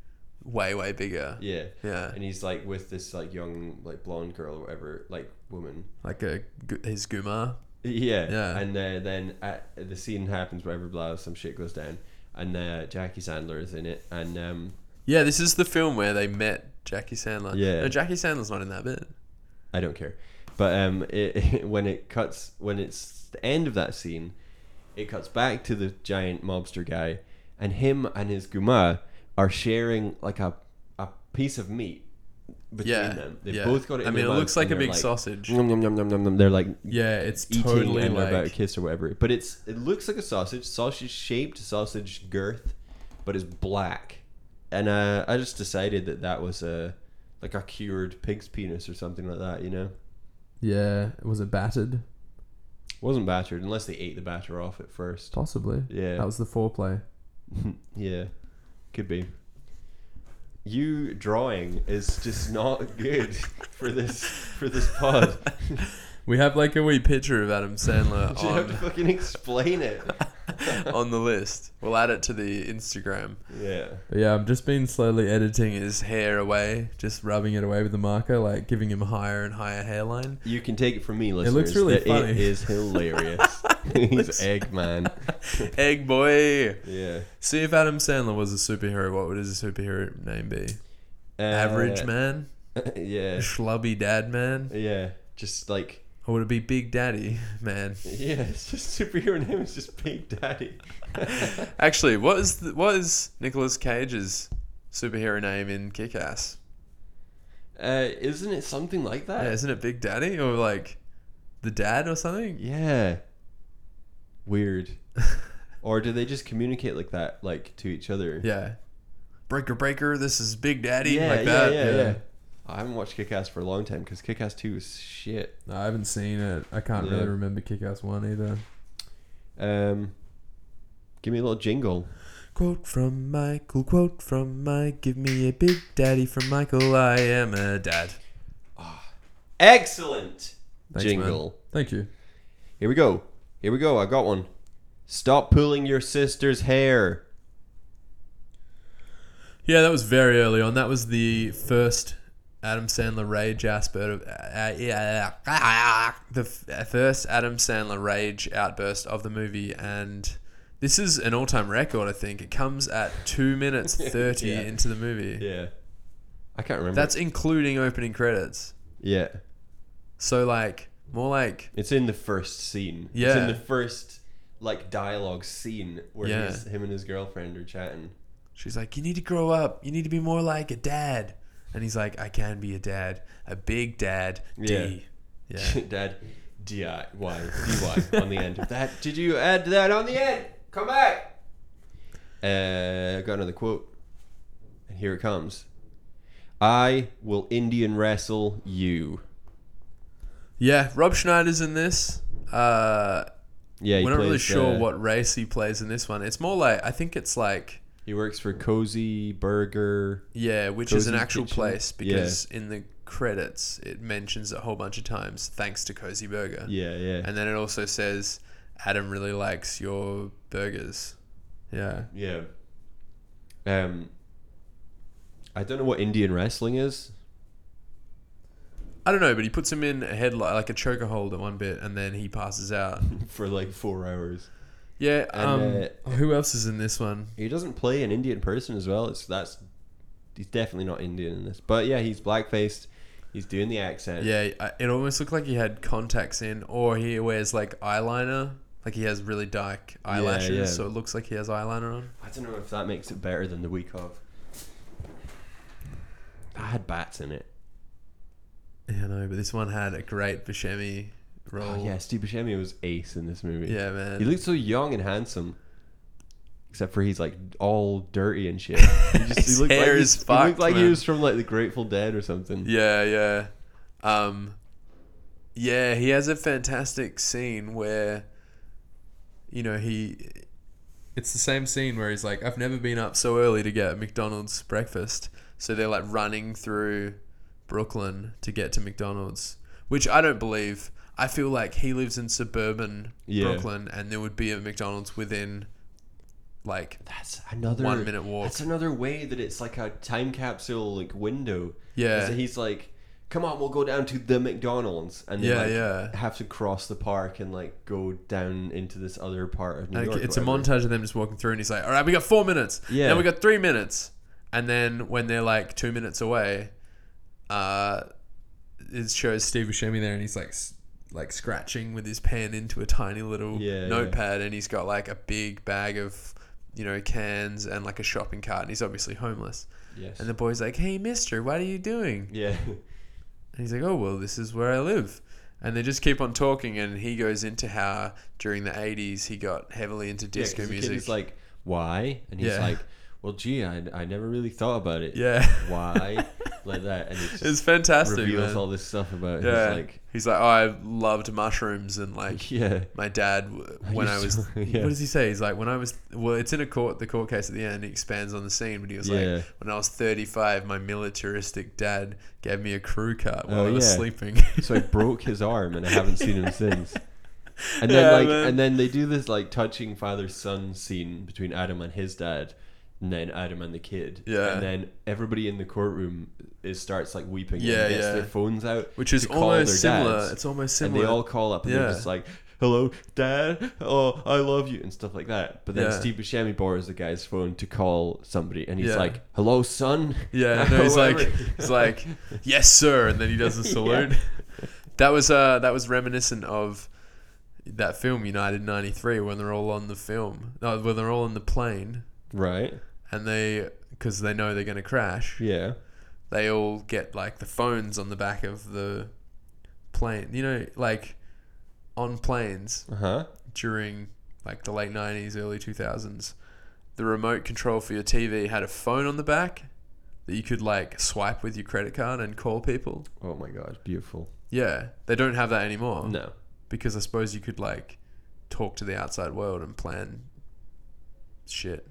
Speaker 1: way way bigger.
Speaker 2: yeah.
Speaker 1: Yeah.
Speaker 2: And he's like with this like young like blonde girl or whatever like woman.
Speaker 1: Like a gu- his Guma.
Speaker 2: Yeah.
Speaker 1: Yeah.
Speaker 2: And uh, then at, the scene happens where blah some shit goes down, and uh, Jackie Sandler is in it, and um,
Speaker 1: Yeah, this is the film where they met Jackie Sandler.
Speaker 2: Yeah.
Speaker 1: No, Jackie Sandler's not in that bit.
Speaker 2: I don't care, but um, it, when it cuts when it's the end of that scene, it cuts back to the giant mobster guy, and him and his guma are sharing like a a piece of meat. Between
Speaker 1: Yeah.
Speaker 2: them, they've
Speaker 1: yeah.
Speaker 2: both got it. In
Speaker 1: I mean,
Speaker 2: their
Speaker 1: it
Speaker 2: mouths
Speaker 1: looks like
Speaker 2: and
Speaker 1: a
Speaker 2: they're
Speaker 1: big sausage.
Speaker 2: Nom, nom, nom, nom, nom, nom. They're like
Speaker 1: Yeah, it's
Speaker 2: eating
Speaker 1: totally
Speaker 2: and they're about to
Speaker 1: like
Speaker 2: kiss or whatever. But it's it looks like a sausage, sausage shaped, sausage girth, but it's black. And uh, I just decided that that was a like a cured pig's penis or something like that. You know,
Speaker 1: Yeah, was it battered?
Speaker 2: wasn't battered unless they ate the batter off at first.
Speaker 1: Possibly.
Speaker 2: Yeah.
Speaker 1: was the foreplay.
Speaker 2: Yeah, could be. You drawing is just not good for this for this pod.
Speaker 1: We have like a wee picture of Adam Sandler
Speaker 2: you have to
Speaker 1: on,
Speaker 2: fucking explain it.
Speaker 1: on the list. We'll add it to the Instagram.
Speaker 2: yeah.
Speaker 1: But yeah, I've just been slowly editing his hair away, just rubbing it away with a marker, like giving him higher and higher hairline.
Speaker 2: You can take it from me, listeners.
Speaker 1: looks really
Speaker 2: that
Speaker 1: funny.
Speaker 2: It is hilarious. He's Eggman.
Speaker 1: Egg boy.
Speaker 2: Yeah.
Speaker 1: See if Adam Sandler was a superhero, what would his superhero name be?
Speaker 2: Uh,
Speaker 1: Average man,
Speaker 2: Yeah.
Speaker 1: schlubby dad man,
Speaker 2: Yeah. Just like
Speaker 1: or would it be Big Daddy man?
Speaker 2: yeah, it's just superhero name is just Big Daddy.
Speaker 1: Actually, what is the, what is Nicolas Cage's superhero name in Kick Ass?
Speaker 2: uh, isn't it something like
Speaker 1: Yeah,
Speaker 2: that?
Speaker 1: isn't it Big Daddy or like the dad or something?
Speaker 2: Yeah. Weird. Or do they just communicate like that, like to each other?
Speaker 1: yeah. Breaker Breaker, this is Big Daddy,
Speaker 2: Yeah.
Speaker 1: like
Speaker 2: yeah,
Speaker 1: that.
Speaker 2: yeah, yeah. I haven't watched Kick Ass for a long time because Kick Ass Two is shit.
Speaker 1: No, I haven't seen it. I can't
Speaker 2: Yeah.
Speaker 1: really remember Kick Ass 1 either.
Speaker 2: Um, give me a little jingle.
Speaker 1: Quote from Michael, quote from Mike. Give me a big daddy from Michael. I am a dad.
Speaker 2: Excellent
Speaker 1: Thanks,
Speaker 2: jingle.
Speaker 1: man. Thank you.
Speaker 2: Here we go. Here we go. I got one. Stop pulling your sister's hair.
Speaker 1: Yeah, that was very early on. That was the first Adam Sandler rage outburst of uh, yeah, the f- uh, first Adam Sandler rage outburst of the movie, and this is an all-time record. I think it comes at two minutes thirty
Speaker 2: Yeah.
Speaker 1: into the movie.
Speaker 2: Yeah. I can't remember.
Speaker 1: That's including opening credits.
Speaker 2: yeah.
Speaker 1: So like more like
Speaker 2: It's in the first scene. It's
Speaker 1: Yeah.
Speaker 2: in the first like dialogue scene where
Speaker 1: Yeah.
Speaker 2: his, him and his girlfriend are chatting.
Speaker 1: she's like, "You need to grow up. You need to be more like a dad," and he's like, "I can be a dad, a big dad." D. Yeah.
Speaker 2: Dad, D I Y D Y on the end. That did you add that on the end? Come back. Uh, I got another quote, and here it comes. I will Indian wrestle you.
Speaker 1: Yeah, Rob Schneider's in this. Uh,
Speaker 2: Yeah, he
Speaker 1: we're not really
Speaker 2: plays,
Speaker 1: sure
Speaker 2: uh,
Speaker 1: what race he plays in this one. It's more like I think it's like
Speaker 2: He works for Cozy Burger.
Speaker 1: yeah, which is an
Speaker 2: Cozy
Speaker 1: actual
Speaker 2: Kitchen?
Speaker 1: place
Speaker 2: Yeah.
Speaker 1: because in the credits it mentions a whole bunch of times thanks to Cozy Burger,
Speaker 2: Yeah, yeah,
Speaker 1: and then it also says Adam really likes your burgers. Yeah,
Speaker 2: yeah. Um, I don't know what Indian wrestling is.
Speaker 1: I don't know, but he puts him in a headlock like a choker hold at one bit, and then he passes out.
Speaker 2: For like four hours,
Speaker 1: Yeah, um,
Speaker 2: And, uh,
Speaker 1: who else is in this one?
Speaker 2: he doesn't play an Indian person as well. It's that's he's definitely not Indian in this. But yeah, he's black faced. He's doing the accent.
Speaker 1: Yeah, I- it almost looked like he had contacts in, or he wears like eyeliner. Like he has really dark eyelashes,
Speaker 2: yeah.
Speaker 1: so it looks like he has eyeliner on.
Speaker 2: I don't know if that makes it better than the week of. I had bats in it.
Speaker 1: Yeah, no, but this one had a great Buscemi role.
Speaker 2: Oh yeah, Steve Buscemi was ace in this movie.
Speaker 1: Yeah, man.
Speaker 2: He looks so young and handsome. Except for he's like all dirty and shit. He just
Speaker 1: His
Speaker 2: he looked
Speaker 1: hair
Speaker 2: like
Speaker 1: is
Speaker 2: he's- He
Speaker 1: fucked,
Speaker 2: looked like
Speaker 1: man.
Speaker 2: he was from like the Grateful Dead or something.
Speaker 1: yeah, yeah. Um, yeah, he has a fantastic scene where, you know, he. It's the same scene where he's like, I've never been up so early to get McDonald's breakfast. So they're like running through Brooklyn to get to McDonald's, which I don't believe. I feel like he lives in suburban
Speaker 2: Yeah.
Speaker 1: Brooklyn, and there would be a McDonald's within, like,
Speaker 2: That's another
Speaker 1: One minute walk.
Speaker 2: That's another way that it's like a time capsule like window.
Speaker 1: Yeah.
Speaker 2: Is that he's like, come on, we'll go down to the McDonald's, and they
Speaker 1: Yeah,
Speaker 2: like
Speaker 1: yeah.
Speaker 2: have to cross the park and like go down into this other part of New
Speaker 1: like,
Speaker 2: York.
Speaker 1: it's a
Speaker 2: whatever.
Speaker 1: montage of them just walking through, and he's like, "All right, we got four minutes.
Speaker 2: Yeah.
Speaker 1: Now we got three minutes." And then when they're like two minutes away, uh, it shows Steve Buscemi there, and he's like, s- like scratching with his pen into a tiny little
Speaker 2: Yeah, yeah.
Speaker 1: notepad, and he's got like a big bag of, you know, cans and like a shopping cart, and he's obviously homeless.
Speaker 2: Yes.
Speaker 1: And the boy's like, "Hey, Mister, what are you doing?"
Speaker 2: yeah.
Speaker 1: And he's like, oh, well, this is where I live. And they just keep on talking, and he goes into how during the 80s he got heavily into disco
Speaker 2: yeah, 'cause the kid
Speaker 1: music.
Speaker 2: is like, why? And he's
Speaker 1: Yeah.
Speaker 2: like, well, gee, I, I never really thought about it.
Speaker 1: yeah.
Speaker 2: Why? like that, and it just
Speaker 1: it's fantastic.
Speaker 2: reveals
Speaker 1: man.
Speaker 2: all this stuff about
Speaker 1: yeah.
Speaker 2: his like,
Speaker 1: he's like, oh, I loved mushrooms, and like,
Speaker 2: yeah.
Speaker 1: my dad, w- when I was.
Speaker 2: Yeah.
Speaker 1: What does he say? He's like, when I was. Well, it's in a court, the court case at the end, he expands on the scene, but he was
Speaker 2: Yeah.
Speaker 1: like, when I was 35, my militaristic dad gave me a crew cut while
Speaker 2: Oh,
Speaker 1: I was
Speaker 2: yeah.
Speaker 1: sleeping.
Speaker 2: so I broke his arm, and I haven't seen him since. And
Speaker 1: Yeah,
Speaker 2: then like,
Speaker 1: man.
Speaker 2: and then they do this like touching father son scene between Adam and his dad, and then Adam and the kid.
Speaker 1: Yeah.
Speaker 2: And then everybody in the courtroom is starts like weeping.
Speaker 1: Yeah,
Speaker 2: and gets
Speaker 1: yeah.
Speaker 2: Their phones out,
Speaker 1: Which is
Speaker 2: to call
Speaker 1: almost
Speaker 2: their
Speaker 1: similar.
Speaker 2: dads.
Speaker 1: It's almost
Speaker 2: and
Speaker 1: similar.
Speaker 2: they all call up, and they're
Speaker 1: Yeah.
Speaker 2: just like. Hello, Dad. Oh, I love you, and stuff like that. But then
Speaker 1: Yeah.
Speaker 2: Steve Buscemi borrows the guy's phone to call somebody, and he's
Speaker 1: Yeah.
Speaker 2: like, "Hello, son."
Speaker 1: Yeah, no,
Speaker 2: Or
Speaker 1: he's like
Speaker 2: whatever.
Speaker 1: he's like, yes, sir, and then he does the salute. That was uh, that was reminiscent of that film United '93 when they're all on the film, no, when they're all on the plane,
Speaker 2: right.
Speaker 1: and they because they know they're gonna crash,
Speaker 2: Yeah.
Speaker 1: they all get like the phones on the back of the plane. You know, like on planes
Speaker 2: Uh huh.
Speaker 1: during like the late '90s, early 2000s, the remote control for your TV had a phone on the back that you could like swipe with your credit card and call people.
Speaker 2: Oh my God, beautiful.
Speaker 1: Yeah, they don't have that anymore
Speaker 2: No.
Speaker 1: because I suppose you could like talk to the outside world and plan shit.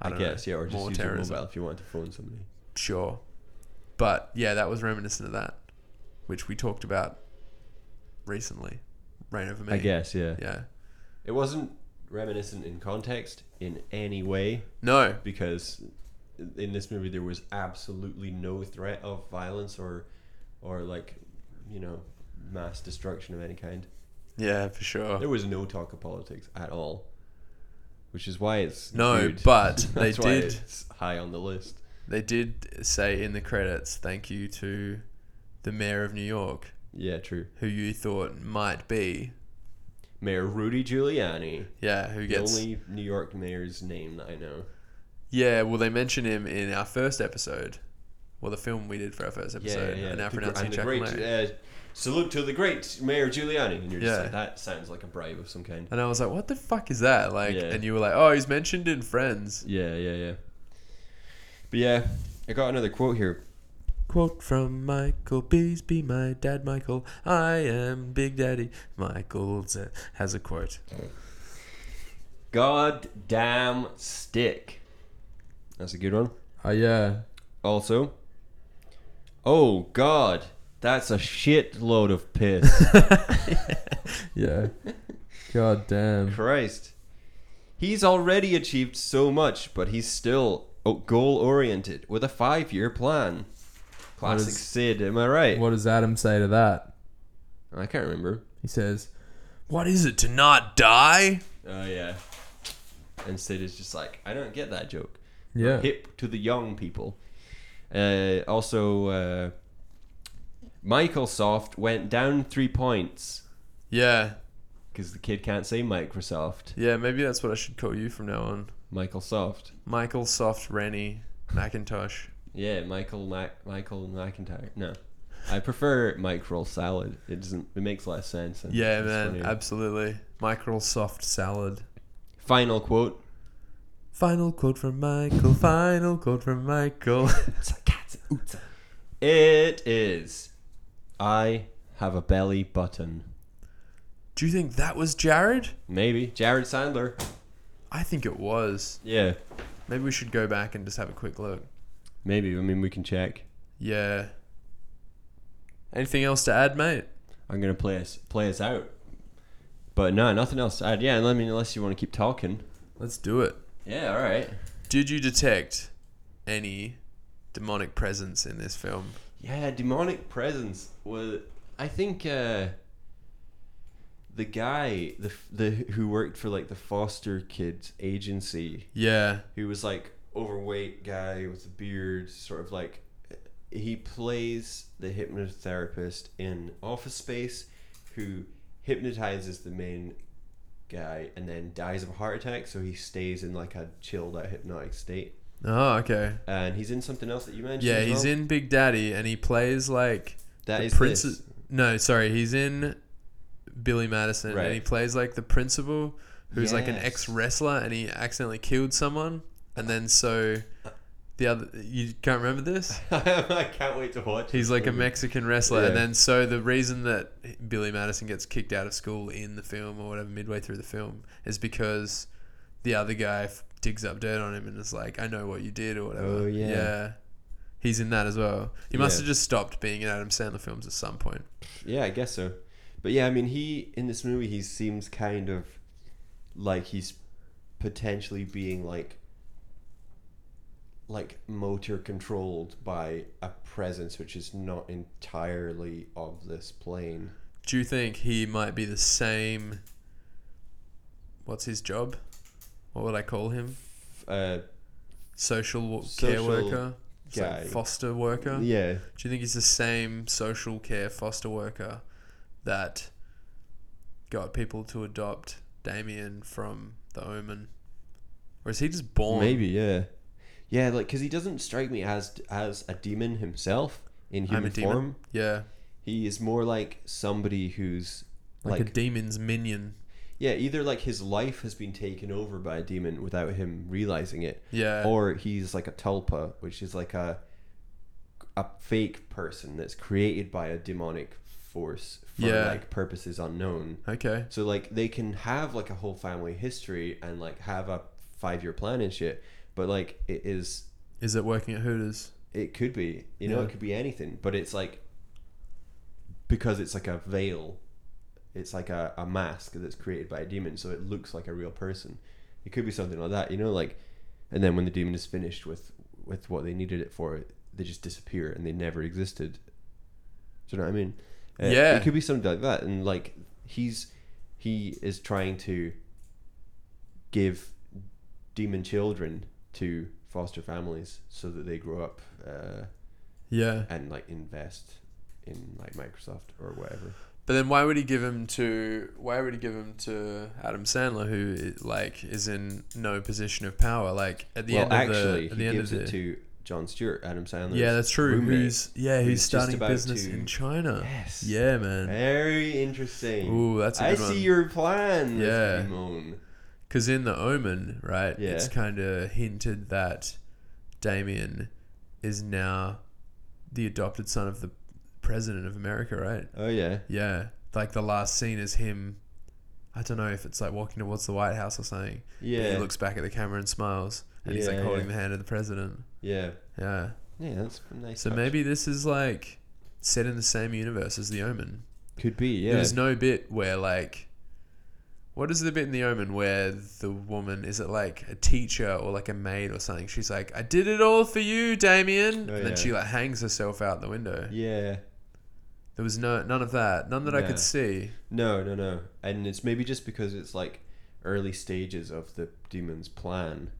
Speaker 1: I,
Speaker 2: I,
Speaker 1: don't
Speaker 2: guess,
Speaker 1: know,
Speaker 2: yeah, or just
Speaker 1: more
Speaker 2: use
Speaker 1: terrorism.
Speaker 2: your mobile if you want to phone somebody.
Speaker 1: Sure, but yeah, that was reminiscent of that, which we talked about recently. Rain over me.
Speaker 2: I guess, yeah.
Speaker 1: Yeah.
Speaker 2: It wasn't reminiscent in context in any way
Speaker 1: No.
Speaker 2: because in this movie there was absolutely no threat of violence or, or like, you know, mass destruction of any kind.
Speaker 1: Yeah, for sure.
Speaker 2: There was no talk of politics at all, which is why it's
Speaker 1: No,
Speaker 2: viewed-
Speaker 1: but they
Speaker 2: that's why
Speaker 1: did-
Speaker 2: it's high on the list.
Speaker 1: They did say in the credits, thank you to the mayor of New York,
Speaker 2: Yeah, true.
Speaker 1: who you thought might be,
Speaker 2: Mayor Rudy Giuliani,
Speaker 1: yeah, who
Speaker 2: the
Speaker 1: gets.
Speaker 2: only New York mayor's name that I know.
Speaker 1: Yeah, well, they mention him in our first episode, well, the film we did for our first episode, and now
Speaker 2: the gr-
Speaker 1: pronouncing
Speaker 2: and the
Speaker 1: Jack
Speaker 2: great,
Speaker 1: Lane.
Speaker 2: uh, Salute to the great Mayor Giuliani. And you're just
Speaker 1: Yeah.
Speaker 2: like, that sounds like a bribe of some kind.
Speaker 1: And I was like, what the fuck is that? Like,
Speaker 2: Yeah.
Speaker 1: and you were like, oh, he's mentioned in Friends.
Speaker 2: Yeah, yeah, yeah. But yeah, I got another quote here.
Speaker 1: Quote from Michael Beesby, my dad Michael. I am Big Daddy. Michael Z- has a quote.
Speaker 2: God damn stick. That's a good one.
Speaker 1: Oh, yeah.
Speaker 2: Also, oh god, that's a shitload of piss.
Speaker 1: Yeah. God damn.
Speaker 2: Christ. He's already achieved so much, but he's still goal oriented with a five year plan. Classic
Speaker 1: is-
Speaker 2: Sid, am I right?
Speaker 1: What does Adam say to that?
Speaker 2: I can't remember.
Speaker 1: He says, What is it to not die?
Speaker 2: Oh yeah. And Sid is just like, I don't get that joke.
Speaker 1: Yeah.
Speaker 2: Hip to the young people. Uh, also, uh, Microsoft went down three points
Speaker 1: Yeah.
Speaker 2: because the kid can't say Microsoft.
Speaker 1: Yeah, maybe that's what I should call you from now on.
Speaker 2: Michael Soft.
Speaker 1: Michael Soft Rennie Macintosh.
Speaker 2: Yeah, Michael Mac- Michael McIntyre. No, I prefer Mike roll salad. It doesn't. It makes less sense. and
Speaker 1: Yeah,
Speaker 2: it's
Speaker 1: man,
Speaker 2: funnier.
Speaker 1: absolutely. Michael Soft Salad.
Speaker 2: Final quote.
Speaker 1: Final quote from Michael. Final quote from Michael.
Speaker 2: It is. I have a belly button.
Speaker 1: Do you think that was Jared?
Speaker 2: Maybe Jared Sandler.
Speaker 1: I think it was.
Speaker 2: Yeah.
Speaker 1: Maybe we should go back and just have a quick look.
Speaker 2: Maybe. I mean, we can check.
Speaker 1: Yeah. Anything else to add, mate?
Speaker 2: I'm gonna play us play us out. But no, nothing else. i yeah, I mean, unless you want to keep talking.
Speaker 1: Let's do it.
Speaker 2: Yeah, all right.
Speaker 1: Did you detect any demonic presence in this film?
Speaker 2: Yeah, demonic presence was. I think uh, the guy, the f- the who worked for like the foster kids agency,
Speaker 1: Yeah.
Speaker 2: who was like overweight guy with a beard, sort of like he plays the hypnotherapist in Office Space, who hypnotizes the main guy and then dies of a heart attack. So he stays in like a chilled out hypnotic state,
Speaker 1: Oh, okay.
Speaker 2: and he's in something else that you mentioned.
Speaker 1: Yeah,
Speaker 2: as
Speaker 1: he's
Speaker 2: well.
Speaker 1: in Big Daddy and he plays like
Speaker 2: That
Speaker 1: the
Speaker 2: is
Speaker 1: prince-
Speaker 2: this.
Speaker 1: No, sorry, he's in Billy Madison
Speaker 2: Right.
Speaker 1: and he plays like the principal who's like an
Speaker 2: Yes.
Speaker 1: ex wrestler and he accidentally killed someone and then so
Speaker 2: Uh,
Speaker 1: the other you can't remember this?
Speaker 2: I can't wait to watch.
Speaker 1: He's
Speaker 2: this
Speaker 1: like a
Speaker 2: movie.
Speaker 1: Mexican wrestler
Speaker 2: Yeah.
Speaker 1: and then so the reason that Billy Madison gets kicked out of school in the film or whatever midway through the film is because the other guy f- digs up dirt on him and is like, "I know what you did" or whatever.
Speaker 2: Oh, yeah.
Speaker 1: Yeah. He's in that as well. He must
Speaker 2: Yeah.
Speaker 1: have just stopped being in Adam Sandler films at some point.
Speaker 2: Yeah, I guess so. But yeah, I mean, he in this movie he seems kind of like he's potentially being like like motor controlled by a presence which is not entirely of this plane.
Speaker 1: Do you think he might be the same? What's his job? What would I call him?
Speaker 2: Uh,
Speaker 1: Social, wo- care
Speaker 2: Social
Speaker 1: worker, It's like
Speaker 2: guy.
Speaker 1: foster worker.
Speaker 2: yeah,
Speaker 1: Do you think he's the same social care foster worker that got people to adopt Damien from The Omen, or is he just born?
Speaker 2: maybe, yeah, yeah. Like, because he doesn't strike me as as a demon himself in
Speaker 1: I'm
Speaker 2: human
Speaker 1: a demon.
Speaker 2: form.
Speaker 1: Yeah,
Speaker 2: He is more like somebody who's
Speaker 1: like,
Speaker 2: like
Speaker 1: a demon's minion.
Speaker 2: Yeah, either like his life has been taken over by a demon without him realizing it,
Speaker 1: Yeah,
Speaker 2: or he's like a tulpa, which is like a a fake person that's created by a demonic force for
Speaker 1: Yeah.
Speaker 2: like purposes unknown.
Speaker 1: okay,
Speaker 2: So like they can have like a whole family history and like have a five year plan and shit, but like it is
Speaker 1: is it working at Hooters?
Speaker 2: it could be you know
Speaker 1: Yeah.
Speaker 2: it could be anything, but it's like because it's like a veil it's like a, a mask that's created by a demon, so it looks like a real person. It could be something like that, you know, like and then when the demon is finished with with what they needed it for, they just disappear and they never existed. Do you know what I mean? Uh,
Speaker 1: Yeah.
Speaker 2: It could be something like that. And like he's he is trying to give demon children to foster families so that they grow up uh,
Speaker 1: Yeah,
Speaker 2: and like invest in like Microsoft or whatever.
Speaker 1: But then why would he give him to why would he give him to Adam Sandler who like is in no position of power like at the
Speaker 2: well,
Speaker 1: end of
Speaker 2: actually,
Speaker 1: the at
Speaker 2: he
Speaker 1: the end of
Speaker 2: gives
Speaker 1: the
Speaker 2: it to John Stewart, Adam Sandler.
Speaker 1: Yeah, that's true. Who's yeah, who's
Speaker 2: who's just
Speaker 1: starting
Speaker 2: about
Speaker 1: business
Speaker 2: to-
Speaker 1: in China.
Speaker 2: Yes.
Speaker 1: Yeah, man.
Speaker 2: Very interesting.
Speaker 1: Ooh, that's a
Speaker 2: I
Speaker 1: good
Speaker 2: see
Speaker 1: one.
Speaker 2: your plan.
Speaker 1: Yeah.
Speaker 2: Simone.
Speaker 1: Cuz in The Omen, right?
Speaker 2: Yeah.
Speaker 1: It's kind of hinted that Damien is now the adopted son of the president of America, right?
Speaker 2: Oh yeah.
Speaker 1: Yeah. Like the last scene is him I don't know if it's like walking towards the White House or something. But
Speaker 2: Yeah.
Speaker 1: He looks back at the camera and smiles, and he's like
Speaker 2: Yeah,
Speaker 1: holding
Speaker 2: yeah.
Speaker 1: the hand of the president.
Speaker 2: yeah.
Speaker 1: Yeah.
Speaker 2: Yeah, that's a nice.
Speaker 1: So
Speaker 2: touch.
Speaker 1: maybe this is like set in the same universe as The Omen.
Speaker 2: could be. Yeah.
Speaker 1: There's no bit where like, what is the bit in The Omen where the woman is it like a teacher or like a maid or something? She's like, "I did it all for you, Damien,"
Speaker 2: Oh,
Speaker 1: and then
Speaker 2: yeah.
Speaker 1: she like hangs herself out the window.
Speaker 2: yeah.
Speaker 1: There was no none of that, none that I
Speaker 2: No.
Speaker 1: could see.
Speaker 2: No, no, no. And it's maybe just because it's like early stages of the demon's plan.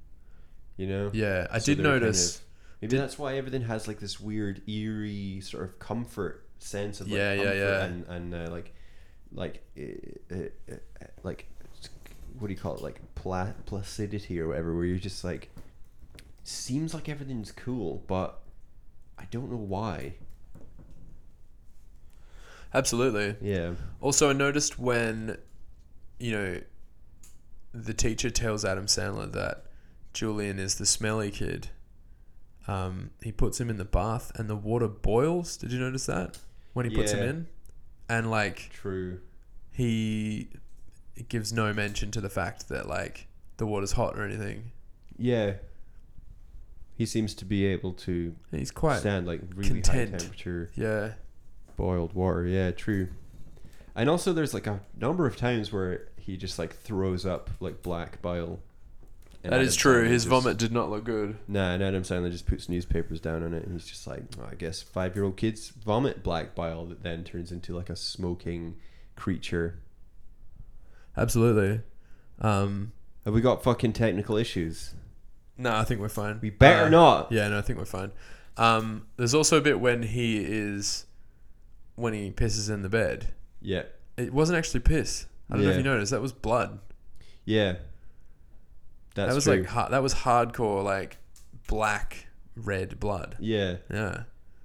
Speaker 2: You know.
Speaker 1: Yeah, I
Speaker 2: So
Speaker 1: did
Speaker 2: they were kind
Speaker 1: notice.
Speaker 2: of- maybe that's why everything has like this weird eerie sort of comfort sense of like
Speaker 1: Yeah, yeah,
Speaker 2: comfort
Speaker 1: yeah.
Speaker 2: and and uh, like like uh, uh, uh, like what do you call it like pla- placidity or whatever where you're just like seems like everything's cool but I don't know why.
Speaker 1: Absolutely.
Speaker 2: Yeah.
Speaker 1: Also, I noticed when, you know, the teacher tells Adam Sandler that Julian is the smelly kid. Um, he puts him in the bath and the water boils. Did you notice that when he puts him
Speaker 2: Yeah.
Speaker 1: in? And like
Speaker 2: True.
Speaker 1: he it gives no mention to the fact that like the water's hot or anything.
Speaker 2: Yeah. He seems to be able to
Speaker 1: He's quite
Speaker 2: stand like really
Speaker 1: content.
Speaker 2: high temperature
Speaker 1: yeah.
Speaker 2: boiled water. Yeah, true. And also, there's like a number of times where he just like throws up like black bile. And
Speaker 1: That
Speaker 2: Adam
Speaker 1: is true.
Speaker 2: Sandler
Speaker 1: His
Speaker 2: just-
Speaker 1: vomit did not look good.
Speaker 2: Nah, and Adam Sandler just puts newspapers down on it, and he's just like, "Oh, I guess five-year-old kids vomit black bile that then turns into like a smoking creature.
Speaker 1: Absolutely. Um,
Speaker 2: Have we got fucking technical issues?
Speaker 1: no, I think we're fine.
Speaker 2: We better
Speaker 1: Uh,
Speaker 2: not.
Speaker 1: Yeah, no, I think we're fine. Um, there's also a bit when he is when he pisses in the bed.
Speaker 2: Yeah,
Speaker 1: It wasn't actually piss. I don't know if
Speaker 2: Yeah.
Speaker 1: you noticed. That was blood.
Speaker 2: yeah. That's
Speaker 1: that was
Speaker 2: true.
Speaker 1: like ha- that was hardcore like black red blood.
Speaker 2: yeah,
Speaker 1: Yeah,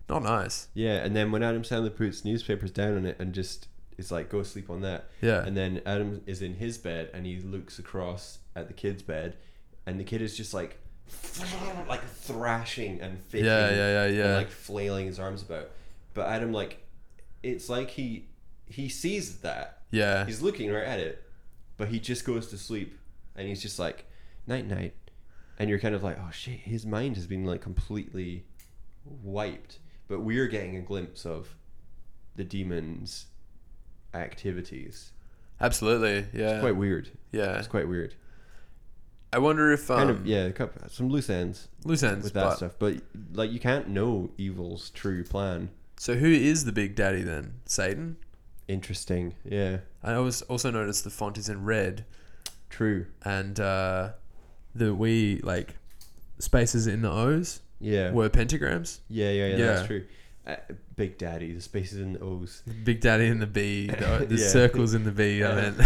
Speaker 1: not nice.
Speaker 2: yeah. And then when Adam Sandler puts newspapers down on it and just is like, "Go sleep on that,"
Speaker 1: Yeah,
Speaker 2: And then Adam is in his bed and he looks across at the kid's bed and the kid is just like like thrashing and fitting
Speaker 1: yeah, yeah, yeah,
Speaker 2: and
Speaker 1: yeah.
Speaker 2: like flailing his arms about. But Adam like it's like he he sees that.
Speaker 1: yeah.
Speaker 2: He's looking right at it, but he just goes to sleep and he's just like night night and you're kind of like, "Oh shit, his mind has been like completely wiped." But we're getting a glimpse of the demon's activities.
Speaker 1: Absolutely. Yeah,
Speaker 2: It's quite weird.
Speaker 1: yeah.
Speaker 2: It's quite weird.
Speaker 1: I wonder if um,
Speaker 2: Kind of, yeah, a couple- some loose ends
Speaker 1: loose ends.
Speaker 2: with that
Speaker 1: but-
Speaker 2: stuff. But like, you can't know evil's true plan.
Speaker 1: So who is the big daddy then? Satan.
Speaker 2: Interesting. Yeah,
Speaker 1: I always also noticed the font is in red
Speaker 2: true.
Speaker 1: and uh, the we like spaces in the O's
Speaker 2: Yeah,
Speaker 1: were pentagrams.
Speaker 2: yeah, yeah, yeah,
Speaker 1: Yeah.
Speaker 2: That's true. Uh, Big Daddy, the spaces in the O's.
Speaker 1: Big Daddy in the B, the, the
Speaker 2: Yeah.
Speaker 1: circles in the B. I
Speaker 2: Yeah.
Speaker 1: meant.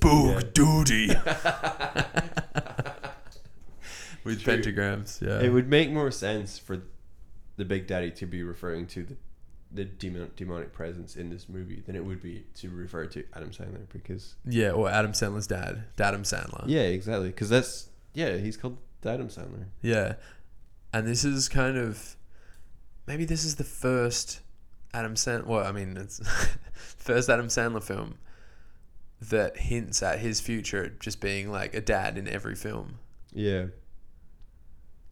Speaker 1: Boog Doody. With
Speaker 2: True.
Speaker 1: pentagrams, yeah.
Speaker 2: It would make more sense for the Big Daddy to be referring to the the demon, demonic presence in this movie than it would be to refer to Adam Sandler because
Speaker 1: yeah, or Adam Sandler's dad, Dadam Sandler.
Speaker 2: yeah, exactly. Because that's yeah, he's called Adam Sandler.
Speaker 1: Yeah. And this is kind of maybe this is the first Adam Sandler well, I mean it's first Adam Sandler film that hints at his future just being like a dad in every film.
Speaker 2: Yeah,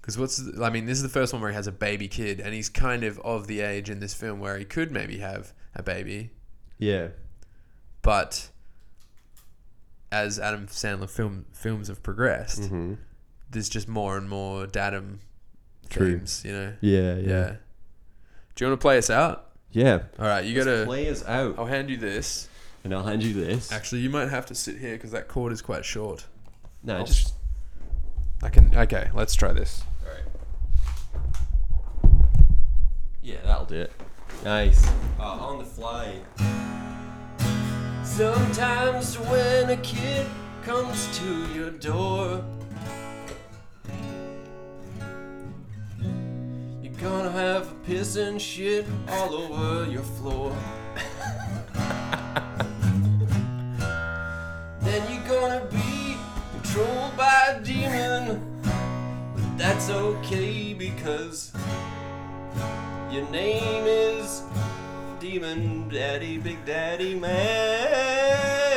Speaker 1: Because what's the, I mean, this is the first one where he has a baby kid, and he's kind of of the age in this film where he could maybe have a baby,
Speaker 2: yeah.
Speaker 1: but as Adam Sandler film films have progressed,
Speaker 2: Mm-hmm.
Speaker 1: there's just more and more dadum
Speaker 2: True.
Speaker 1: themes, you know.
Speaker 2: Yeah,
Speaker 1: Yeah. Do you want to play us out?
Speaker 2: yeah.
Speaker 1: All right, you gotta.
Speaker 2: Play us out,
Speaker 1: I'll hand you this.
Speaker 2: and I'll hand you this.
Speaker 1: Actually, you might have to sit here because that cord is quite short.
Speaker 2: No,
Speaker 1: I'll
Speaker 2: just
Speaker 1: I can. Okay, let's try this.
Speaker 2: yeah, that'll do it. Nice. Uh, on the fly.
Speaker 3: Sometimes when a kid comes to your door, you're gonna have piss and shit all over your floor. then you're gonna be controlled by a demon, but that's okay because your name is Demon Daddy, Big Daddy Man.